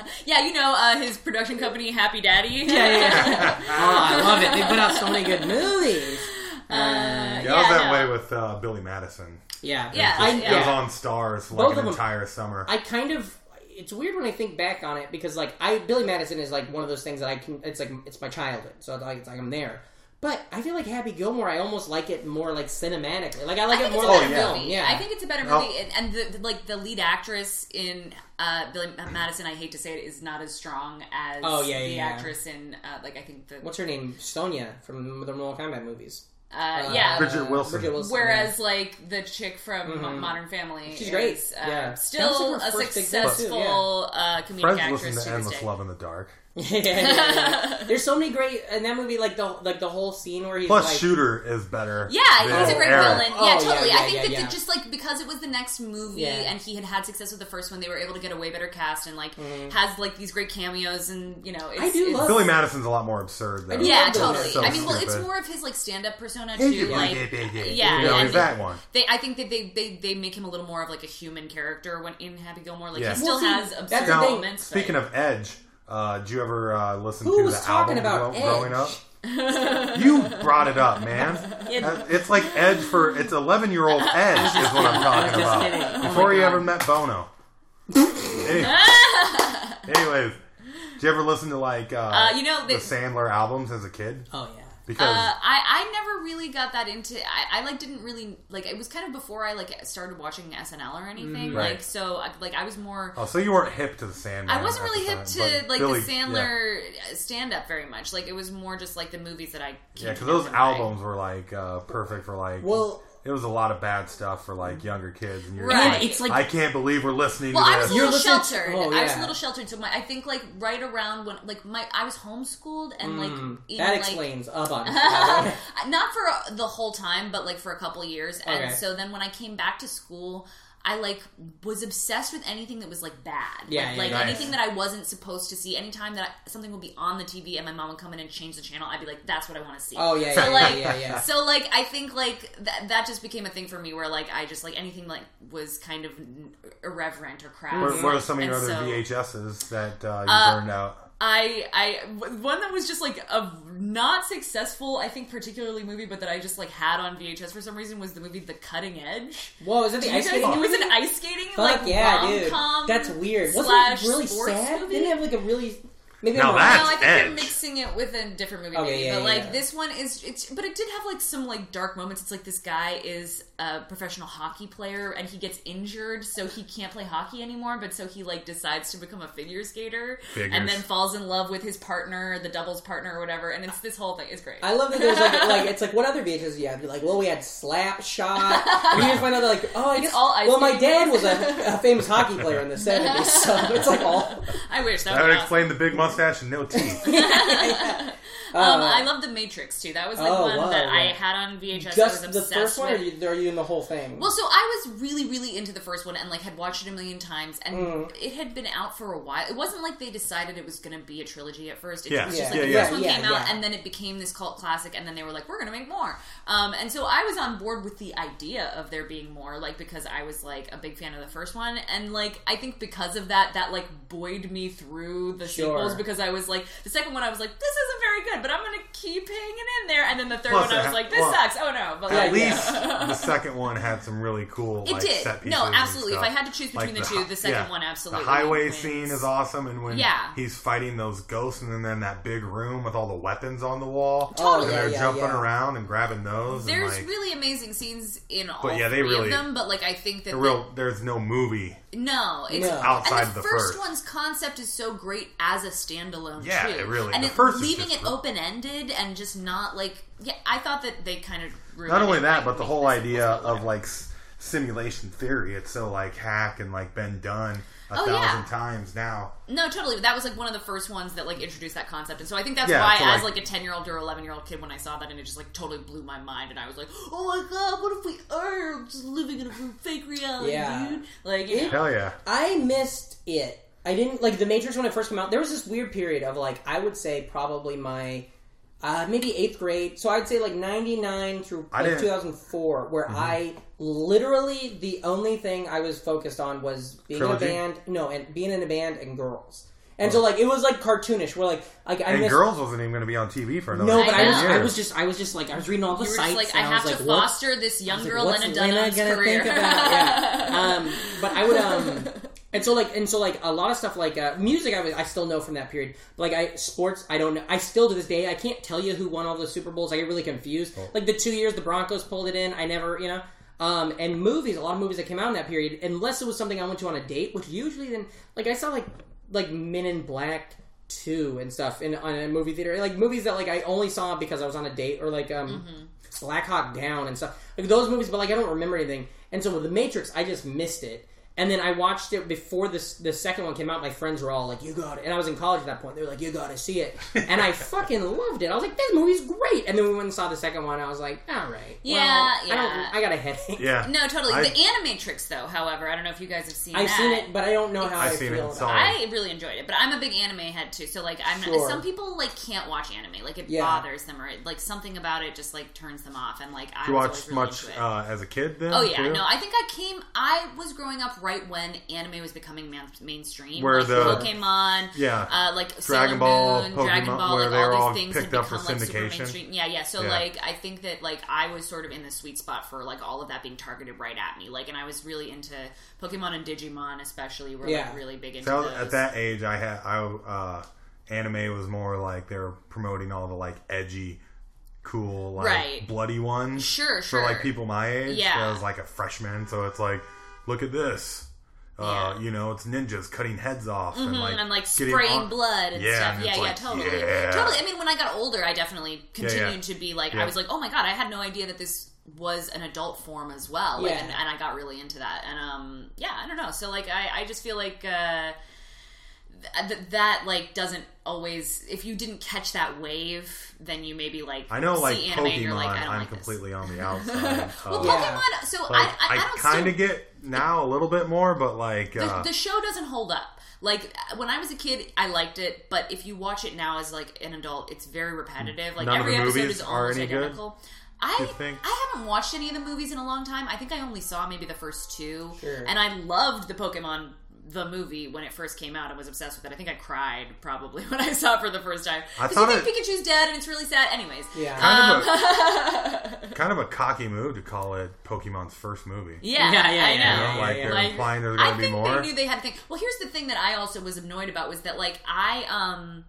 Speaker 2: just-
Speaker 4: yeah, you know uh, his production company, Happy Daddy.
Speaker 1: yeah, yeah. oh, I love it. They put out so many good movies. Uh,
Speaker 2: yeah, I was
Speaker 4: Yeah,
Speaker 2: that
Speaker 4: no.
Speaker 2: way with uh, Billy Madison.
Speaker 1: yeah,
Speaker 4: Yeah,
Speaker 1: I,
Speaker 4: yeah.
Speaker 2: It was on Stars for
Speaker 1: Both
Speaker 2: like
Speaker 1: of
Speaker 2: an
Speaker 1: them.
Speaker 2: entire summer.
Speaker 1: I kind of. It's weird when I think back on it because like I Billy Madison is like one of those things that I can. It's like it's my childhood, so it's like, it's like I'm there. But I feel like Happy Gilmore. I almost like it more like cinematically. Like I like
Speaker 4: I
Speaker 1: it
Speaker 4: think
Speaker 1: more
Speaker 4: it's a
Speaker 1: like a
Speaker 2: Oh, yeah.
Speaker 4: better
Speaker 1: film.
Speaker 4: movie.
Speaker 1: Yeah,
Speaker 4: I think it's a better
Speaker 2: Oh.
Speaker 4: movie, and, and the, the- like the lead actress in uh, Billy Madison, I hate to say it, is not as strong as
Speaker 1: Oh, yeah, yeah,
Speaker 4: the
Speaker 1: yeah.
Speaker 4: actress in uh, like I think the
Speaker 1: What's her name? Sonya from the Mortal Kombat movies.
Speaker 4: uh, yeah.
Speaker 2: Bridget Wilson.
Speaker 1: Bridget Wilson. Mm-hmm.
Speaker 4: Whereas like the chick from Modern Family,
Speaker 1: She's great.
Speaker 4: is, uh,
Speaker 1: Yeah. That
Speaker 4: still
Speaker 1: was, like, her
Speaker 4: a
Speaker 1: first big hit, too,
Speaker 4: successful uh, comedic
Speaker 2: Friends listen
Speaker 4: actress
Speaker 2: to
Speaker 4: to this
Speaker 2: Endless
Speaker 4: day.
Speaker 2: Love in the Dark.
Speaker 1: yeah, yeah, yeah. There's so many great in that movie. Like the like the whole scene where he's
Speaker 2: Plus,
Speaker 1: like,
Speaker 2: Shooter is better.
Speaker 4: Yeah,
Speaker 2: than
Speaker 4: he's a great
Speaker 2: Eric.
Speaker 4: villain.
Speaker 1: Oh,
Speaker 4: yeah,
Speaker 1: yeah,
Speaker 4: totally.
Speaker 1: yeah,
Speaker 4: I think
Speaker 1: yeah,
Speaker 4: that the-
Speaker 1: yeah.
Speaker 4: just like because it was the next movie
Speaker 1: Yeah.
Speaker 4: and he had had success with the first one, they were able to get a way better cast and like has like these great cameos and you know. It's,
Speaker 1: Mm-hmm. I do
Speaker 4: it's-
Speaker 1: love-
Speaker 2: Billy Madison's a lot more absurd though.
Speaker 1: do
Speaker 4: Yeah,
Speaker 1: love those.
Speaker 4: totally.
Speaker 1: So
Speaker 4: I mean, well, it's
Speaker 2: stupid.
Speaker 4: more of his like stand-up persona
Speaker 2: Hey,
Speaker 4: too. Like,
Speaker 2: yeah, yeah,
Speaker 4: yeah,
Speaker 2: you know,
Speaker 4: yeah,
Speaker 2: he's
Speaker 4: they-
Speaker 2: that one.
Speaker 4: They, I think that they, they they make him a little more of like a human character when in Happy Gilmore. Like
Speaker 2: Yeah.
Speaker 4: he
Speaker 1: Well,
Speaker 4: still
Speaker 1: see,
Speaker 4: has
Speaker 1: that's
Speaker 4: absurd
Speaker 1: the thing.
Speaker 4: moments. but-
Speaker 2: Speaking of Edge, uh, did you ever uh, listen
Speaker 1: Who
Speaker 2: to
Speaker 1: was
Speaker 2: the
Speaker 1: talking about
Speaker 2: album grow- growing
Speaker 1: Edge?
Speaker 2: up? you brought it up, man. Uh, It's like Edge for it's eleven year old Edge is what I'm talking
Speaker 1: just
Speaker 2: about.
Speaker 1: kidding. Oh my
Speaker 2: Before you
Speaker 1: God.
Speaker 2: ever met Bono. Any- Anyways, did you ever listen to like uh,
Speaker 4: Uh, you know,
Speaker 2: the
Speaker 4: they-
Speaker 2: Sandler albums as a kid?
Speaker 1: oh yeah.
Speaker 2: Because
Speaker 4: Uh, I, I never really got that into I, I like didn't really like it was kind of before I like started watching SNL or
Speaker 1: Mm-hmm.
Speaker 4: anything
Speaker 2: Right.
Speaker 4: like so I- like I was more
Speaker 2: oh, so you weren't hip to the Sandler.
Speaker 4: I wasn't
Speaker 2: at
Speaker 4: really
Speaker 2: the
Speaker 4: hip
Speaker 2: time,
Speaker 4: to
Speaker 2: but
Speaker 4: like
Speaker 2: Billy-
Speaker 4: the Sandler stand up very much like it was more just like the movies that I came
Speaker 2: Yeah,
Speaker 4: to
Speaker 2: because
Speaker 4: know
Speaker 2: those
Speaker 4: from, right?
Speaker 2: albums were like uh, perfect for like.
Speaker 1: Well-
Speaker 2: it was a lot of bad stuff for like younger kids, and you're
Speaker 4: Right.
Speaker 2: just like,
Speaker 1: It's like-
Speaker 2: I can't believe we're listening
Speaker 4: Well, I
Speaker 2: to
Speaker 4: was
Speaker 2: this.
Speaker 4: a
Speaker 1: You're
Speaker 4: little
Speaker 1: listening to-
Speaker 4: sheltered.
Speaker 1: oh,
Speaker 4: I was
Speaker 1: yeah.
Speaker 4: a little sheltered. So my, I think like right around when like my I was homeschooled and like even,
Speaker 1: Hmm, That
Speaker 4: like,
Speaker 1: explains a bunch.
Speaker 4: not for uh, the whole time, but like for a couple years. And
Speaker 1: Okay.
Speaker 4: so then when I came back to school, I like was obsessed with anything that was like bad.
Speaker 1: Yeah,
Speaker 4: like,
Speaker 1: yeah,
Speaker 4: like
Speaker 1: nice.
Speaker 4: anything that I wasn't supposed to see. Anytime that I, something would be on the TV and my mom would come in and change the channel, I'd be like, "That's what I want to see."
Speaker 1: Oh yeah,
Speaker 4: So
Speaker 1: yeah,
Speaker 4: like,
Speaker 1: yeah, yeah, yeah.
Speaker 4: so like, I think like that that just became a thing for me where like I just like anything like was kind of irreverent or crass.
Speaker 2: What, what are some of your
Speaker 4: And
Speaker 2: other
Speaker 4: so-
Speaker 2: VHSs that uh, you burned out?
Speaker 4: I I w- one that was just like a not successful I think particularly movie but that I just like had on VHS for some reason was the movie The Cutting Edge.
Speaker 1: Whoa, is that
Speaker 4: Do
Speaker 1: the
Speaker 4: you
Speaker 1: ice
Speaker 4: guys-
Speaker 1: skating?
Speaker 4: It was
Speaker 1: movie?
Speaker 4: an ice skating
Speaker 1: Fuck
Speaker 4: like
Speaker 1: yeah, dude.
Speaker 4: rom-com
Speaker 1: That's weird. Wasn't
Speaker 4: slash
Speaker 1: it really
Speaker 4: sports
Speaker 1: sad?
Speaker 4: movie?
Speaker 1: Didn't it have like a really maybe
Speaker 2: Now
Speaker 1: I'm wrong.
Speaker 4: no,
Speaker 2: that's-
Speaker 4: I think
Speaker 2: Edge.
Speaker 4: you're mixing it with a different movie,
Speaker 1: Okay,
Speaker 4: maybe.
Speaker 1: yeah,
Speaker 4: but
Speaker 1: yeah,
Speaker 4: like
Speaker 1: yeah.
Speaker 4: this one is, it's but it did have like some like dark moments. It's like this guy is a professional hockey player and he gets injured, so he can't play hockey anymore. But so he like decides to become a figure skater
Speaker 2: Figures.
Speaker 4: and then falls in love with his partner, the doubles partner or whatever. And it's this whole thing is great.
Speaker 1: I love that there's like like it's like what other VHS do you have? You're like, well, we had Slap Shot. And you just find out that, like, oh, I guess
Speaker 4: all ice
Speaker 1: well, my
Speaker 4: skating
Speaker 1: dad
Speaker 4: movies.
Speaker 1: was a, a famous hockey player in the '70s, so it's like all.
Speaker 4: I wish that,
Speaker 2: That
Speaker 4: would
Speaker 2: would
Speaker 4: awesome.
Speaker 2: explain the big mustache and no teeth.
Speaker 4: Um, I love The Matrix too. That was like
Speaker 1: Uh, Oh,
Speaker 4: one
Speaker 1: wow,
Speaker 4: that I
Speaker 1: wow.
Speaker 4: had on VHS.
Speaker 1: Just
Speaker 4: I was
Speaker 1: the
Speaker 4: obsessed
Speaker 1: first one, or
Speaker 4: with.
Speaker 1: are you, are you in the whole thing?
Speaker 4: Well, so I was really, really into the first one and like had watched it a million times, and
Speaker 2: Mm.
Speaker 4: it had been out for a while. It wasn't like they decided it was going to be a trilogy at first. It
Speaker 2: Yeah.
Speaker 4: was just
Speaker 1: Yeah,
Speaker 4: like the
Speaker 1: yeah,
Speaker 4: first one
Speaker 1: yeah,
Speaker 4: came out,
Speaker 1: yeah.
Speaker 4: and then it became this cult classic, and then they were like, "We're going to make more." Um, and so I was on board with the idea of there being more, like because I was like a big fan of the first one, and like I think because of that, that like buoyed me through the
Speaker 1: Sure.
Speaker 4: sequels because I was like the second one, I was like, "This isn't very good," but I'm going to keep hanging in there. And then the third
Speaker 2: Plus
Speaker 4: one, I
Speaker 2: it
Speaker 4: was
Speaker 2: ha-
Speaker 4: like, this
Speaker 2: well,
Speaker 4: sucks. Oh no! But
Speaker 2: At
Speaker 4: like, yeah.
Speaker 2: least the second one had some really cool.
Speaker 4: It
Speaker 2: like,
Speaker 4: did.
Speaker 2: Set pieces
Speaker 4: No,
Speaker 2: and
Speaker 4: absolutely. If
Speaker 2: stuff.
Speaker 4: I had to choose between the
Speaker 2: hi-
Speaker 4: two, the second one absolutely
Speaker 2: The highway
Speaker 4: wins.
Speaker 2: scene is awesome, and when
Speaker 4: Yeah.
Speaker 2: he's fighting those ghosts, and then they're in that big room with all the weapons on the wall,
Speaker 1: Oh,
Speaker 2: and
Speaker 1: yeah,
Speaker 2: they're
Speaker 1: yeah,
Speaker 2: jumping
Speaker 1: yeah.
Speaker 2: around and grabbing those.
Speaker 4: There's
Speaker 2: and like,
Speaker 4: really amazing scenes in all
Speaker 2: But yeah, they
Speaker 4: three
Speaker 2: really-
Speaker 4: of them, but like I think that
Speaker 2: the
Speaker 4: the-
Speaker 2: real. There's no movie
Speaker 4: no, it's
Speaker 1: No.
Speaker 2: outside
Speaker 4: and the,
Speaker 2: the
Speaker 4: first, one's concept is so great as a standalone.
Speaker 2: Yeah,
Speaker 4: too.
Speaker 2: it really-
Speaker 4: and
Speaker 2: the
Speaker 4: it,
Speaker 2: first is
Speaker 4: leaving
Speaker 2: just
Speaker 4: it
Speaker 2: the-
Speaker 4: open ended and just not like yeah. I thought that they kind of ruined
Speaker 2: not only
Speaker 4: it
Speaker 2: that,
Speaker 4: by
Speaker 2: but the
Speaker 4: making
Speaker 2: whole
Speaker 4: this
Speaker 2: idea
Speaker 4: sequel.
Speaker 2: of like s- simulation theory. It's so like hack and like been done a
Speaker 4: Oh,
Speaker 2: thousand
Speaker 4: yeah.
Speaker 2: times now.
Speaker 4: no, totally. That was like one of the first ones that like introduced that concept, and so I think that's
Speaker 2: Yeah,
Speaker 4: why,
Speaker 2: so,
Speaker 4: as
Speaker 2: like-
Speaker 4: like a ten year old or eleven year old kid, when I saw that, and it just like totally blew my mind, and I was like, oh my god, what if we are just living in a fake reality,
Speaker 1: Yeah.
Speaker 4: dude? Like, you know.
Speaker 2: Hell yeah!
Speaker 1: I missed it. I didn't like the Matrix when it first came out. There was this weird period of like I would say probably my uh, maybe eighth grade. So I'd say like ninety nine through
Speaker 2: I
Speaker 1: like,
Speaker 2: didn't- Mm-hmm.
Speaker 1: two thousand four, where I literally the only thing I was focused on was being
Speaker 2: Trilogy?
Speaker 1: in a band. No, and being in a band and girls. And so like it was like cartoonish. Where like like I
Speaker 2: And
Speaker 1: missed.
Speaker 2: girls wasn't even going to be on TV for another.
Speaker 1: no, but I,
Speaker 4: I
Speaker 1: was
Speaker 4: know.
Speaker 1: I was just I was just like I was reading all the
Speaker 4: You were
Speaker 1: sites.
Speaker 4: just like, I
Speaker 1: and I,
Speaker 4: have
Speaker 1: was
Speaker 4: to
Speaker 1: like, what?
Speaker 4: foster this young
Speaker 1: Like,
Speaker 4: girl,
Speaker 1: what's
Speaker 4: Lena
Speaker 1: Lena
Speaker 4: Dunham's
Speaker 1: gonna
Speaker 4: career.
Speaker 1: think about? Yeah. Um, but I would um, and so like and so like a lot of stuff like uh, music I was I still know from that period. But, like I sports I don't know. I still to this day I can't tell you who won all the Super Bowls. I get really confused. Like the two years the Broncos pulled it in, I never you know. Um, and movies, a lot of movies that came out in that period, unless it was something I went to on a date, which usually then like I saw like like Men in Black two and stuff in on a movie theater, like movies that like I only saw because I was on a date or like um.
Speaker 4: Mm-hmm.
Speaker 1: Black Hawk Down and stuff like those movies, but like I don't remember anything. And so with The Matrix, I just missed it. And then I watched it before this the second one came out. My friends were all like, "You got it," and I was in college at that point. They were like, "You got to see it," and I fucking loved it. I was like, "This movie's great." And then we went and saw the second one. I was like, "All right, well,
Speaker 4: Yeah,
Speaker 1: I,
Speaker 4: yeah.
Speaker 1: don't, I got a headache.
Speaker 2: Yeah.
Speaker 4: No, totally.
Speaker 2: I-
Speaker 4: the Animatrix, though, however, I don't know if you guys have seen.
Speaker 1: I've
Speaker 4: that.
Speaker 1: seen it, but I don't know how
Speaker 2: I've
Speaker 1: I
Speaker 2: seen it,
Speaker 1: feel
Speaker 2: it's
Speaker 1: about
Speaker 2: all-
Speaker 1: it.
Speaker 4: I really enjoyed it, but I'm a big anime head too. So like, I'm
Speaker 1: Sure.
Speaker 4: some people like can't watch anime. Like it
Speaker 1: Yeah.
Speaker 4: bothers them, or it, like something about it just like turns them off. And like, I
Speaker 2: You
Speaker 4: was
Speaker 2: watched
Speaker 4: always really
Speaker 2: much
Speaker 4: into it.
Speaker 2: uh, as a kid then?
Speaker 4: Oh yeah,
Speaker 2: too?
Speaker 4: no. I think I came. I was growing up right when anime was becoming man- mainstream.
Speaker 2: Where
Speaker 4: like
Speaker 2: the-
Speaker 4: Pokemon,
Speaker 2: Yeah.
Speaker 4: uh, like
Speaker 2: Dragon
Speaker 4: Sailor
Speaker 2: Ball,
Speaker 4: Moon,
Speaker 2: Pokemon,
Speaker 4: Dragon Ball,
Speaker 2: where
Speaker 4: like
Speaker 2: they were
Speaker 4: all these
Speaker 2: all
Speaker 4: things
Speaker 2: picked
Speaker 4: had
Speaker 2: up for
Speaker 4: become like super
Speaker 2: syndication.
Speaker 4: mainstream. Yeah, yeah. So
Speaker 2: Yeah.
Speaker 4: like, I think that like I was sort of in the sweet spot for like all of that being targeted right at me. Like, and I was really into Pokemon and Digimon, especially. Were
Speaker 1: Yeah.
Speaker 4: like really big into
Speaker 2: So I was-
Speaker 4: those.
Speaker 2: at that age, I had I uh, anime was more like they were promoting all the like edgy, cool, like
Speaker 4: Right.
Speaker 2: bloody ones.
Speaker 4: Sure,
Speaker 2: For like
Speaker 4: sure.
Speaker 2: people my age,
Speaker 4: Yeah.
Speaker 2: I was like a freshman, so it's like, look at this. Uh,
Speaker 4: Yeah. Mm-hmm,
Speaker 2: You know, it's ninjas cutting heads off and like
Speaker 4: Mm, and I'm like
Speaker 2: getting
Speaker 4: spraying
Speaker 2: on-
Speaker 4: blood and
Speaker 2: Yeah,
Speaker 4: stuff.
Speaker 2: and
Speaker 4: yeah,
Speaker 2: it's
Speaker 4: yeah,
Speaker 2: like,
Speaker 4: totally,
Speaker 2: yeah.
Speaker 4: totally. I mean, when I got older, I definitely continued to be like,
Speaker 2: Yeah.
Speaker 4: I was like, oh my god, I had no idea that this was an adult form as well. Like,
Speaker 1: Yeah.
Speaker 4: and, and I got really into that. And um, yeah, I don't know. So like, I, I just feel like. Uh, th- th- that like doesn't always if you didn't catch that wave then you maybe like
Speaker 2: I know,
Speaker 4: see
Speaker 2: like
Speaker 4: anime and
Speaker 2: Pokemon,
Speaker 4: you're like I don't
Speaker 2: I'm
Speaker 4: like this.
Speaker 2: completely on the outside.
Speaker 4: well
Speaker 2: of-
Speaker 1: Yeah.
Speaker 4: Pokemon so
Speaker 2: like,
Speaker 4: I, I, I don't
Speaker 2: kind
Speaker 4: still-
Speaker 2: of get now a little bit more, but like
Speaker 4: the,
Speaker 2: uh,
Speaker 4: the show doesn't hold up. Like when I was a kid, I liked it, but if you watch it now as like an adult, it's very repetitive. Like
Speaker 2: None of
Speaker 4: every
Speaker 2: the
Speaker 4: episode
Speaker 2: movies
Speaker 4: is
Speaker 2: are
Speaker 4: almost
Speaker 2: any good,
Speaker 4: identical. I
Speaker 2: you think?
Speaker 4: I haven't watched any of the movies in a long time. I think I only saw maybe the first two,
Speaker 1: Sure.
Speaker 4: and I loved the Pokemon the movie when it first came out. I was obsessed with it. I think I cried probably when I saw it for the first time.
Speaker 2: I
Speaker 4: 'Cause
Speaker 2: thought
Speaker 4: you think
Speaker 2: it-
Speaker 4: Pikachu's dead, and it's really sad. Anyways,
Speaker 1: Yeah.
Speaker 2: kind of a kind of a cocky move to call it Pokemon's first movie.
Speaker 1: Yeah,
Speaker 4: yeah,
Speaker 1: yeah,
Speaker 4: I
Speaker 1: yeah,
Speaker 4: know.
Speaker 2: You know,
Speaker 1: yeah,
Speaker 2: like
Speaker 1: yeah.
Speaker 2: they're
Speaker 4: Like,
Speaker 2: implying there's
Speaker 4: I
Speaker 2: going to be
Speaker 4: think
Speaker 2: more.
Speaker 4: they knew they had a thing. Well, here's the thing that I also was annoyed about was that like I um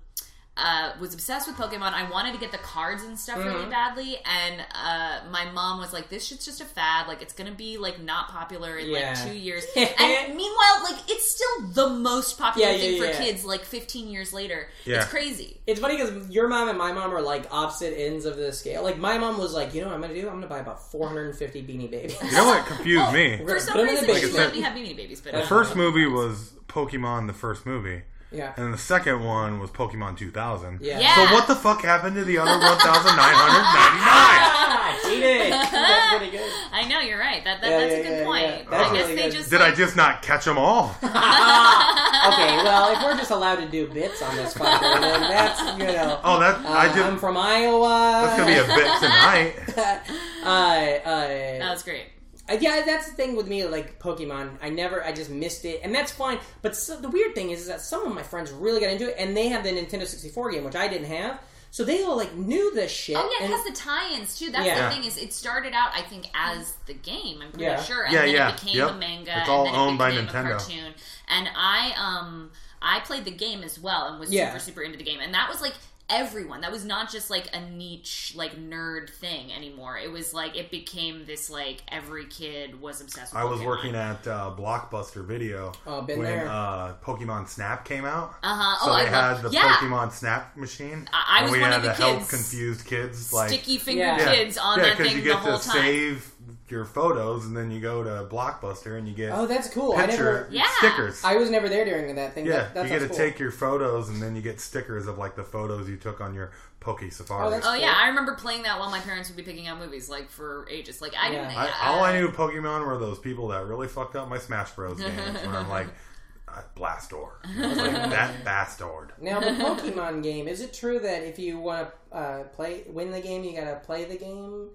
Speaker 4: uh was obsessed with Pokemon. I wanted to get the cards and stuff
Speaker 1: Mm-hmm.
Speaker 4: really badly, and uh my mom was like, "This shit's just a fad. Like it's gonna be like not popular in
Speaker 1: Yeah.
Speaker 4: like two years." and meanwhile, like it's still the most popular
Speaker 1: Yeah, yeah,
Speaker 4: thing for
Speaker 1: yeah.
Speaker 4: kids. Like 15 years later,
Speaker 2: Yeah.
Speaker 4: it's crazy.
Speaker 1: It's funny because your mom and my mom are like opposite ends of the scale. Like my mom was like, you know what I'm gonna do? I'm gonna buy about 450 Beanie Babies.
Speaker 2: You know what confused me?
Speaker 4: For some
Speaker 1: put 'em in the
Speaker 4: reason,
Speaker 1: big
Speaker 4: she
Speaker 1: bin.
Speaker 4: let me have Beanie Babies, but
Speaker 2: The first movie was Pokemon, the first movie,
Speaker 1: yeah,
Speaker 2: and the second one was Pokemon 2000.
Speaker 1: yeah.
Speaker 4: Yeah.
Speaker 2: So what the fuck happened to the other 1,999?
Speaker 1: Ah, cheated. That's pretty good.
Speaker 4: I know you're right. That, that
Speaker 1: Yeah,
Speaker 4: that's
Speaker 1: yeah,
Speaker 4: a good
Speaker 1: yeah,
Speaker 4: point.
Speaker 1: yeah. That's
Speaker 4: I guess
Speaker 1: really
Speaker 4: they
Speaker 1: good.
Speaker 4: just
Speaker 2: Did
Speaker 4: like,
Speaker 2: I just not catch them all?
Speaker 1: Okay, well, if we're just allowed to do bits on this fucker, then that's you know.
Speaker 2: Oh, that
Speaker 1: uh,
Speaker 2: I
Speaker 1: I'm
Speaker 2: just
Speaker 1: from Iowa.
Speaker 2: that's gonna be a bit tonight.
Speaker 1: uh, uh,
Speaker 4: that was great.
Speaker 1: Uh, yeah, that's the thing with me, like Pokemon. I never, I just missed it, and that's fine. But so, the weird thing is, is that some of my friends really got into it, and they have the Nintendo 64 game, which I didn't have. So they all like knew this shit.
Speaker 4: Oh yeah,
Speaker 1: and-
Speaker 4: because the tie-ins too. That's
Speaker 1: Yeah.
Speaker 4: the thing is, it started out I think as the game. I'm pretty
Speaker 1: Yeah.
Speaker 4: sure, and
Speaker 2: Yeah,
Speaker 4: then
Speaker 2: yeah,
Speaker 4: it became
Speaker 2: yep.
Speaker 4: a manga.
Speaker 2: It's
Speaker 4: and
Speaker 2: all
Speaker 4: then it
Speaker 2: owned by
Speaker 4: became
Speaker 2: Nintendo.
Speaker 4: A cartoon. And I um I played the game as well and was
Speaker 1: Yeah.
Speaker 4: super super into the game, and that was like everyone. That was not just like a niche like nerd thing anymore. It was like it became this like every kid was obsessed. with
Speaker 2: I was
Speaker 4: Pokemon.
Speaker 2: working at uh, Blockbuster Video
Speaker 1: Oh, been
Speaker 2: when
Speaker 1: there.
Speaker 2: Uh, Pokemon Snap came out.
Speaker 4: Uh-huh.
Speaker 2: So
Speaker 4: Oh, I
Speaker 2: they had
Speaker 4: love-
Speaker 2: the
Speaker 4: yeah.
Speaker 2: Pokemon Snap machine.
Speaker 4: I- I
Speaker 2: and
Speaker 4: was
Speaker 2: we
Speaker 4: one
Speaker 2: had
Speaker 4: of the
Speaker 2: to help
Speaker 4: kids.
Speaker 2: confused kids like
Speaker 4: sticky finger
Speaker 1: Yeah.
Speaker 2: yeah.
Speaker 4: kids on
Speaker 2: yeah,
Speaker 4: that
Speaker 2: 'cause
Speaker 4: thing
Speaker 2: you
Speaker 4: the
Speaker 2: get
Speaker 4: whole
Speaker 2: to
Speaker 4: time.
Speaker 2: save your photos, and then you go to Blockbuster and you get
Speaker 1: oh, that's cool. I
Speaker 2: picture
Speaker 1: never.
Speaker 4: Yeah.
Speaker 2: stickers.
Speaker 1: I was never there during that thing.
Speaker 2: yeah,
Speaker 1: that, that
Speaker 2: you get to
Speaker 1: sounds cool.
Speaker 2: take your photos, and then you get stickers of like the photos you took on your Poke Safari.
Speaker 1: Oh, that's-
Speaker 4: Oh yeah, I remember playing that while my parents would be picking out movies like for ages. Like I didn't.
Speaker 1: Yeah.
Speaker 2: I, all I knew of Pokemon were those people that really fucked up my Smash Bros. games. Where I'm like, uh, Blastor, It's like, that bastard.
Speaker 1: Now the Pokemon game. Is it true that if you want to uh, play win the game, you gotta play the game?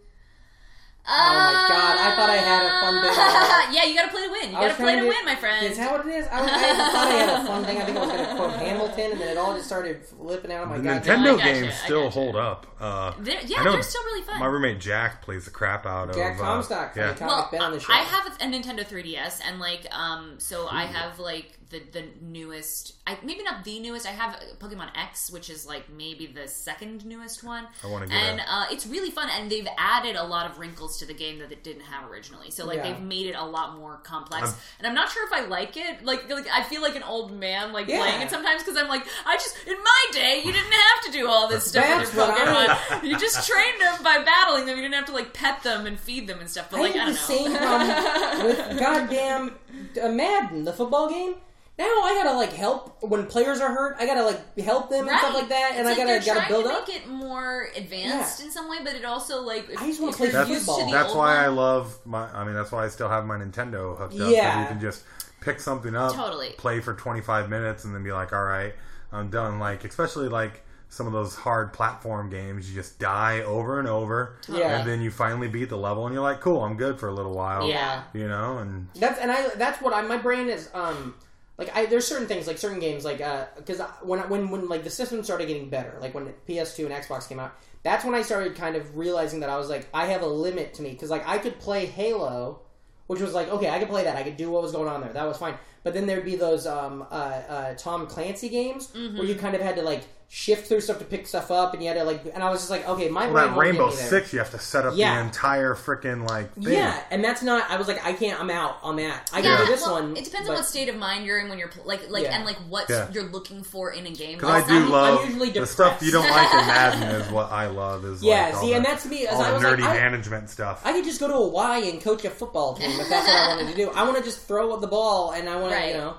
Speaker 1: Oh my god! I thought I had a fun bit. on-
Speaker 4: yeah, you gotta play to win. You
Speaker 1: I was
Speaker 4: Uh, gotta play
Speaker 1: trying
Speaker 4: to,
Speaker 1: to-
Speaker 4: win, my friend.
Speaker 1: Is how it is. I, was, I thought I had a fun thing. I think I was gonna quote Hamilton, and then it all just started flipping out. I'm
Speaker 2: The
Speaker 1: like, god,
Speaker 2: Nintendo
Speaker 4: gotcha,
Speaker 2: games
Speaker 4: I
Speaker 2: still
Speaker 4: gotcha.
Speaker 2: hold up. Uh,
Speaker 4: They're-
Speaker 2: I
Speaker 4: yeah,
Speaker 2: know
Speaker 4: they're still really fun.
Speaker 2: My roommate Jack plays the crap out
Speaker 1: Jack
Speaker 2: of uh,
Speaker 1: Comstock from
Speaker 2: yeah.
Speaker 1: the comic
Speaker 4: well,
Speaker 1: been on the show.
Speaker 4: I have a Nintendo 3DS, and like, um, so I have like the the newest. I maybe not the newest. I have Pokemon X, which is like maybe the second newest one.
Speaker 2: I wanna get
Speaker 4: and
Speaker 2: it.
Speaker 4: uh, it's really fun, and they've added a lot of wrinkles to the game that it didn't have originally. So like,
Speaker 1: Yeah.
Speaker 4: they've made it a lot more complex,
Speaker 2: I'm-
Speaker 4: and I'm not sure if I like it. Like, like I feel like an old man like
Speaker 1: Yeah.
Speaker 4: playing it sometimes because I'm like, I just in my day you didn't have to do all this stuff
Speaker 1: That's
Speaker 4: with your
Speaker 1: what I-
Speaker 4: Pokemon. you just trained them by battling them. You didn't have to like pet them and feed them and stuff. But
Speaker 1: I
Speaker 4: like,
Speaker 1: had
Speaker 4: I
Speaker 1: the
Speaker 4: don't know.
Speaker 1: same problem with goddamn uh, Madden, the football game. Now I gotta like help when players are hurt. I gotta like help them and stuff like that, and
Speaker 4: It's
Speaker 1: I
Speaker 4: like
Speaker 1: gotta
Speaker 4: they're
Speaker 1: gotta
Speaker 4: trying
Speaker 1: build
Speaker 4: to
Speaker 1: up.
Speaker 4: Make it more advanced
Speaker 1: Yeah.
Speaker 4: in some way, but it also like if,
Speaker 1: I just wanna
Speaker 4: if
Speaker 1: play
Speaker 4: you're
Speaker 2: That's,
Speaker 4: used to the
Speaker 2: that's
Speaker 4: old
Speaker 2: why I
Speaker 4: one-
Speaker 2: love my. I mean, that's why I still have my Nintendo hooked up. 'cause
Speaker 1: Yeah.
Speaker 2: you can just pick something up,
Speaker 4: Totally.
Speaker 2: play for 25 minutes, and then be like, "All right, I'm done." Like, especially like some of those hard platform games, you just die over and over,
Speaker 1: Yeah.
Speaker 2: and then you finally beat the level, and you're like, "Cool, I'm good for a little while."
Speaker 4: Yeah.
Speaker 2: you know, and
Speaker 1: That's and I that's what I my brain is um like I there's certain things like certain games like uh because when I- when when like the system started getting better like when PS2 and Xbox came out that's when I started kind of realizing that I was like I have a limit to me because like I could play Halo which was like okay I could play that I could do what was going on there that was fine but then there'd be those um uh, uh Tom Clancy games where
Speaker 4: Mm-hmm.
Speaker 1: you kind of had to like shift through stuff to pick stuff up and you had to like and I was just like okay my
Speaker 2: Well,
Speaker 1: brain
Speaker 2: that
Speaker 1: won't get
Speaker 2: Rainbow
Speaker 1: me there.
Speaker 2: Six, you have to set up
Speaker 1: Yeah.
Speaker 2: the entire freaking like thing.
Speaker 1: yeah and that's not I was like I can't I'm out on that I
Speaker 4: Yeah,
Speaker 1: can do this
Speaker 4: well,
Speaker 1: one
Speaker 4: It depends
Speaker 1: but-
Speaker 4: on what state of mind you're in when you're pl- like like
Speaker 1: Yeah.
Speaker 4: and like what
Speaker 2: Yeah.
Speaker 4: you're looking for in a game.
Speaker 2: Because I
Speaker 4: Like,
Speaker 2: do
Speaker 4: I'm-
Speaker 2: love
Speaker 1: usually
Speaker 2: the stuff you don't like
Speaker 4: depressed.
Speaker 2: in Madden is what I love is
Speaker 1: Yeah,
Speaker 2: like all
Speaker 1: see, and
Speaker 2: the-
Speaker 1: that's me, as
Speaker 2: all
Speaker 1: I
Speaker 2: the
Speaker 1: was like,
Speaker 2: nerdy
Speaker 1: I-
Speaker 2: management stuff.
Speaker 1: I could just go to Hawaii and coach a football team if that's what I wanted to do. I want to just throw the ball and I want to,
Speaker 4: Right.
Speaker 1: you know.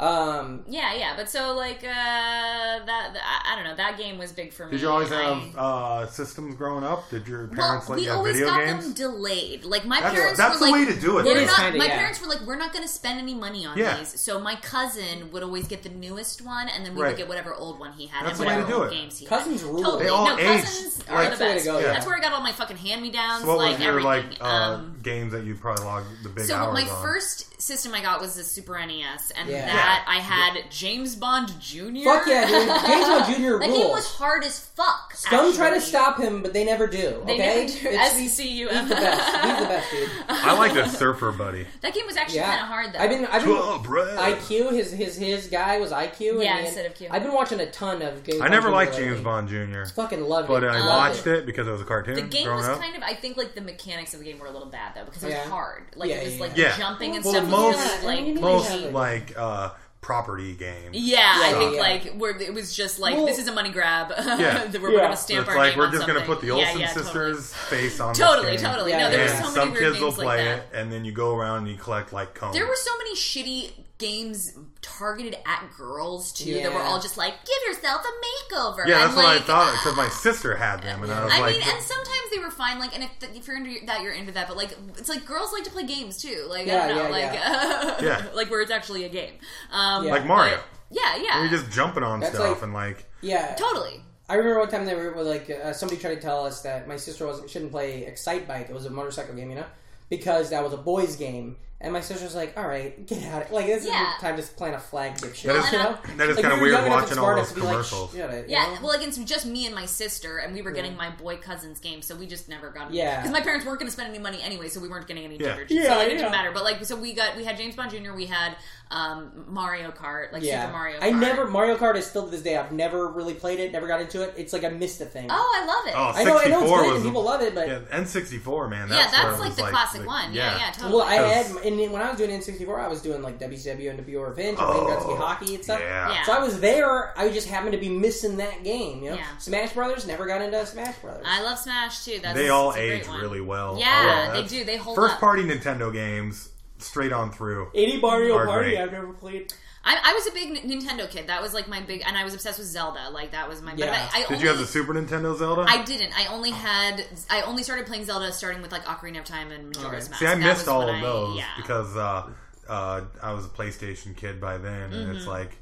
Speaker 1: Um,
Speaker 4: Yeah, yeah, but so like uh that, that I I don't know. That game was big for me.
Speaker 2: Did you always
Speaker 4: I-
Speaker 2: have uh, systems growing up? Did your
Speaker 4: Well,
Speaker 2: parents let
Speaker 4: we
Speaker 2: you have
Speaker 4: always
Speaker 2: video
Speaker 4: got
Speaker 2: games?
Speaker 4: them delayed. Like my
Speaker 2: That's-
Speaker 4: parents
Speaker 2: that's
Speaker 4: were
Speaker 2: the
Speaker 4: like,
Speaker 2: way to do it,
Speaker 4: We're
Speaker 2: though.
Speaker 4: not,
Speaker 1: Kinda,
Speaker 4: my
Speaker 1: yeah.
Speaker 4: parents were like, we're not going to spend any money on
Speaker 2: Yeah.
Speaker 4: these. So my cousin would always get the newest one, and then we
Speaker 2: Right.
Speaker 4: would get whatever old one he had.
Speaker 2: That's
Speaker 4: and
Speaker 2: the way to
Speaker 4: whatever
Speaker 2: do
Speaker 4: old
Speaker 2: it.
Speaker 4: Games he
Speaker 1: Cousins
Speaker 4: had.
Speaker 1: rule.
Speaker 4: Totally.
Speaker 2: They all
Speaker 4: no,
Speaker 2: aged.
Speaker 4: cousins
Speaker 2: Like,
Speaker 4: are the
Speaker 2: that's
Speaker 1: the way to
Speaker 4: best.
Speaker 1: go, yeah.
Speaker 4: That's where I got all my fucking hand me downs.
Speaker 2: so what
Speaker 4: like
Speaker 2: was your like
Speaker 4: everything.
Speaker 2: uh,
Speaker 4: um,
Speaker 2: games that you probably logged the big
Speaker 4: so
Speaker 2: hours
Speaker 4: my
Speaker 2: on?
Speaker 4: first system I got was the Super NES, and
Speaker 1: Yeah.
Speaker 4: that I had James Bond Junior.
Speaker 1: fuck yeah, dude. James Bond Jr.
Speaker 6: That game was
Speaker 1: rules.
Speaker 6: hard as fuck.
Speaker 1: Some try to
Speaker 6: actually.
Speaker 1: stop him, but they never do.
Speaker 4: They E
Speaker 1: okay?
Speaker 4: never do.
Speaker 1: It's-
Speaker 4: SCCUM.
Speaker 1: He's the best. He's the best, dude.
Speaker 2: I like the Surfer Buddy.
Speaker 4: That game was actually
Speaker 1: Yeah.
Speaker 4: kind of hard though.
Speaker 1: I've been, I've
Speaker 2: Oh,
Speaker 1: been,
Speaker 2: bro.
Speaker 1: IQ, his, his, his guy was IQ.
Speaker 4: Yeah,
Speaker 1: and he-
Speaker 4: instead of Q.
Speaker 1: I've been watching a ton of James
Speaker 2: I
Speaker 1: Bond
Speaker 2: never
Speaker 1: Jr.
Speaker 2: liked
Speaker 1: lately.
Speaker 2: James Bond Jr.,
Speaker 1: Fucking love it.
Speaker 2: but I
Speaker 4: Uh,
Speaker 1: Love
Speaker 2: watched it because it was a cartoon
Speaker 4: The game
Speaker 2: growing
Speaker 4: was
Speaker 2: up.
Speaker 4: kind of, I think, like the mechanics of the game were a little bad though because it
Speaker 1: Yeah.
Speaker 4: was hard. Like
Speaker 1: Yeah,
Speaker 4: it was
Speaker 1: yeah,
Speaker 4: like
Speaker 2: yeah.
Speaker 4: jumping and
Speaker 2: Well,
Speaker 4: stuff.
Speaker 2: most-
Speaker 4: was just, like,
Speaker 1: Yeah, I mean,
Speaker 2: Most
Speaker 1: Yeah.
Speaker 2: like uh, property games.
Speaker 4: yeah, I
Speaker 1: Yeah,
Speaker 4: think
Speaker 1: yeah.
Speaker 4: like where it was just like
Speaker 1: Well-
Speaker 4: this is a money grab.
Speaker 2: Yeah.
Speaker 4: that we're
Speaker 1: Yeah.
Speaker 4: going to
Speaker 2: So
Speaker 4: stamp
Speaker 2: it's
Speaker 4: our
Speaker 2: like
Speaker 4: name
Speaker 2: we're
Speaker 4: on
Speaker 2: just
Speaker 4: something.
Speaker 2: gonna put the
Speaker 4: yeah,
Speaker 2: Olsen
Speaker 4: yeah,
Speaker 2: sisters' face on
Speaker 4: Totally, totally.
Speaker 2: this game.
Speaker 4: totally.
Speaker 1: Yeah,
Speaker 4: no, there
Speaker 1: yeah.
Speaker 4: were
Speaker 2: and
Speaker 4: so
Speaker 2: some
Speaker 4: many weird
Speaker 2: kids will
Speaker 4: games
Speaker 2: play
Speaker 4: like that.
Speaker 2: it, and then you go around and you collect like cones.
Speaker 4: There were so many shitty games targeted at girls too that were
Speaker 1: Yeah.
Speaker 4: all just like, give yourself a makeover.
Speaker 2: yeah,
Speaker 4: and
Speaker 2: that's what
Speaker 4: like,
Speaker 2: I thought because my sister had them, and I was
Speaker 4: I
Speaker 2: like,
Speaker 4: mean, and sometimes they were fine. Like, and if, if you're into that, you're into that. But like, it's like girls like to play games too. Like,
Speaker 1: Yeah,
Speaker 4: I don't know,
Speaker 1: yeah,
Speaker 4: like,
Speaker 2: Yeah.
Speaker 4: like where it's actually a game. Um,
Speaker 1: Yeah.
Speaker 2: like Mario,
Speaker 4: yeah, yeah,
Speaker 2: you're just jumping on
Speaker 1: That's
Speaker 2: stuff
Speaker 1: like-
Speaker 2: and like,
Speaker 1: Yeah.
Speaker 4: totally.
Speaker 1: I remember one time they were were like uh, somebody tried to tell us that my sister wasn't shouldn't play Excite Bike. It was a motorcycle game, you know, because that was a boys' game, And my sister's like, "All right, get out! Of, like this
Speaker 4: Yeah.
Speaker 1: is the time to plant a flag, dipshit."
Speaker 2: That is-
Speaker 1: you know?
Speaker 2: that is
Speaker 1: Like,
Speaker 2: kinda
Speaker 1: we were
Speaker 2: weird
Speaker 1: young enough and
Speaker 2: watching
Speaker 1: smart
Speaker 2: all
Speaker 1: enough
Speaker 2: those
Speaker 1: to be like,
Speaker 2: commercials.
Speaker 1: "Shut it," you
Speaker 4: Yeah,
Speaker 1: know?
Speaker 4: well, like it's just me and my sister, and we were getting my boy cousin's game, so we just never got.
Speaker 1: Yeah.
Speaker 4: because my parents weren't going to spend any money anyway, so we weren't getting any
Speaker 2: Yeah.
Speaker 4: Georgia.
Speaker 1: Yeah,
Speaker 4: so like, it
Speaker 1: yeah.
Speaker 4: didn't matter. But like, so we got we had James Bond Jr., we had um, Mario Kart, like
Speaker 1: yeah.
Speaker 4: Super Mario. Kart.
Speaker 1: I never Mario Kart is still to this day. I've never really played it. Never got into it. It's like I missed the thing.
Speaker 4: Oh, I love it.
Speaker 2: Oh,
Speaker 1: I know, I know it's
Speaker 2: 64
Speaker 1: great
Speaker 2: was
Speaker 1: and people love it, but
Speaker 2: yeah, N64, man.
Speaker 4: yeah,
Speaker 2: That's where
Speaker 4: that's
Speaker 2: it
Speaker 4: like
Speaker 2: was
Speaker 4: the classic one. Yeah, yeah, totally.
Speaker 1: Well, I had,
Speaker 2: Because-
Speaker 1: and then when I was doing N64, I was doing like WCW and WO Revenge, and playing Gretzky hockey and stuff.
Speaker 2: Oh. Yeah.
Speaker 4: Yeah.
Speaker 1: So I was there. I just happened to be missing that game. You know,
Speaker 4: Yeah.
Speaker 1: Smash Brothers never got into Smash Brothers.
Speaker 4: I love Smash too. That's
Speaker 2: They all
Speaker 4: it's a great
Speaker 2: age
Speaker 4: one.
Speaker 2: really well.
Speaker 4: Yeah,
Speaker 2: Oh,
Speaker 4: they
Speaker 2: that's-
Speaker 4: do. They hold
Speaker 2: First
Speaker 4: up.
Speaker 2: party Nintendo games, straight on through.
Speaker 1: Any Mario
Speaker 2: Are
Speaker 1: Party
Speaker 2: great.
Speaker 1: I've never played.
Speaker 4: I, I was a big N- Nintendo kid. That was like my big, and I was obsessed with Zelda. Like that was my. but
Speaker 1: Yeah.
Speaker 4: I, I
Speaker 2: Did you have
Speaker 4: only-
Speaker 2: the Super Nintendo Zelda?
Speaker 4: I didn't. I only had. I only started playing Zelda starting with like Ocarina of Time and Majora's Mask.
Speaker 2: See, I
Speaker 4: That
Speaker 2: missed
Speaker 4: was
Speaker 2: all
Speaker 4: when
Speaker 2: of those
Speaker 4: I, yeah.
Speaker 2: because uh, uh, I was a PlayStation kid by then, and
Speaker 4: Mm-hmm.
Speaker 2: it's like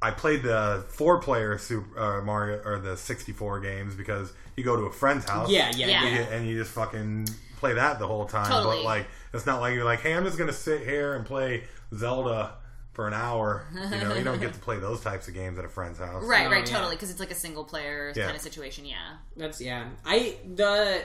Speaker 2: I played the four-player Super uh, Mario or the 64 games because you go to a friend's house,
Speaker 1: yeah,
Speaker 4: Yeah.
Speaker 2: you- and you just fucking play that the whole time.
Speaker 4: Totally.
Speaker 2: But like, it's not like you're like, hey, I'm just gonna sit here and play Zelda for an hour. You know, you don't get to play those types of games at a friend's house.
Speaker 4: Right,
Speaker 1: Oh,
Speaker 4: right,
Speaker 1: yeah.
Speaker 4: totally. Because it's like a single player
Speaker 2: Yeah.
Speaker 4: kind of situation. Yeah,
Speaker 1: That's yeah. I the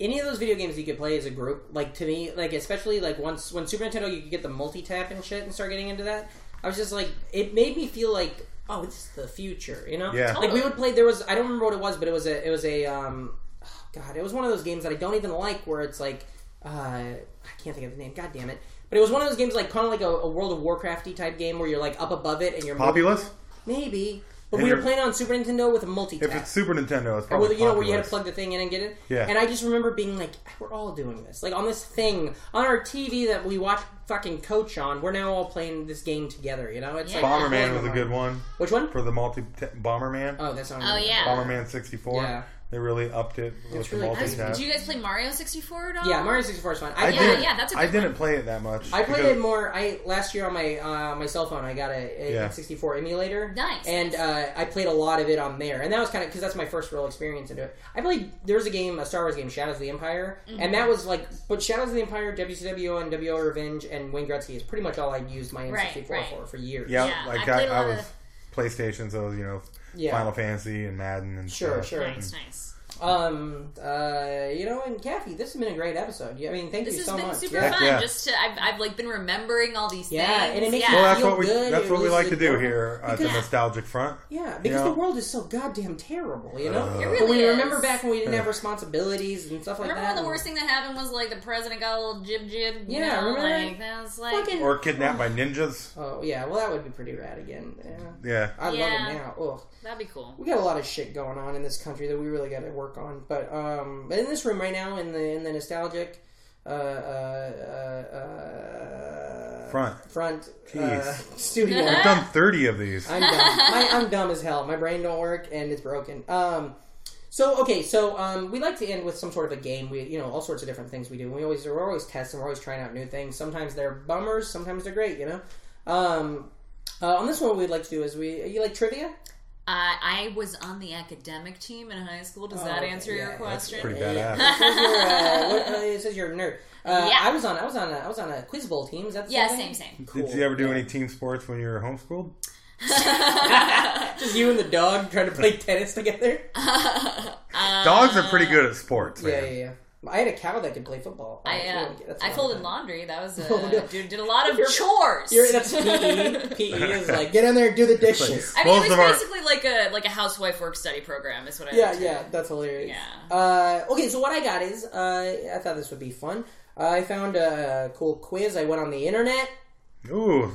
Speaker 1: any of those video games you could play as a group, like to me, like especially like once when Super Nintendo, you could get the multi tap and shit and start getting into that. I was just like, it made me feel like, oh, this is the future, you know?
Speaker 2: Yeah.
Speaker 1: Like we would play. There was I don't remember what it was, but it was a it was a um, oh, God, it was one of those games that I don't even like where it's like uh, I can't think of the name. God damn it. But it was one of those games, like kind of like a, a World of Warcrafty type game, where you're like up above it and you're moving-
Speaker 2: Populous?
Speaker 1: maybe. But
Speaker 2: And
Speaker 1: we were
Speaker 2: you're-
Speaker 1: playing on Super Nintendo with a multi.
Speaker 2: If it's Super Nintendo, it's
Speaker 1: Or
Speaker 2: probably
Speaker 1: with- you know where you had to
Speaker 2: Populous.
Speaker 1: plug the thing in and get it.
Speaker 2: Yeah.
Speaker 1: And I just remember being like, we're all doing this, like on this thing on our TV that we watch fucking Coach on. We're now all playing this game together. You know, it's like
Speaker 2: Bomberman was a good one
Speaker 1: Which one?
Speaker 2: for the multi t- Bomberman.
Speaker 1: oh, that's on.
Speaker 4: Oh, yeah.
Speaker 2: Bomberman 64.
Speaker 1: Yeah.
Speaker 2: They really upped it with
Speaker 1: really
Speaker 2: the multi
Speaker 1: good.
Speaker 2: tap.
Speaker 4: Do you guys play Mario sixty four at all?
Speaker 1: Yeah, Mario 64 is fun. I,
Speaker 2: I
Speaker 1: yeah,
Speaker 2: didn't,
Speaker 4: yeah, that's a good
Speaker 2: I didn't play it that much.
Speaker 1: I played
Speaker 2: because-
Speaker 1: it more. I last year on my uh, my cell phone, I got a, a
Speaker 2: Yeah.
Speaker 1: 64 emulator.
Speaker 4: Nice.
Speaker 1: And uh, I played a lot of it on there, and that was kind of because that's my first real experience into it. I played there was a game, a Star Wars game, Shadows of the Empire,
Speaker 4: Mm-hmm.
Speaker 1: and that was like, but Shadows of the Empire, WCW, and WO Revenge, and Wayne Gretzky is pretty much all I used my N64
Speaker 4: right.
Speaker 1: for for years.
Speaker 2: Yeah,
Speaker 4: Yeah, I
Speaker 2: like I,
Speaker 4: played a
Speaker 2: I,
Speaker 4: lot
Speaker 2: was
Speaker 4: of-
Speaker 2: PlayStation, so you know,
Speaker 1: Yeah.
Speaker 2: Final Fantasy and Madden and
Speaker 1: Sure,
Speaker 2: stuff.
Speaker 1: sure.
Speaker 4: nice, nice.
Speaker 1: Um, uh, you know, and Kathy, this has been a great episode. Yeah, I mean, thank
Speaker 4: This
Speaker 1: you
Speaker 4: has
Speaker 1: so
Speaker 4: been
Speaker 1: much.
Speaker 4: super
Speaker 1: yeah.
Speaker 4: fun.
Speaker 2: Yeah.
Speaker 4: Just to, I've, I've like been remembering all these
Speaker 1: Yeah,
Speaker 4: things.
Speaker 1: and it makes
Speaker 4: yeah.
Speaker 1: you
Speaker 2: Well, that's
Speaker 1: Feel
Speaker 2: what we
Speaker 1: good,
Speaker 2: that's
Speaker 1: it
Speaker 2: what we like to
Speaker 1: releases
Speaker 2: do
Speaker 1: dopamine.
Speaker 2: here at the
Speaker 1: Because-
Speaker 2: nostalgic front.
Speaker 1: Yeah, because
Speaker 2: You know? Uh,
Speaker 1: the world is so goddamn terrible, you know.
Speaker 4: really
Speaker 1: But we
Speaker 4: is.
Speaker 1: remember back when we didn't have responsibilities and stuff like
Speaker 4: Remember
Speaker 1: that.
Speaker 4: when the
Speaker 1: and-
Speaker 4: worst thing that happened was like the president got a little jib jib? You
Speaker 1: Yeah,
Speaker 4: know,
Speaker 1: remember that?
Speaker 4: like, that was like
Speaker 1: Fucking
Speaker 2: Or kidnapped by ninjas.
Speaker 1: Oh yeah, well that would be pretty rad again. Yeah.
Speaker 2: Yeah.
Speaker 1: I love
Speaker 4: Yeah.
Speaker 1: it now. Ugh.
Speaker 4: that'd be cool.
Speaker 1: We got a lot of shit going on in this country that we really got to work on. But um, but in this room right now, in the in the nostalgic uh, uh, uh,
Speaker 2: Front.
Speaker 1: front uh,
Speaker 2: Jeez.
Speaker 1: studio,
Speaker 2: I've done 30 of these.
Speaker 1: I'm dumb. My, I'm dumb as hell. My brain don't work and it's broken. Um, so okay, so um, we like to end with some sort of a game. We, you know, all sorts of different things we do. We always we're always testing. We're always trying out new things. Sometimes they're bummers. Sometimes they're great. You know. Um, uh, on this one, what we'd like to do is we you like trivia?
Speaker 4: Uh, I was on the academic team in high school. Does that
Speaker 1: Oh, okay,
Speaker 4: answer
Speaker 1: yeah,
Speaker 4: your
Speaker 1: that's
Speaker 4: question?
Speaker 2: Pretty
Speaker 1: It
Speaker 2: badass.
Speaker 1: says you're, uh, what, uh, it says you're a nerd. Uh,
Speaker 4: Yeah.
Speaker 1: I was on. I was on. A, I was on a quiz bowl team. Is that the
Speaker 4: Yeah,
Speaker 1: thing?
Speaker 4: same, same.
Speaker 1: Cool.
Speaker 2: Did you ever do any team sports when you were homeschooled?
Speaker 4: uh,
Speaker 1: Just you and the dog trying to play tennis together.
Speaker 4: Uh,
Speaker 2: Dogs are pretty good at sports.
Speaker 1: Yeah,
Speaker 2: man.
Speaker 1: yeah, yeah. I had a cow that could play football.
Speaker 4: I, uh,
Speaker 1: That's
Speaker 4: I
Speaker 1: fun.
Speaker 4: folded laundry. That was
Speaker 1: Oh, no.
Speaker 4: a, did, did a lot of chores.
Speaker 1: You're, that's PE. PE E is like get in there and do the dishes.
Speaker 4: I mean,
Speaker 2: Most
Speaker 4: it was
Speaker 2: of our-
Speaker 4: basically like a like a housewife work study program. Is what I
Speaker 1: Yeah,
Speaker 4: did.
Speaker 1: yeah, that's hilarious.
Speaker 4: Yeah.
Speaker 1: Uh, okay, so what I got is uh, I thought this would be fun. I found a cool quiz. I went on the internet
Speaker 2: Ooh,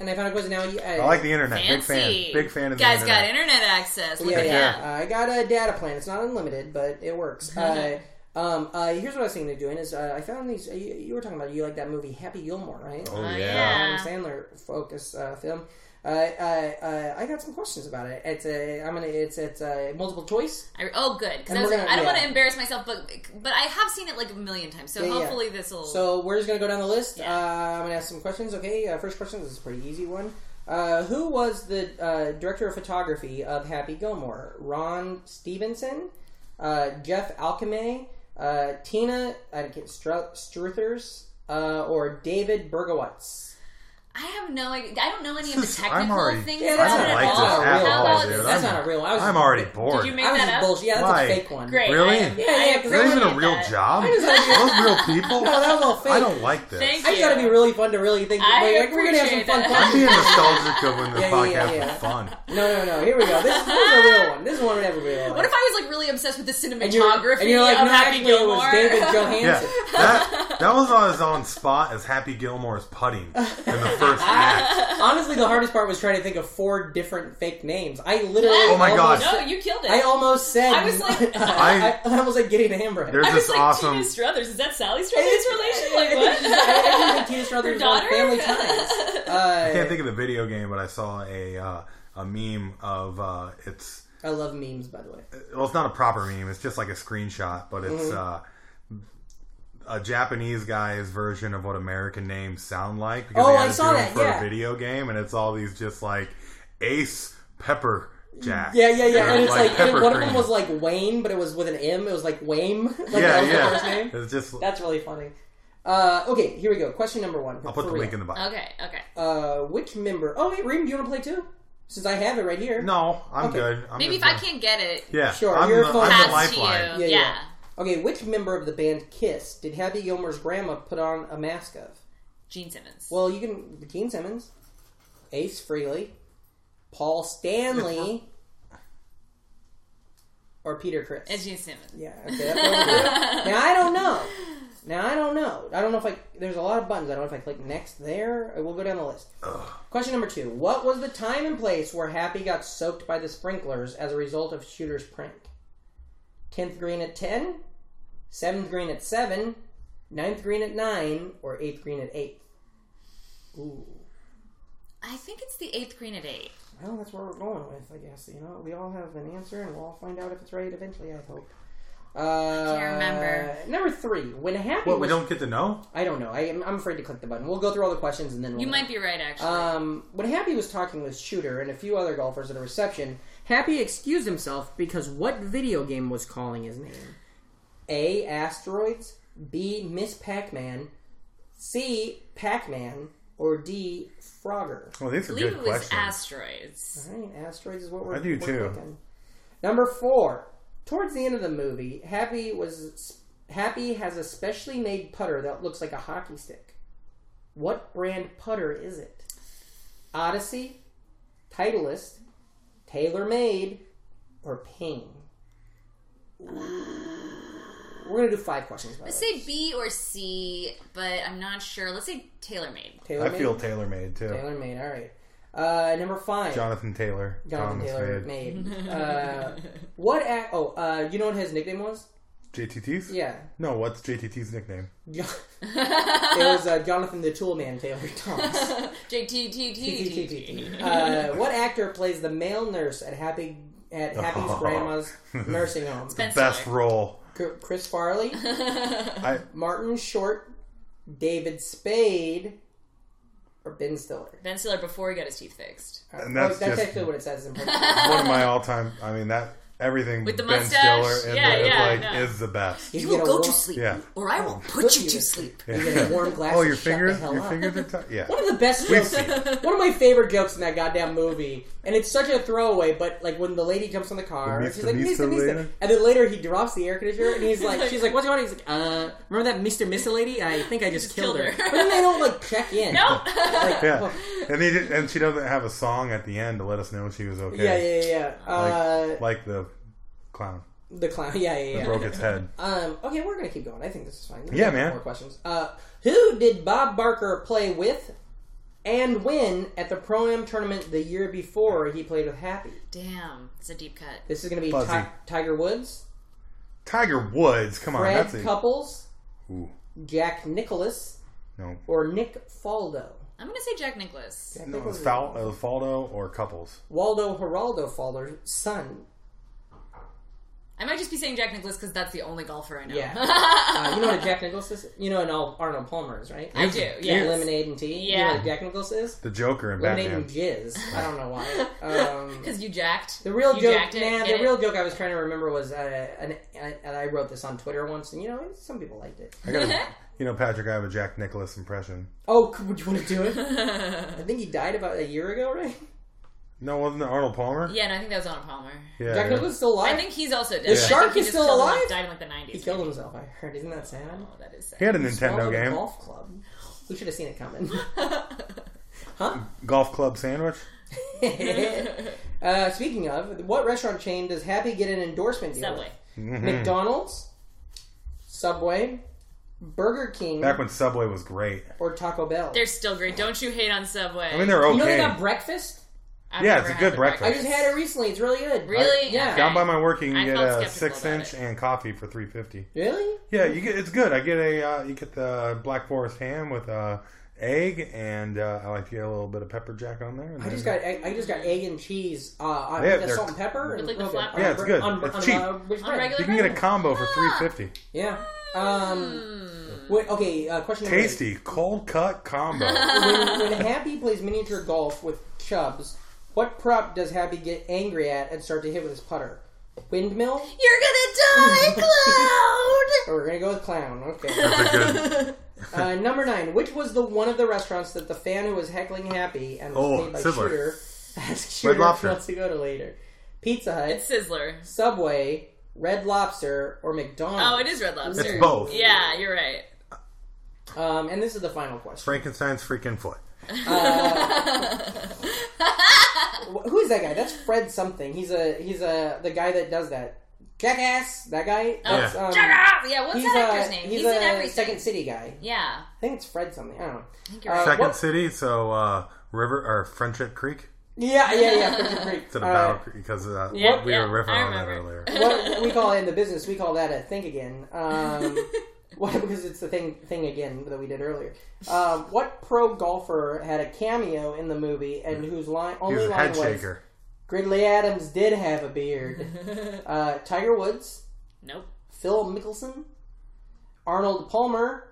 Speaker 1: and I found a quiz. Now you, uh, I,
Speaker 2: I like the internet.
Speaker 4: Fancy.
Speaker 2: Big fan. Big fan of the
Speaker 4: guys
Speaker 2: internet.
Speaker 4: got internet access. Look
Speaker 1: yeah,
Speaker 4: at
Speaker 1: yeah.
Speaker 4: that.
Speaker 1: Uh, I got a data plan. It's not unlimited, but it works. uh, um, uh, here's what I was thinking of doing is uh, I found these. You, you were talking about you like that movie Happy Gilmore, right?
Speaker 2: Oh, yeah.
Speaker 4: yeah.
Speaker 1: Adam Sandler focus uh, film. Uh, uh, uh, I got some questions about it. It's a I'm gonna it's it's a multiple choice.
Speaker 4: I, oh, good. Because
Speaker 1: And
Speaker 4: I was
Speaker 1: we're
Speaker 4: like,
Speaker 1: gonna-
Speaker 4: I don't
Speaker 1: yeah.
Speaker 4: want to embarrass myself, but but I have seen it like a million times. So
Speaker 1: Yeah, yeah.
Speaker 4: hopefully this will.
Speaker 1: So we're just gonna go down the list.
Speaker 4: Yeah.
Speaker 1: Uh, I'm gonna ask some questions. Okay, uh, first question. This is a pretty easy one. Uh, who was the uh, director of photography of Happy Gilmore? Ron Stevenson, uh, Jeff Alchemy, uh, Tina I can't, Stru- Struthers, uh, or David Bergowitz.
Speaker 4: I have no idea. I don't know any of the
Speaker 2: This- I'm
Speaker 4: technical
Speaker 2: already-
Speaker 4: things.
Speaker 1: Yeah,
Speaker 4: about
Speaker 1: that's
Speaker 2: I
Speaker 4: it
Speaker 2: don't
Speaker 4: at
Speaker 2: like this
Speaker 4: all.
Speaker 2: at
Speaker 4: How
Speaker 2: all,
Speaker 4: about
Speaker 2: dude.
Speaker 4: this?
Speaker 1: That's
Speaker 2: I'm-
Speaker 1: not a real. I was
Speaker 2: I'm
Speaker 1: just-
Speaker 2: already bored.
Speaker 4: Did you make
Speaker 1: I was
Speaker 4: that
Speaker 1: just
Speaker 4: up?
Speaker 1: bullshit. Yeah, that's
Speaker 2: Why?
Speaker 1: a fake one.
Speaker 4: Great.
Speaker 2: Really?
Speaker 1: yeah,
Speaker 2: Yeah,
Speaker 4: I- I
Speaker 1: 'cause
Speaker 2: Is that even a
Speaker 4: appreciate
Speaker 2: real
Speaker 4: that.
Speaker 2: job?
Speaker 1: I just thought it'd be-
Speaker 2: Those real people?
Speaker 1: No, that was all fake.
Speaker 2: I don't like this.
Speaker 4: Thank
Speaker 1: I just thought it'd be really fun to really think.
Speaker 4: I
Speaker 1: like, we're gonna have some
Speaker 4: appreciate
Speaker 1: fun.
Speaker 4: that.
Speaker 2: I'm
Speaker 1: fun.
Speaker 2: being nostalgic of when the
Speaker 1: Yeah, yeah,
Speaker 2: podcast
Speaker 1: yeah, yeah.
Speaker 2: was fun.
Speaker 1: No, no, no. Here we go. This, this is a real one. This is one we never really.
Speaker 4: What if I was like really obsessed with the cinematography
Speaker 1: and you're, and you're like,
Speaker 4: of
Speaker 1: no,
Speaker 4: Happy
Speaker 1: actually, it
Speaker 4: Gilmore?
Speaker 1: was David Johansen.
Speaker 2: Yeah, that, that was as on spot as Happy Gilmore's putting in the first act.
Speaker 1: Honestly, the hardest part was trying to think of four different fake names. I literally.
Speaker 4: Oh
Speaker 2: my
Speaker 1: almost-
Speaker 2: God.
Speaker 4: no, you killed it.
Speaker 1: I almost said.
Speaker 4: I was like-
Speaker 1: I, I almost like getting a hamburger.
Speaker 2: There's
Speaker 4: I was
Speaker 2: this
Speaker 4: like,
Speaker 2: awesome.
Speaker 4: Tina Struthers. Is that Sally Struthers' relation? Like what?
Speaker 1: I think Tina Struthers
Speaker 4: Her
Speaker 1: on
Speaker 4: daughter?
Speaker 1: Family Ties.
Speaker 2: I
Speaker 1: Uh,
Speaker 2: can't think of the video game, but I saw a uh, a meme of uh, it's.
Speaker 1: I love memes, by the way.
Speaker 2: Well, it's not a proper meme. It's just like a screenshot, but
Speaker 1: Mm-hmm.
Speaker 2: it's uh, a Japanese guy's version of what American names sound like. Because
Speaker 1: Oh,
Speaker 2: they had
Speaker 1: I
Speaker 2: to
Speaker 1: saw
Speaker 2: do
Speaker 1: that,
Speaker 2: them For
Speaker 1: yeah.
Speaker 2: a video game, and it's all these just like Ace Pepper Jack.
Speaker 1: Yeah, yeah, yeah. And it's like, and
Speaker 2: pepper
Speaker 1: one of them
Speaker 2: cream.
Speaker 1: was like Wayne, but it was with an M. It was like Wayne. Like that
Speaker 2: yeah,
Speaker 1: was the
Speaker 2: yeah.
Speaker 1: first name.
Speaker 2: It's just.
Speaker 1: That's really funny. Uh, okay, here we go. Question number one.
Speaker 2: I'll put the link in the box.
Speaker 4: okay, okay.
Speaker 1: Uh, which member? Oh, wait, Reem, do you want to play too? Since I have it right here.
Speaker 2: No, I'm
Speaker 1: Okay.
Speaker 2: good. I'm
Speaker 4: Maybe if
Speaker 2: just
Speaker 4: I
Speaker 2: gonna-
Speaker 4: can't get it,
Speaker 2: Yeah,
Speaker 1: Sure,
Speaker 2: I'm,
Speaker 1: you're
Speaker 2: the,
Speaker 1: fine.
Speaker 2: I'm the
Speaker 4: pass to you.
Speaker 2: lifeline.
Speaker 4: Yeah.
Speaker 1: Okay, which member of the band Kiss did Happy Gilmore's grandma put on a mask of?
Speaker 4: Gene Simmons.
Speaker 1: Well, you can Gene Simmons, Ace Frehley, Paul Stanley, or Peter Chris.
Speaker 4: It's Gene Simmons.
Speaker 1: Yeah, okay. That's what we'll do. now I don't know. Now I don't know. I don't know if I. There's a lot of buttons. I don't know if I click next there. We'll go down the list. Question number two: What was the time and place where Happy got soaked by the sprinklers as a result of Shooter's prank? Tenth green at ten, seventh green at seven, ninth green at nine, or eighth green at eight. Ooh,
Speaker 4: I think it's the eighth green at eight.
Speaker 1: well, that's where we're going with. I guess you know we all have an answer, and we'll all find out if it's right eventually. I hope. Uh,
Speaker 4: can't remember.
Speaker 1: Number three: When Happy
Speaker 2: What, we
Speaker 1: was
Speaker 2: don't get to know?
Speaker 1: I don't know. I, am- I'm afraid to click the button. We'll go through all the questions and then we'll
Speaker 4: You might be right, actually.
Speaker 1: Um, when Happy was talking with Shooter and a few other golfers at a reception, Happy excused himself because what video game was calling his name? A. Asteroids. B. Miss Pac-Man. C. Pac-Man. Or D. Frogger.
Speaker 2: Well, these are
Speaker 4: I believe
Speaker 2: good
Speaker 4: it was
Speaker 2: questions.
Speaker 4: asteroids.
Speaker 1: All right, asteroids is what we're.
Speaker 2: I do
Speaker 1: we're
Speaker 2: too.
Speaker 1: Clicking. Number four. Towards the end of the movie, Happy was Happy has a specially made putter that looks like a hockey stick. What brand putter is it? Odyssey, Titleist, Tailor Made, or Ping? We're gonna do five questions. By
Speaker 4: Let's say B or C, but I'm not sure. Let's say TaylorMade.
Speaker 2: I feel tailor made too.
Speaker 1: Tailor Made. All right. Uh, number five.
Speaker 2: Jonathan Taylor.
Speaker 1: Jonathan
Speaker 2: Thomas
Speaker 1: Taylor
Speaker 2: Made.
Speaker 1: made. Uh, what? Ac- oh, uh, you know what his nickname was?
Speaker 2: JTT's?
Speaker 1: Yeah,
Speaker 2: No, what's JTT's nickname?
Speaker 1: Jo- it was uh, Jonathan the Toolman Taylor Thomas.
Speaker 4: JTTT.
Speaker 1: uh, what actor plays the male nurse at Happy at
Speaker 2: Oh.
Speaker 1: Happy's grandma's nursing home?
Speaker 4: Ben
Speaker 2: Best
Speaker 4: Stiller.
Speaker 2: role.
Speaker 1: Cr- Chris Farley,
Speaker 2: I
Speaker 1: Martin Short, David Spade, or Ben Stiller.
Speaker 4: Ben Stiller before he got his teeth fixed.
Speaker 2: and that's,
Speaker 1: oh, that's
Speaker 2: just
Speaker 1: actually what it says in print.
Speaker 2: one of my all time. I mean that everything
Speaker 4: With the
Speaker 2: Ben
Speaker 4: mustache?
Speaker 2: Stiller
Speaker 4: Yeah,
Speaker 2: is
Speaker 4: yeah,
Speaker 2: like
Speaker 4: no.
Speaker 2: is the best.
Speaker 1: You will go to sleep.
Speaker 2: Yeah.
Speaker 6: Or I will
Speaker 1: Put you to sleep. You get a warm glass.
Speaker 2: Oh,
Speaker 1: and
Speaker 2: your
Speaker 1: shut the
Speaker 2: fingers,
Speaker 1: hell
Speaker 2: your
Speaker 1: up.
Speaker 2: fingers are tight. Yeah.
Speaker 1: One of the best jokes. One of my favorite jokes in that goddamn movie, and it's such a throwaway. But like when the lady jumps on the car,
Speaker 2: The
Speaker 1: she's
Speaker 2: Mr.
Speaker 1: like Mister
Speaker 2: Mr.
Speaker 1: Mister,
Speaker 2: lady?
Speaker 1: and then later he drops the air conditioner, and he's like, she's like, what's going on? He's like, uh, remember that Mister Mister lady? I think I just, killed,
Speaker 4: killed
Speaker 1: her.
Speaker 4: her.
Speaker 1: But then they don't like check in.
Speaker 4: Nope.
Speaker 1: Like,
Speaker 2: Yeah.
Speaker 1: well,
Speaker 2: And they did, and she doesn't have a song at the end to let us know she was okay.
Speaker 1: yeah, yeah, yeah. yeah. Uh,
Speaker 2: Like, like the clown
Speaker 1: the clown. Yeah, yeah, yeah.
Speaker 2: broke its head.
Speaker 1: Um, okay, we're gonna keep going. I think this is fine. There's
Speaker 2: Yeah,
Speaker 1: a couple
Speaker 2: man.
Speaker 1: More questions. Uh, who did Bob Barker play with? And win at the pro am tournament the year before he played with Happy.
Speaker 4: Damn, it's a deep cut.
Speaker 1: This is going to be
Speaker 2: Fuzzy.
Speaker 1: Ti- Tiger Woods,
Speaker 2: Tiger Woods. Come on,
Speaker 1: Brad
Speaker 2: that's a
Speaker 1: Couples,
Speaker 2: Ooh.
Speaker 1: Jack Nicholas,
Speaker 2: no.
Speaker 1: or Nick Faldo.
Speaker 4: I'm gonna say Jack Nicholas.
Speaker 1: Jack
Speaker 2: No, it's
Speaker 1: Nicklaus-
Speaker 2: Fal- uh, Faldo or couples.
Speaker 1: Waldo Geraldo Faldo's son.
Speaker 4: I might just just be saying Jack Nicholas because that's the only golfer I know.
Speaker 1: Yeah. uh, you know what a Jack Nicholas is? You know an Al- Arnold Palmer is, right?
Speaker 4: I do. Yes.
Speaker 1: Yeah, lemonade and tea. You know
Speaker 4: Yeah.
Speaker 1: what a Jack Nicholas is?
Speaker 2: The Joker and
Speaker 1: Lemonade
Speaker 2: Batman.
Speaker 1: and jizz. I don't know why. Um,
Speaker 4: Because you jacked.
Speaker 1: The real
Speaker 4: you
Speaker 1: joke,
Speaker 4: jacked it,
Speaker 1: man.
Speaker 4: get
Speaker 1: The
Speaker 4: it?
Speaker 1: real joke I was trying to remember was, uh, an, and I wrote this on Twitter once, and you know, some people liked it.
Speaker 2: I gotta, you know, Patrick, I have a Jack Nicholas impression.
Speaker 1: Oh, c- would you want to do it? I think he died about a year ago, right?
Speaker 2: No, wasn't it Arnold Palmer?
Speaker 4: Yeah, and I think that was on a Palmer.
Speaker 2: Yeah.
Speaker 1: Jack Nicholas is still alive.
Speaker 4: I think he's also dead.
Speaker 1: The
Speaker 4: I think
Speaker 1: shark
Speaker 4: he
Speaker 1: is
Speaker 4: just
Speaker 1: still
Speaker 4: killed him-
Speaker 1: alive?
Speaker 4: Died in like the nineties.
Speaker 1: he killed himself. I heard. Isn't that sad?
Speaker 4: Oh, that is sad.
Speaker 2: He had a
Speaker 1: Well,
Speaker 2: Nintendo
Speaker 1: the
Speaker 2: game. Golf?
Speaker 1: Golf club. We should have seen it coming.
Speaker 2: club sandwich.
Speaker 1: uh, speaking of, what restaurant chain does Happy get an endorsement deal?
Speaker 4: Subway.
Speaker 2: Hmm.
Speaker 1: With? McDonald's, Subway, Burger King,
Speaker 2: Mm-hmm. Back when Subway was great.
Speaker 1: or Taco Bell.
Speaker 4: They're still great. Don't you hate on Subway?
Speaker 2: I mean, they're okay.
Speaker 1: you know they got breakfast.
Speaker 4: I've
Speaker 2: Yeah,
Speaker 4: never
Speaker 2: it's a
Speaker 4: had
Speaker 2: good
Speaker 4: the
Speaker 1: I
Speaker 2: breakfast.
Speaker 1: just had it recently. It's really good.
Speaker 4: Really?
Speaker 1: Yeah.
Speaker 4: Okay.
Speaker 2: Down by my work, you can
Speaker 4: I
Speaker 2: get
Speaker 4: felt
Speaker 2: a
Speaker 4: skeptical
Speaker 2: six
Speaker 4: about
Speaker 2: inch and coffee for three fifty.
Speaker 1: Really?
Speaker 2: Yeah, you get it's good. I get a uh, you get the black forest ham with uh, egg, and uh, I like to get a little bit of pepper jack on there. And
Speaker 1: I
Speaker 2: then-
Speaker 1: just got I, I just got egg and cheese uh, on
Speaker 2: Yeah,
Speaker 1: with the
Speaker 2: they're-
Speaker 1: salt and pepper and
Speaker 4: With, like, the
Speaker 1: real good.
Speaker 4: flat
Speaker 1: On
Speaker 4: Yeah,
Speaker 2: it's
Speaker 1: bre-
Speaker 2: good.
Speaker 1: on,
Speaker 2: It's
Speaker 1: on,
Speaker 2: cheap.
Speaker 1: uh, which
Speaker 4: On
Speaker 1: bread.
Speaker 4: regular
Speaker 2: you can get a combo for three fifty.
Speaker 1: Yeah. Um.
Speaker 4: Hmm.
Speaker 1: Wait, okay. Uh, question. number
Speaker 2: Tasty cold cut combo.
Speaker 1: eight. When, when Happy plays miniature golf with Chubbs, what prop does Happy get angry at and start to hit with his putter? Windmill.
Speaker 4: You're gonna die, Cloud.
Speaker 1: Or we're gonna go with clown. Okay.
Speaker 2: That's a good.
Speaker 1: Uh, number nine. Which was the one of the restaurants that the fan who was heckling Happy and was
Speaker 2: Oh,
Speaker 1: paid by
Speaker 2: Sizzler.
Speaker 1: Shooter asked Shooter if he
Speaker 2: Lobster.
Speaker 1: wants to go to later? Pizza Hut.
Speaker 4: Sizzler.
Speaker 1: Subway, Red Lobster, or McDonald's.
Speaker 4: Oh, it is Red Lobster.
Speaker 2: It's both.
Speaker 4: Yeah, you're right.
Speaker 1: Um, and this is the final question.
Speaker 2: Frankenstein's freaking foot.
Speaker 1: Wh- Who is that guy? That's Fred something. He's a he's a the guy that does that. Jackass, that guy. That's, um,
Speaker 4: Ah, yeah, what's
Speaker 1: He's,
Speaker 4: that
Speaker 1: a,
Speaker 4: actor's name?
Speaker 1: he's,
Speaker 4: He's,
Speaker 1: a
Speaker 4: in everything.
Speaker 1: Second City guy.
Speaker 4: yeah.
Speaker 1: I think it's Fred something. I don't know.
Speaker 4: you're right.
Speaker 1: Uh,
Speaker 2: Second
Speaker 1: what-
Speaker 2: city, so uh, river or Friendship Creek.
Speaker 1: Yeah, yeah, yeah. Fred's Creek.
Speaker 2: Instead of
Speaker 1: Uh,
Speaker 2: Battle Creek, because uh,
Speaker 4: yeah,
Speaker 2: we
Speaker 4: yeah,
Speaker 2: were riffing
Speaker 4: I
Speaker 2: on that
Speaker 4: remember.
Speaker 2: earlier.
Speaker 1: what we call it in the business, we call that a think again. Um, why? Because it's the thing thing again that we did earlier. Um, what pro golfer had a cameo in the movie and whose line
Speaker 2: He
Speaker 1: only
Speaker 2: was a
Speaker 1: line
Speaker 2: head
Speaker 1: was
Speaker 2: shaker.
Speaker 1: Gridley Adams did have a beard. Uh, Tiger Woods,
Speaker 4: Nope.
Speaker 1: Phil Mickelson, Arnold Palmer,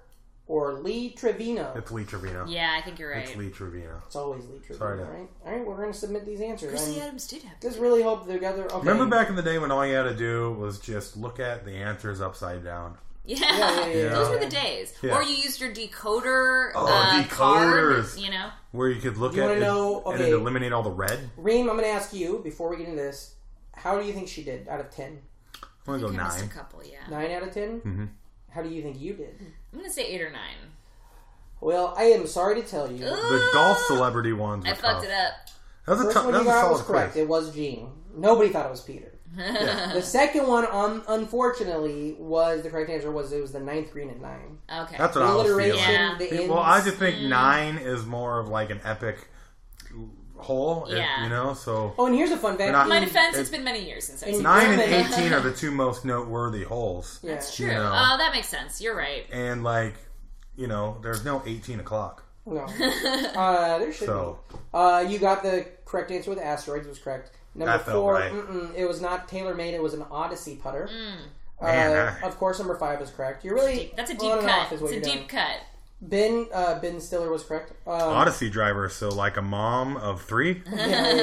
Speaker 1: or Lee Trevino.
Speaker 2: It's Lee Trevino.
Speaker 4: Yeah, I think you're right.
Speaker 2: It's Lee Trevino.
Speaker 1: It's always Lee Trevino,
Speaker 2: Sorry, Dan.
Speaker 1: right? All right, we're going to submit these answers.
Speaker 4: Grizzly
Speaker 1: I
Speaker 4: Adams did have.
Speaker 1: just really hope they're together. Okay.
Speaker 2: Remember back in the day when all you had to do was just look at the answers upside down.
Speaker 4: Yeah.
Speaker 1: Yeah, yeah, yeah,
Speaker 4: Those
Speaker 2: yeah.
Speaker 4: were the days.
Speaker 2: Yeah.
Speaker 4: Or you used your decoder.
Speaker 2: Oh,
Speaker 4: uh,
Speaker 2: decoders.
Speaker 4: Card, you know?
Speaker 2: Where you could look
Speaker 1: You
Speaker 2: at
Speaker 1: wanna
Speaker 2: it
Speaker 1: know-
Speaker 2: and
Speaker 1: okay.
Speaker 2: it'd eliminate all the red.
Speaker 1: Reem, I'm going to ask you before we get into this. How do you think she did out of ten?
Speaker 2: I'm gonna go
Speaker 4: I missed a
Speaker 2: nine.
Speaker 4: couple, yeah.
Speaker 1: Nine out of 10 Mm-hmm. How do you think you did?
Speaker 4: I'm gonna say eight or nine.
Speaker 1: Well, I am sorry to tell you,
Speaker 2: The golf celebrity ones. Were
Speaker 4: I fucked it up.
Speaker 2: That was a,
Speaker 1: first
Speaker 2: tough.
Speaker 1: one
Speaker 2: that
Speaker 1: you
Speaker 2: was a
Speaker 1: got was
Speaker 2: solid
Speaker 1: correct.
Speaker 2: quiz.
Speaker 1: It was Gene. Nobody thought it was Peter. The second one, on unfortunately, was the correct answer. Was it was the ninth green at nine?
Speaker 4: Okay.
Speaker 2: That's what I was
Speaker 1: Alliteration.
Speaker 2: feeling.
Speaker 4: Yeah.
Speaker 1: The
Speaker 2: Well, I
Speaker 1: ends.
Speaker 2: just think nine is more of like an epic hole, if-
Speaker 4: Yeah.
Speaker 2: you know. So
Speaker 1: Oh, and here's a fun fact.
Speaker 2: not-
Speaker 1: in-
Speaker 4: My defense,
Speaker 2: It-
Speaker 4: it's been many years since I've seen
Speaker 2: nine and
Speaker 1: German-
Speaker 2: eighteen are the two most noteworthy holes,
Speaker 1: yeah.
Speaker 4: That's true.
Speaker 2: You know.
Speaker 4: Oh, that makes sense. You're right.
Speaker 2: and like you know, there's no eighteen o'clock.
Speaker 1: No. Uh, there should
Speaker 2: So
Speaker 1: be. Uh, you got the correct answer with asteroids. Was correct. Number
Speaker 2: That felt
Speaker 1: four,
Speaker 2: right.
Speaker 1: mm-mm, it was not tailor made. It was an Odyssey putter. Uh,
Speaker 2: Man, I-
Speaker 1: of course, number five was correct. You're really
Speaker 4: Mm. That's a deep
Speaker 1: on and
Speaker 4: cut.
Speaker 1: off is what
Speaker 4: It's a
Speaker 1: you're doing.
Speaker 4: deep cut.
Speaker 1: Ben uh, Ben Stiller was correct. Um,
Speaker 2: Odyssey driver, so like a mom of three.
Speaker 1: yeah, yeah,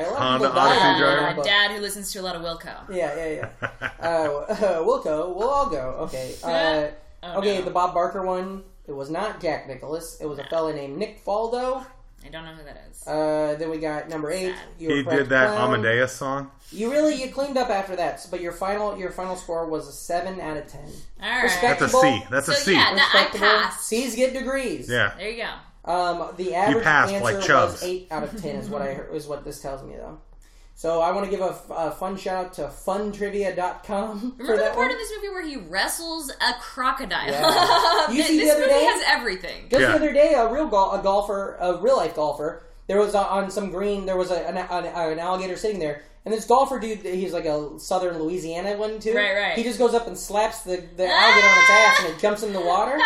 Speaker 1: yeah. A lot of
Speaker 2: Honda
Speaker 1: people die
Speaker 2: Odyssey
Speaker 1: on that
Speaker 2: driver.
Speaker 1: book.
Speaker 4: Dad who listens to Uh, a lot of Wilco.
Speaker 1: Yeah, yeah, yeah. Uh, we'll go. We'll all go. Okay. Uh,
Speaker 4: Oh,
Speaker 1: okay,
Speaker 4: no.
Speaker 1: the Bob Barker one. It was not Jack Nicholas. It was a fella named Nick Faldo.
Speaker 4: I don't know who that is.
Speaker 1: Uh, then we got number eight. You
Speaker 2: He
Speaker 1: were correct,
Speaker 2: did that
Speaker 1: clown.
Speaker 2: Amadeus song.
Speaker 1: You really you cleaned up after that, but your final your final score was a seven out of ten.
Speaker 4: All right.
Speaker 1: Respect-
Speaker 2: That's a C. That's a
Speaker 4: So,
Speaker 2: C.
Speaker 4: yeah, that- I
Speaker 1: Respectable.
Speaker 4: passed.
Speaker 1: C's get degrees.
Speaker 2: Yeah.
Speaker 4: There you go.
Speaker 1: Um, the average
Speaker 2: passed,
Speaker 1: answer
Speaker 2: like
Speaker 1: was
Speaker 2: Chubbs.
Speaker 1: eight out of ten is what I heard, is what this tells me though. So I want to give a, f- a fun shout out to funtrivia.com for
Speaker 4: Remember the
Speaker 1: that
Speaker 4: part
Speaker 1: one.
Speaker 4: in this movie where he wrestles a crocodile?
Speaker 1: Yeah. You see the
Speaker 4: this
Speaker 1: other
Speaker 4: movie
Speaker 1: day-
Speaker 4: has everything.
Speaker 1: Just
Speaker 2: Yeah.
Speaker 1: the other day, a real gol- a golfer, a real life golfer, There was uh, on some green. There was a, an, an, an alligator sitting there, and this golfer dude. He's like a southern Louisiana one too.
Speaker 4: Right, right.
Speaker 1: He just goes up and slaps the, the alligator on its ass, and it jumps in the water.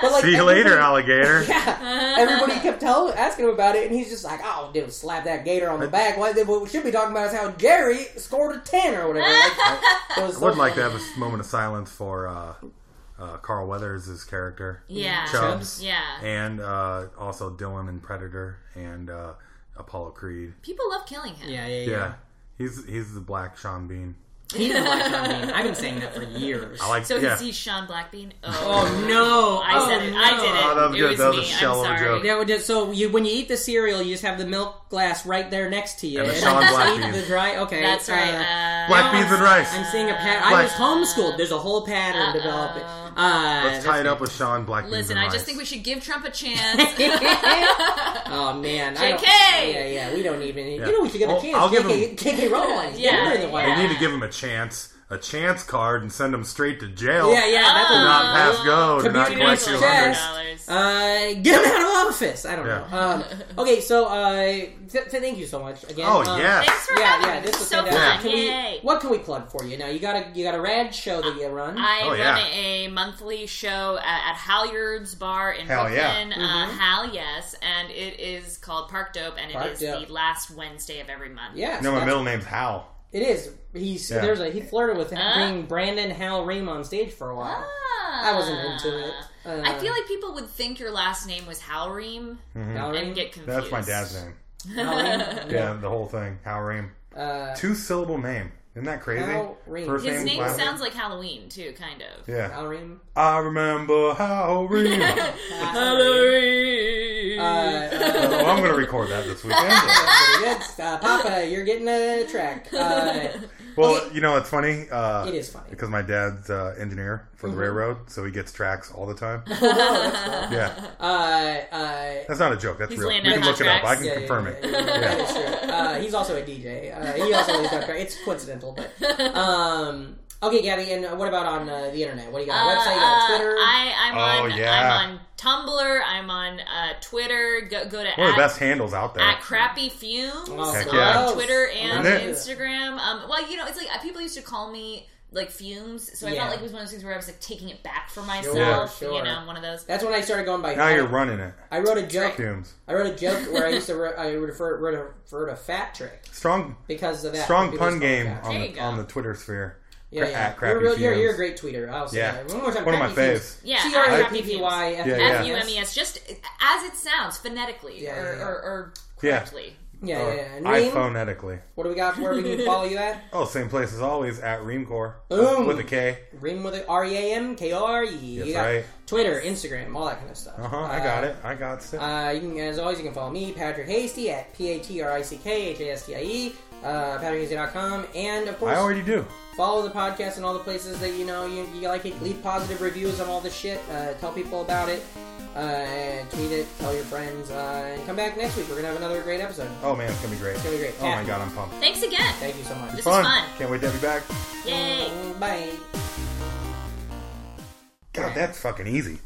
Speaker 1: But like
Speaker 2: See you
Speaker 1: everybody-
Speaker 2: later, alligator.
Speaker 1: yeah. Everybody kept tell, asking him about it, and he's just like, "Oh, dude, slap that gator on the back." Why? What we should be talking about is how Jerry scored a ten or whatever. Like, it was
Speaker 2: I
Speaker 1: so
Speaker 2: would like to
Speaker 1: funny.
Speaker 2: have a s- moment of silence for uh, uh, Carl Weathers' character.
Speaker 4: Yeah.
Speaker 2: Chubbs.
Speaker 4: Yeah.
Speaker 2: And uh, also Dylan and Predator and uh, Apollo Creed.
Speaker 4: People love killing him.
Speaker 1: Yeah, yeah,
Speaker 2: Yeah.
Speaker 1: yeah.
Speaker 2: He's he's the black Sean Bean.
Speaker 1: He's the black Sean Bean. I've been saying that for years.
Speaker 2: I like
Speaker 4: So
Speaker 2: yeah.
Speaker 4: he sees Sean Blackbean.
Speaker 1: oh
Speaker 4: Oh,
Speaker 1: no!
Speaker 4: I
Speaker 1: oh,
Speaker 4: said it.
Speaker 1: No.
Speaker 4: I did it.
Speaker 2: Oh, that was
Speaker 4: it
Speaker 2: good.
Speaker 4: was
Speaker 2: That was a
Speaker 4: me.
Speaker 2: shell of a
Speaker 4: I'm sorry.
Speaker 2: joke.
Speaker 1: That would just, so you when you eat the cereal, you just have the milk glass right there next to you.
Speaker 2: And the
Speaker 1: And
Speaker 2: Sean
Speaker 1: just
Speaker 2: Black
Speaker 1: eat
Speaker 2: beans.
Speaker 1: the dry. Okay,
Speaker 4: That's right.
Speaker 1: uh,
Speaker 4: Uh,
Speaker 2: black beans and rice.
Speaker 1: I'm seeing a pattern. I
Speaker 2: Black-
Speaker 1: was homeschooled. There's a whole pattern developing. Uh,
Speaker 2: Let's tie it up with Sean Black Beans
Speaker 4: listen,
Speaker 2: and
Speaker 4: I
Speaker 2: rice.
Speaker 4: just think we should give Trump a chance.
Speaker 1: oh man, I don't-
Speaker 4: JK.
Speaker 1: Yeah, yeah, we don't even.
Speaker 2: Yeah.
Speaker 1: You know, we should give him
Speaker 2: Well,
Speaker 1: a chance.
Speaker 2: I'll give
Speaker 1: JK, KK
Speaker 2: him-
Speaker 1: Rowling.
Speaker 4: Yeah,
Speaker 1: Get her in the White
Speaker 4: yeah.
Speaker 1: House.
Speaker 2: They need to give him a chance, a chance card, and send him straight to jail.
Speaker 1: Yeah,
Speaker 4: Oh.
Speaker 1: yeah, that's
Speaker 2: To
Speaker 1: what
Speaker 4: Uh,
Speaker 2: not pass go, to not
Speaker 1: Community
Speaker 2: collect
Speaker 1: college.
Speaker 2: two
Speaker 1: Yes.
Speaker 2: hundred.
Speaker 4: dollars.
Speaker 1: Uh, get him out of office. I don't
Speaker 2: Yeah.
Speaker 1: know. Um, okay, so uh, th- th- thank you so much again.
Speaker 2: Oh
Speaker 1: Um,
Speaker 2: yes.
Speaker 4: Thanks for
Speaker 1: Yeah,
Speaker 4: having
Speaker 1: yeah,
Speaker 4: me.
Speaker 1: this was
Speaker 4: so
Speaker 1: fantastic.
Speaker 4: fun.
Speaker 1: Can we-
Speaker 4: Yay.
Speaker 1: what can we plug for you now? You got a you got a rad show that you run.
Speaker 4: I
Speaker 2: Oh,
Speaker 4: run
Speaker 2: yeah.
Speaker 4: a monthly show at, at Halyards Bar in
Speaker 2: Hell yeah.
Speaker 4: Brooklyn. Uh, Hal, yes, and it is called Park Dope, and it is
Speaker 1: Mm-hmm. Park Dope.
Speaker 4: the last Wednesday of every month.
Speaker 1: yes,
Speaker 2: No, my
Speaker 1: that's-
Speaker 2: middle name's Hal.
Speaker 1: It is. He's
Speaker 2: Yeah.
Speaker 1: there's a he flirted with bringing Brandon Hal Ream on stage for a while.
Speaker 4: Ah.
Speaker 1: I wasn't into it. Uh,
Speaker 4: I feel like people would think your last name was Halreem
Speaker 1: Uh, Hal Ream.
Speaker 4: and get confused.
Speaker 2: That's my dad's name.
Speaker 1: Hal Ream?
Speaker 2: Yeah, the whole thing. Hal Ream.
Speaker 1: Uh,
Speaker 2: Two syllable name. Isn't that crazy?
Speaker 1: Hal Ream.
Speaker 2: First
Speaker 4: His name
Speaker 2: last
Speaker 4: sounds like Halloween too, kind of.
Speaker 2: Yeah.
Speaker 1: Hal Ream.
Speaker 2: I remember Hal Ream.
Speaker 4: Ah. Halloween.
Speaker 1: Uh,
Speaker 2: Oh, I'm going to record that this weekend.
Speaker 1: Good stuff. Papa, you're getting a track. Uh,
Speaker 2: well, you know, it's funny. Uh,
Speaker 1: it is funny.
Speaker 2: Because my dad's uh, engineer for the
Speaker 4: Mm-hmm.
Speaker 2: railroad, so he gets tracks all the time.
Speaker 4: Oh,
Speaker 2: yeah,
Speaker 1: Uh, uh,
Speaker 2: that's not a joke. That's
Speaker 4: He's
Speaker 2: real. We
Speaker 4: laying
Speaker 2: can
Speaker 4: down
Speaker 2: look it up. I
Speaker 4: tracks.
Speaker 2: can
Speaker 1: yeah, yeah,
Speaker 2: confirm
Speaker 1: yeah,
Speaker 2: it.
Speaker 1: yeah, yeah, that is true. Uh, he's also a DJ. Uh, he also is a track. It's coincidental, but um, okay, Gabby. And what about on uh, the internet? What do you got? A website? You got a
Speaker 4: Uh,
Speaker 1: Twitter?
Speaker 4: I, I'm
Speaker 2: Oh,
Speaker 4: on.
Speaker 2: yeah.
Speaker 4: I'm on Tumblr. I'm on uh, Twitter. Go, go
Speaker 2: One
Speaker 4: to
Speaker 2: of the
Speaker 4: at-
Speaker 2: best handles out there.
Speaker 4: at crappy fumes
Speaker 1: Oh,
Speaker 2: Heck
Speaker 4: on
Speaker 2: yeah.
Speaker 4: Twitter
Speaker 1: I'm
Speaker 4: and
Speaker 1: gonna do that.
Speaker 4: Instagram. Um, well, you know, it's like uh, people used to call me like fumes, so I
Speaker 1: Yeah.
Speaker 4: felt like it was one of those things where I was like taking it back for myself.
Speaker 1: sure.
Speaker 4: You know, one of those.
Speaker 1: That's when I started going by.
Speaker 2: now you're running it.
Speaker 1: I wrote a joke.
Speaker 2: Fumes.
Speaker 1: I wrote a joke where I used to re- I refer, wrote a- refer to fat trick
Speaker 2: Strong,
Speaker 1: because of that
Speaker 2: strong
Speaker 1: People just
Speaker 2: pun
Speaker 1: call it
Speaker 2: game
Speaker 1: Fat Trick.
Speaker 2: on
Speaker 4: There
Speaker 2: the,
Speaker 4: you go.
Speaker 2: on the Twitter sphere.
Speaker 1: Yeah,
Speaker 2: Cra-
Speaker 1: yeah.
Speaker 2: At crappy
Speaker 1: you're, real- you're,
Speaker 2: fumes.
Speaker 1: you're a great tweeter. I'll say
Speaker 2: Yeah.
Speaker 1: that. One more time.
Speaker 2: One of my
Speaker 1: Crappy Fumes.
Speaker 2: faves.
Speaker 4: Yeah,
Speaker 1: C
Speaker 4: at
Speaker 1: R A
Speaker 4: Crappy
Speaker 1: P P
Speaker 4: Fumes.
Speaker 1: Y F
Speaker 2: Yeah,
Speaker 1: U
Speaker 2: yeah.
Speaker 1: M
Speaker 4: F U M E S, just as it sounds phonetically
Speaker 1: Yeah,
Speaker 4: or,
Speaker 1: yeah, yeah.
Speaker 4: Or, or
Speaker 2: Yeah.
Speaker 4: correctly.
Speaker 1: Yeah,
Speaker 2: Or
Speaker 1: yeah, yeah. And Reem,
Speaker 2: Oh, iPhonetically.
Speaker 1: what do we got? Where we can follow you at?
Speaker 2: Oh, same place as always at Reamcore.
Speaker 1: Boom.
Speaker 2: With a K.
Speaker 1: Reem with a R E A M K O R E.
Speaker 2: That's
Speaker 1: You got
Speaker 2: right.
Speaker 1: Twitter, Instagram, all that kind of stuff.
Speaker 2: Uh-huh, I got it. I got it.
Speaker 1: Uh, you can, as always, you can follow me, Patrick Hasty, at P A T R I C K H A S T I E, uh, patrickhasty.com, and of course,
Speaker 2: I already do.
Speaker 1: follow the podcast in all the places that you know you, you like it. Leave positive reviews on all the shit. Uh, tell people about it. Uh, tweet it. Tell your friends. Uh, and come back next week. We're gonna have another great episode.
Speaker 2: Oh, man, it's going to be great. It's
Speaker 1: gonna be great.
Speaker 2: Oh, my
Speaker 1: Yeah.
Speaker 2: God, I'm pumped.
Speaker 4: Thanks again.
Speaker 1: Thank you so much.
Speaker 4: This was fun.
Speaker 2: Can't wait to have you back.
Speaker 4: Yay.
Speaker 1: Bye.
Speaker 2: God, that's fucking easy.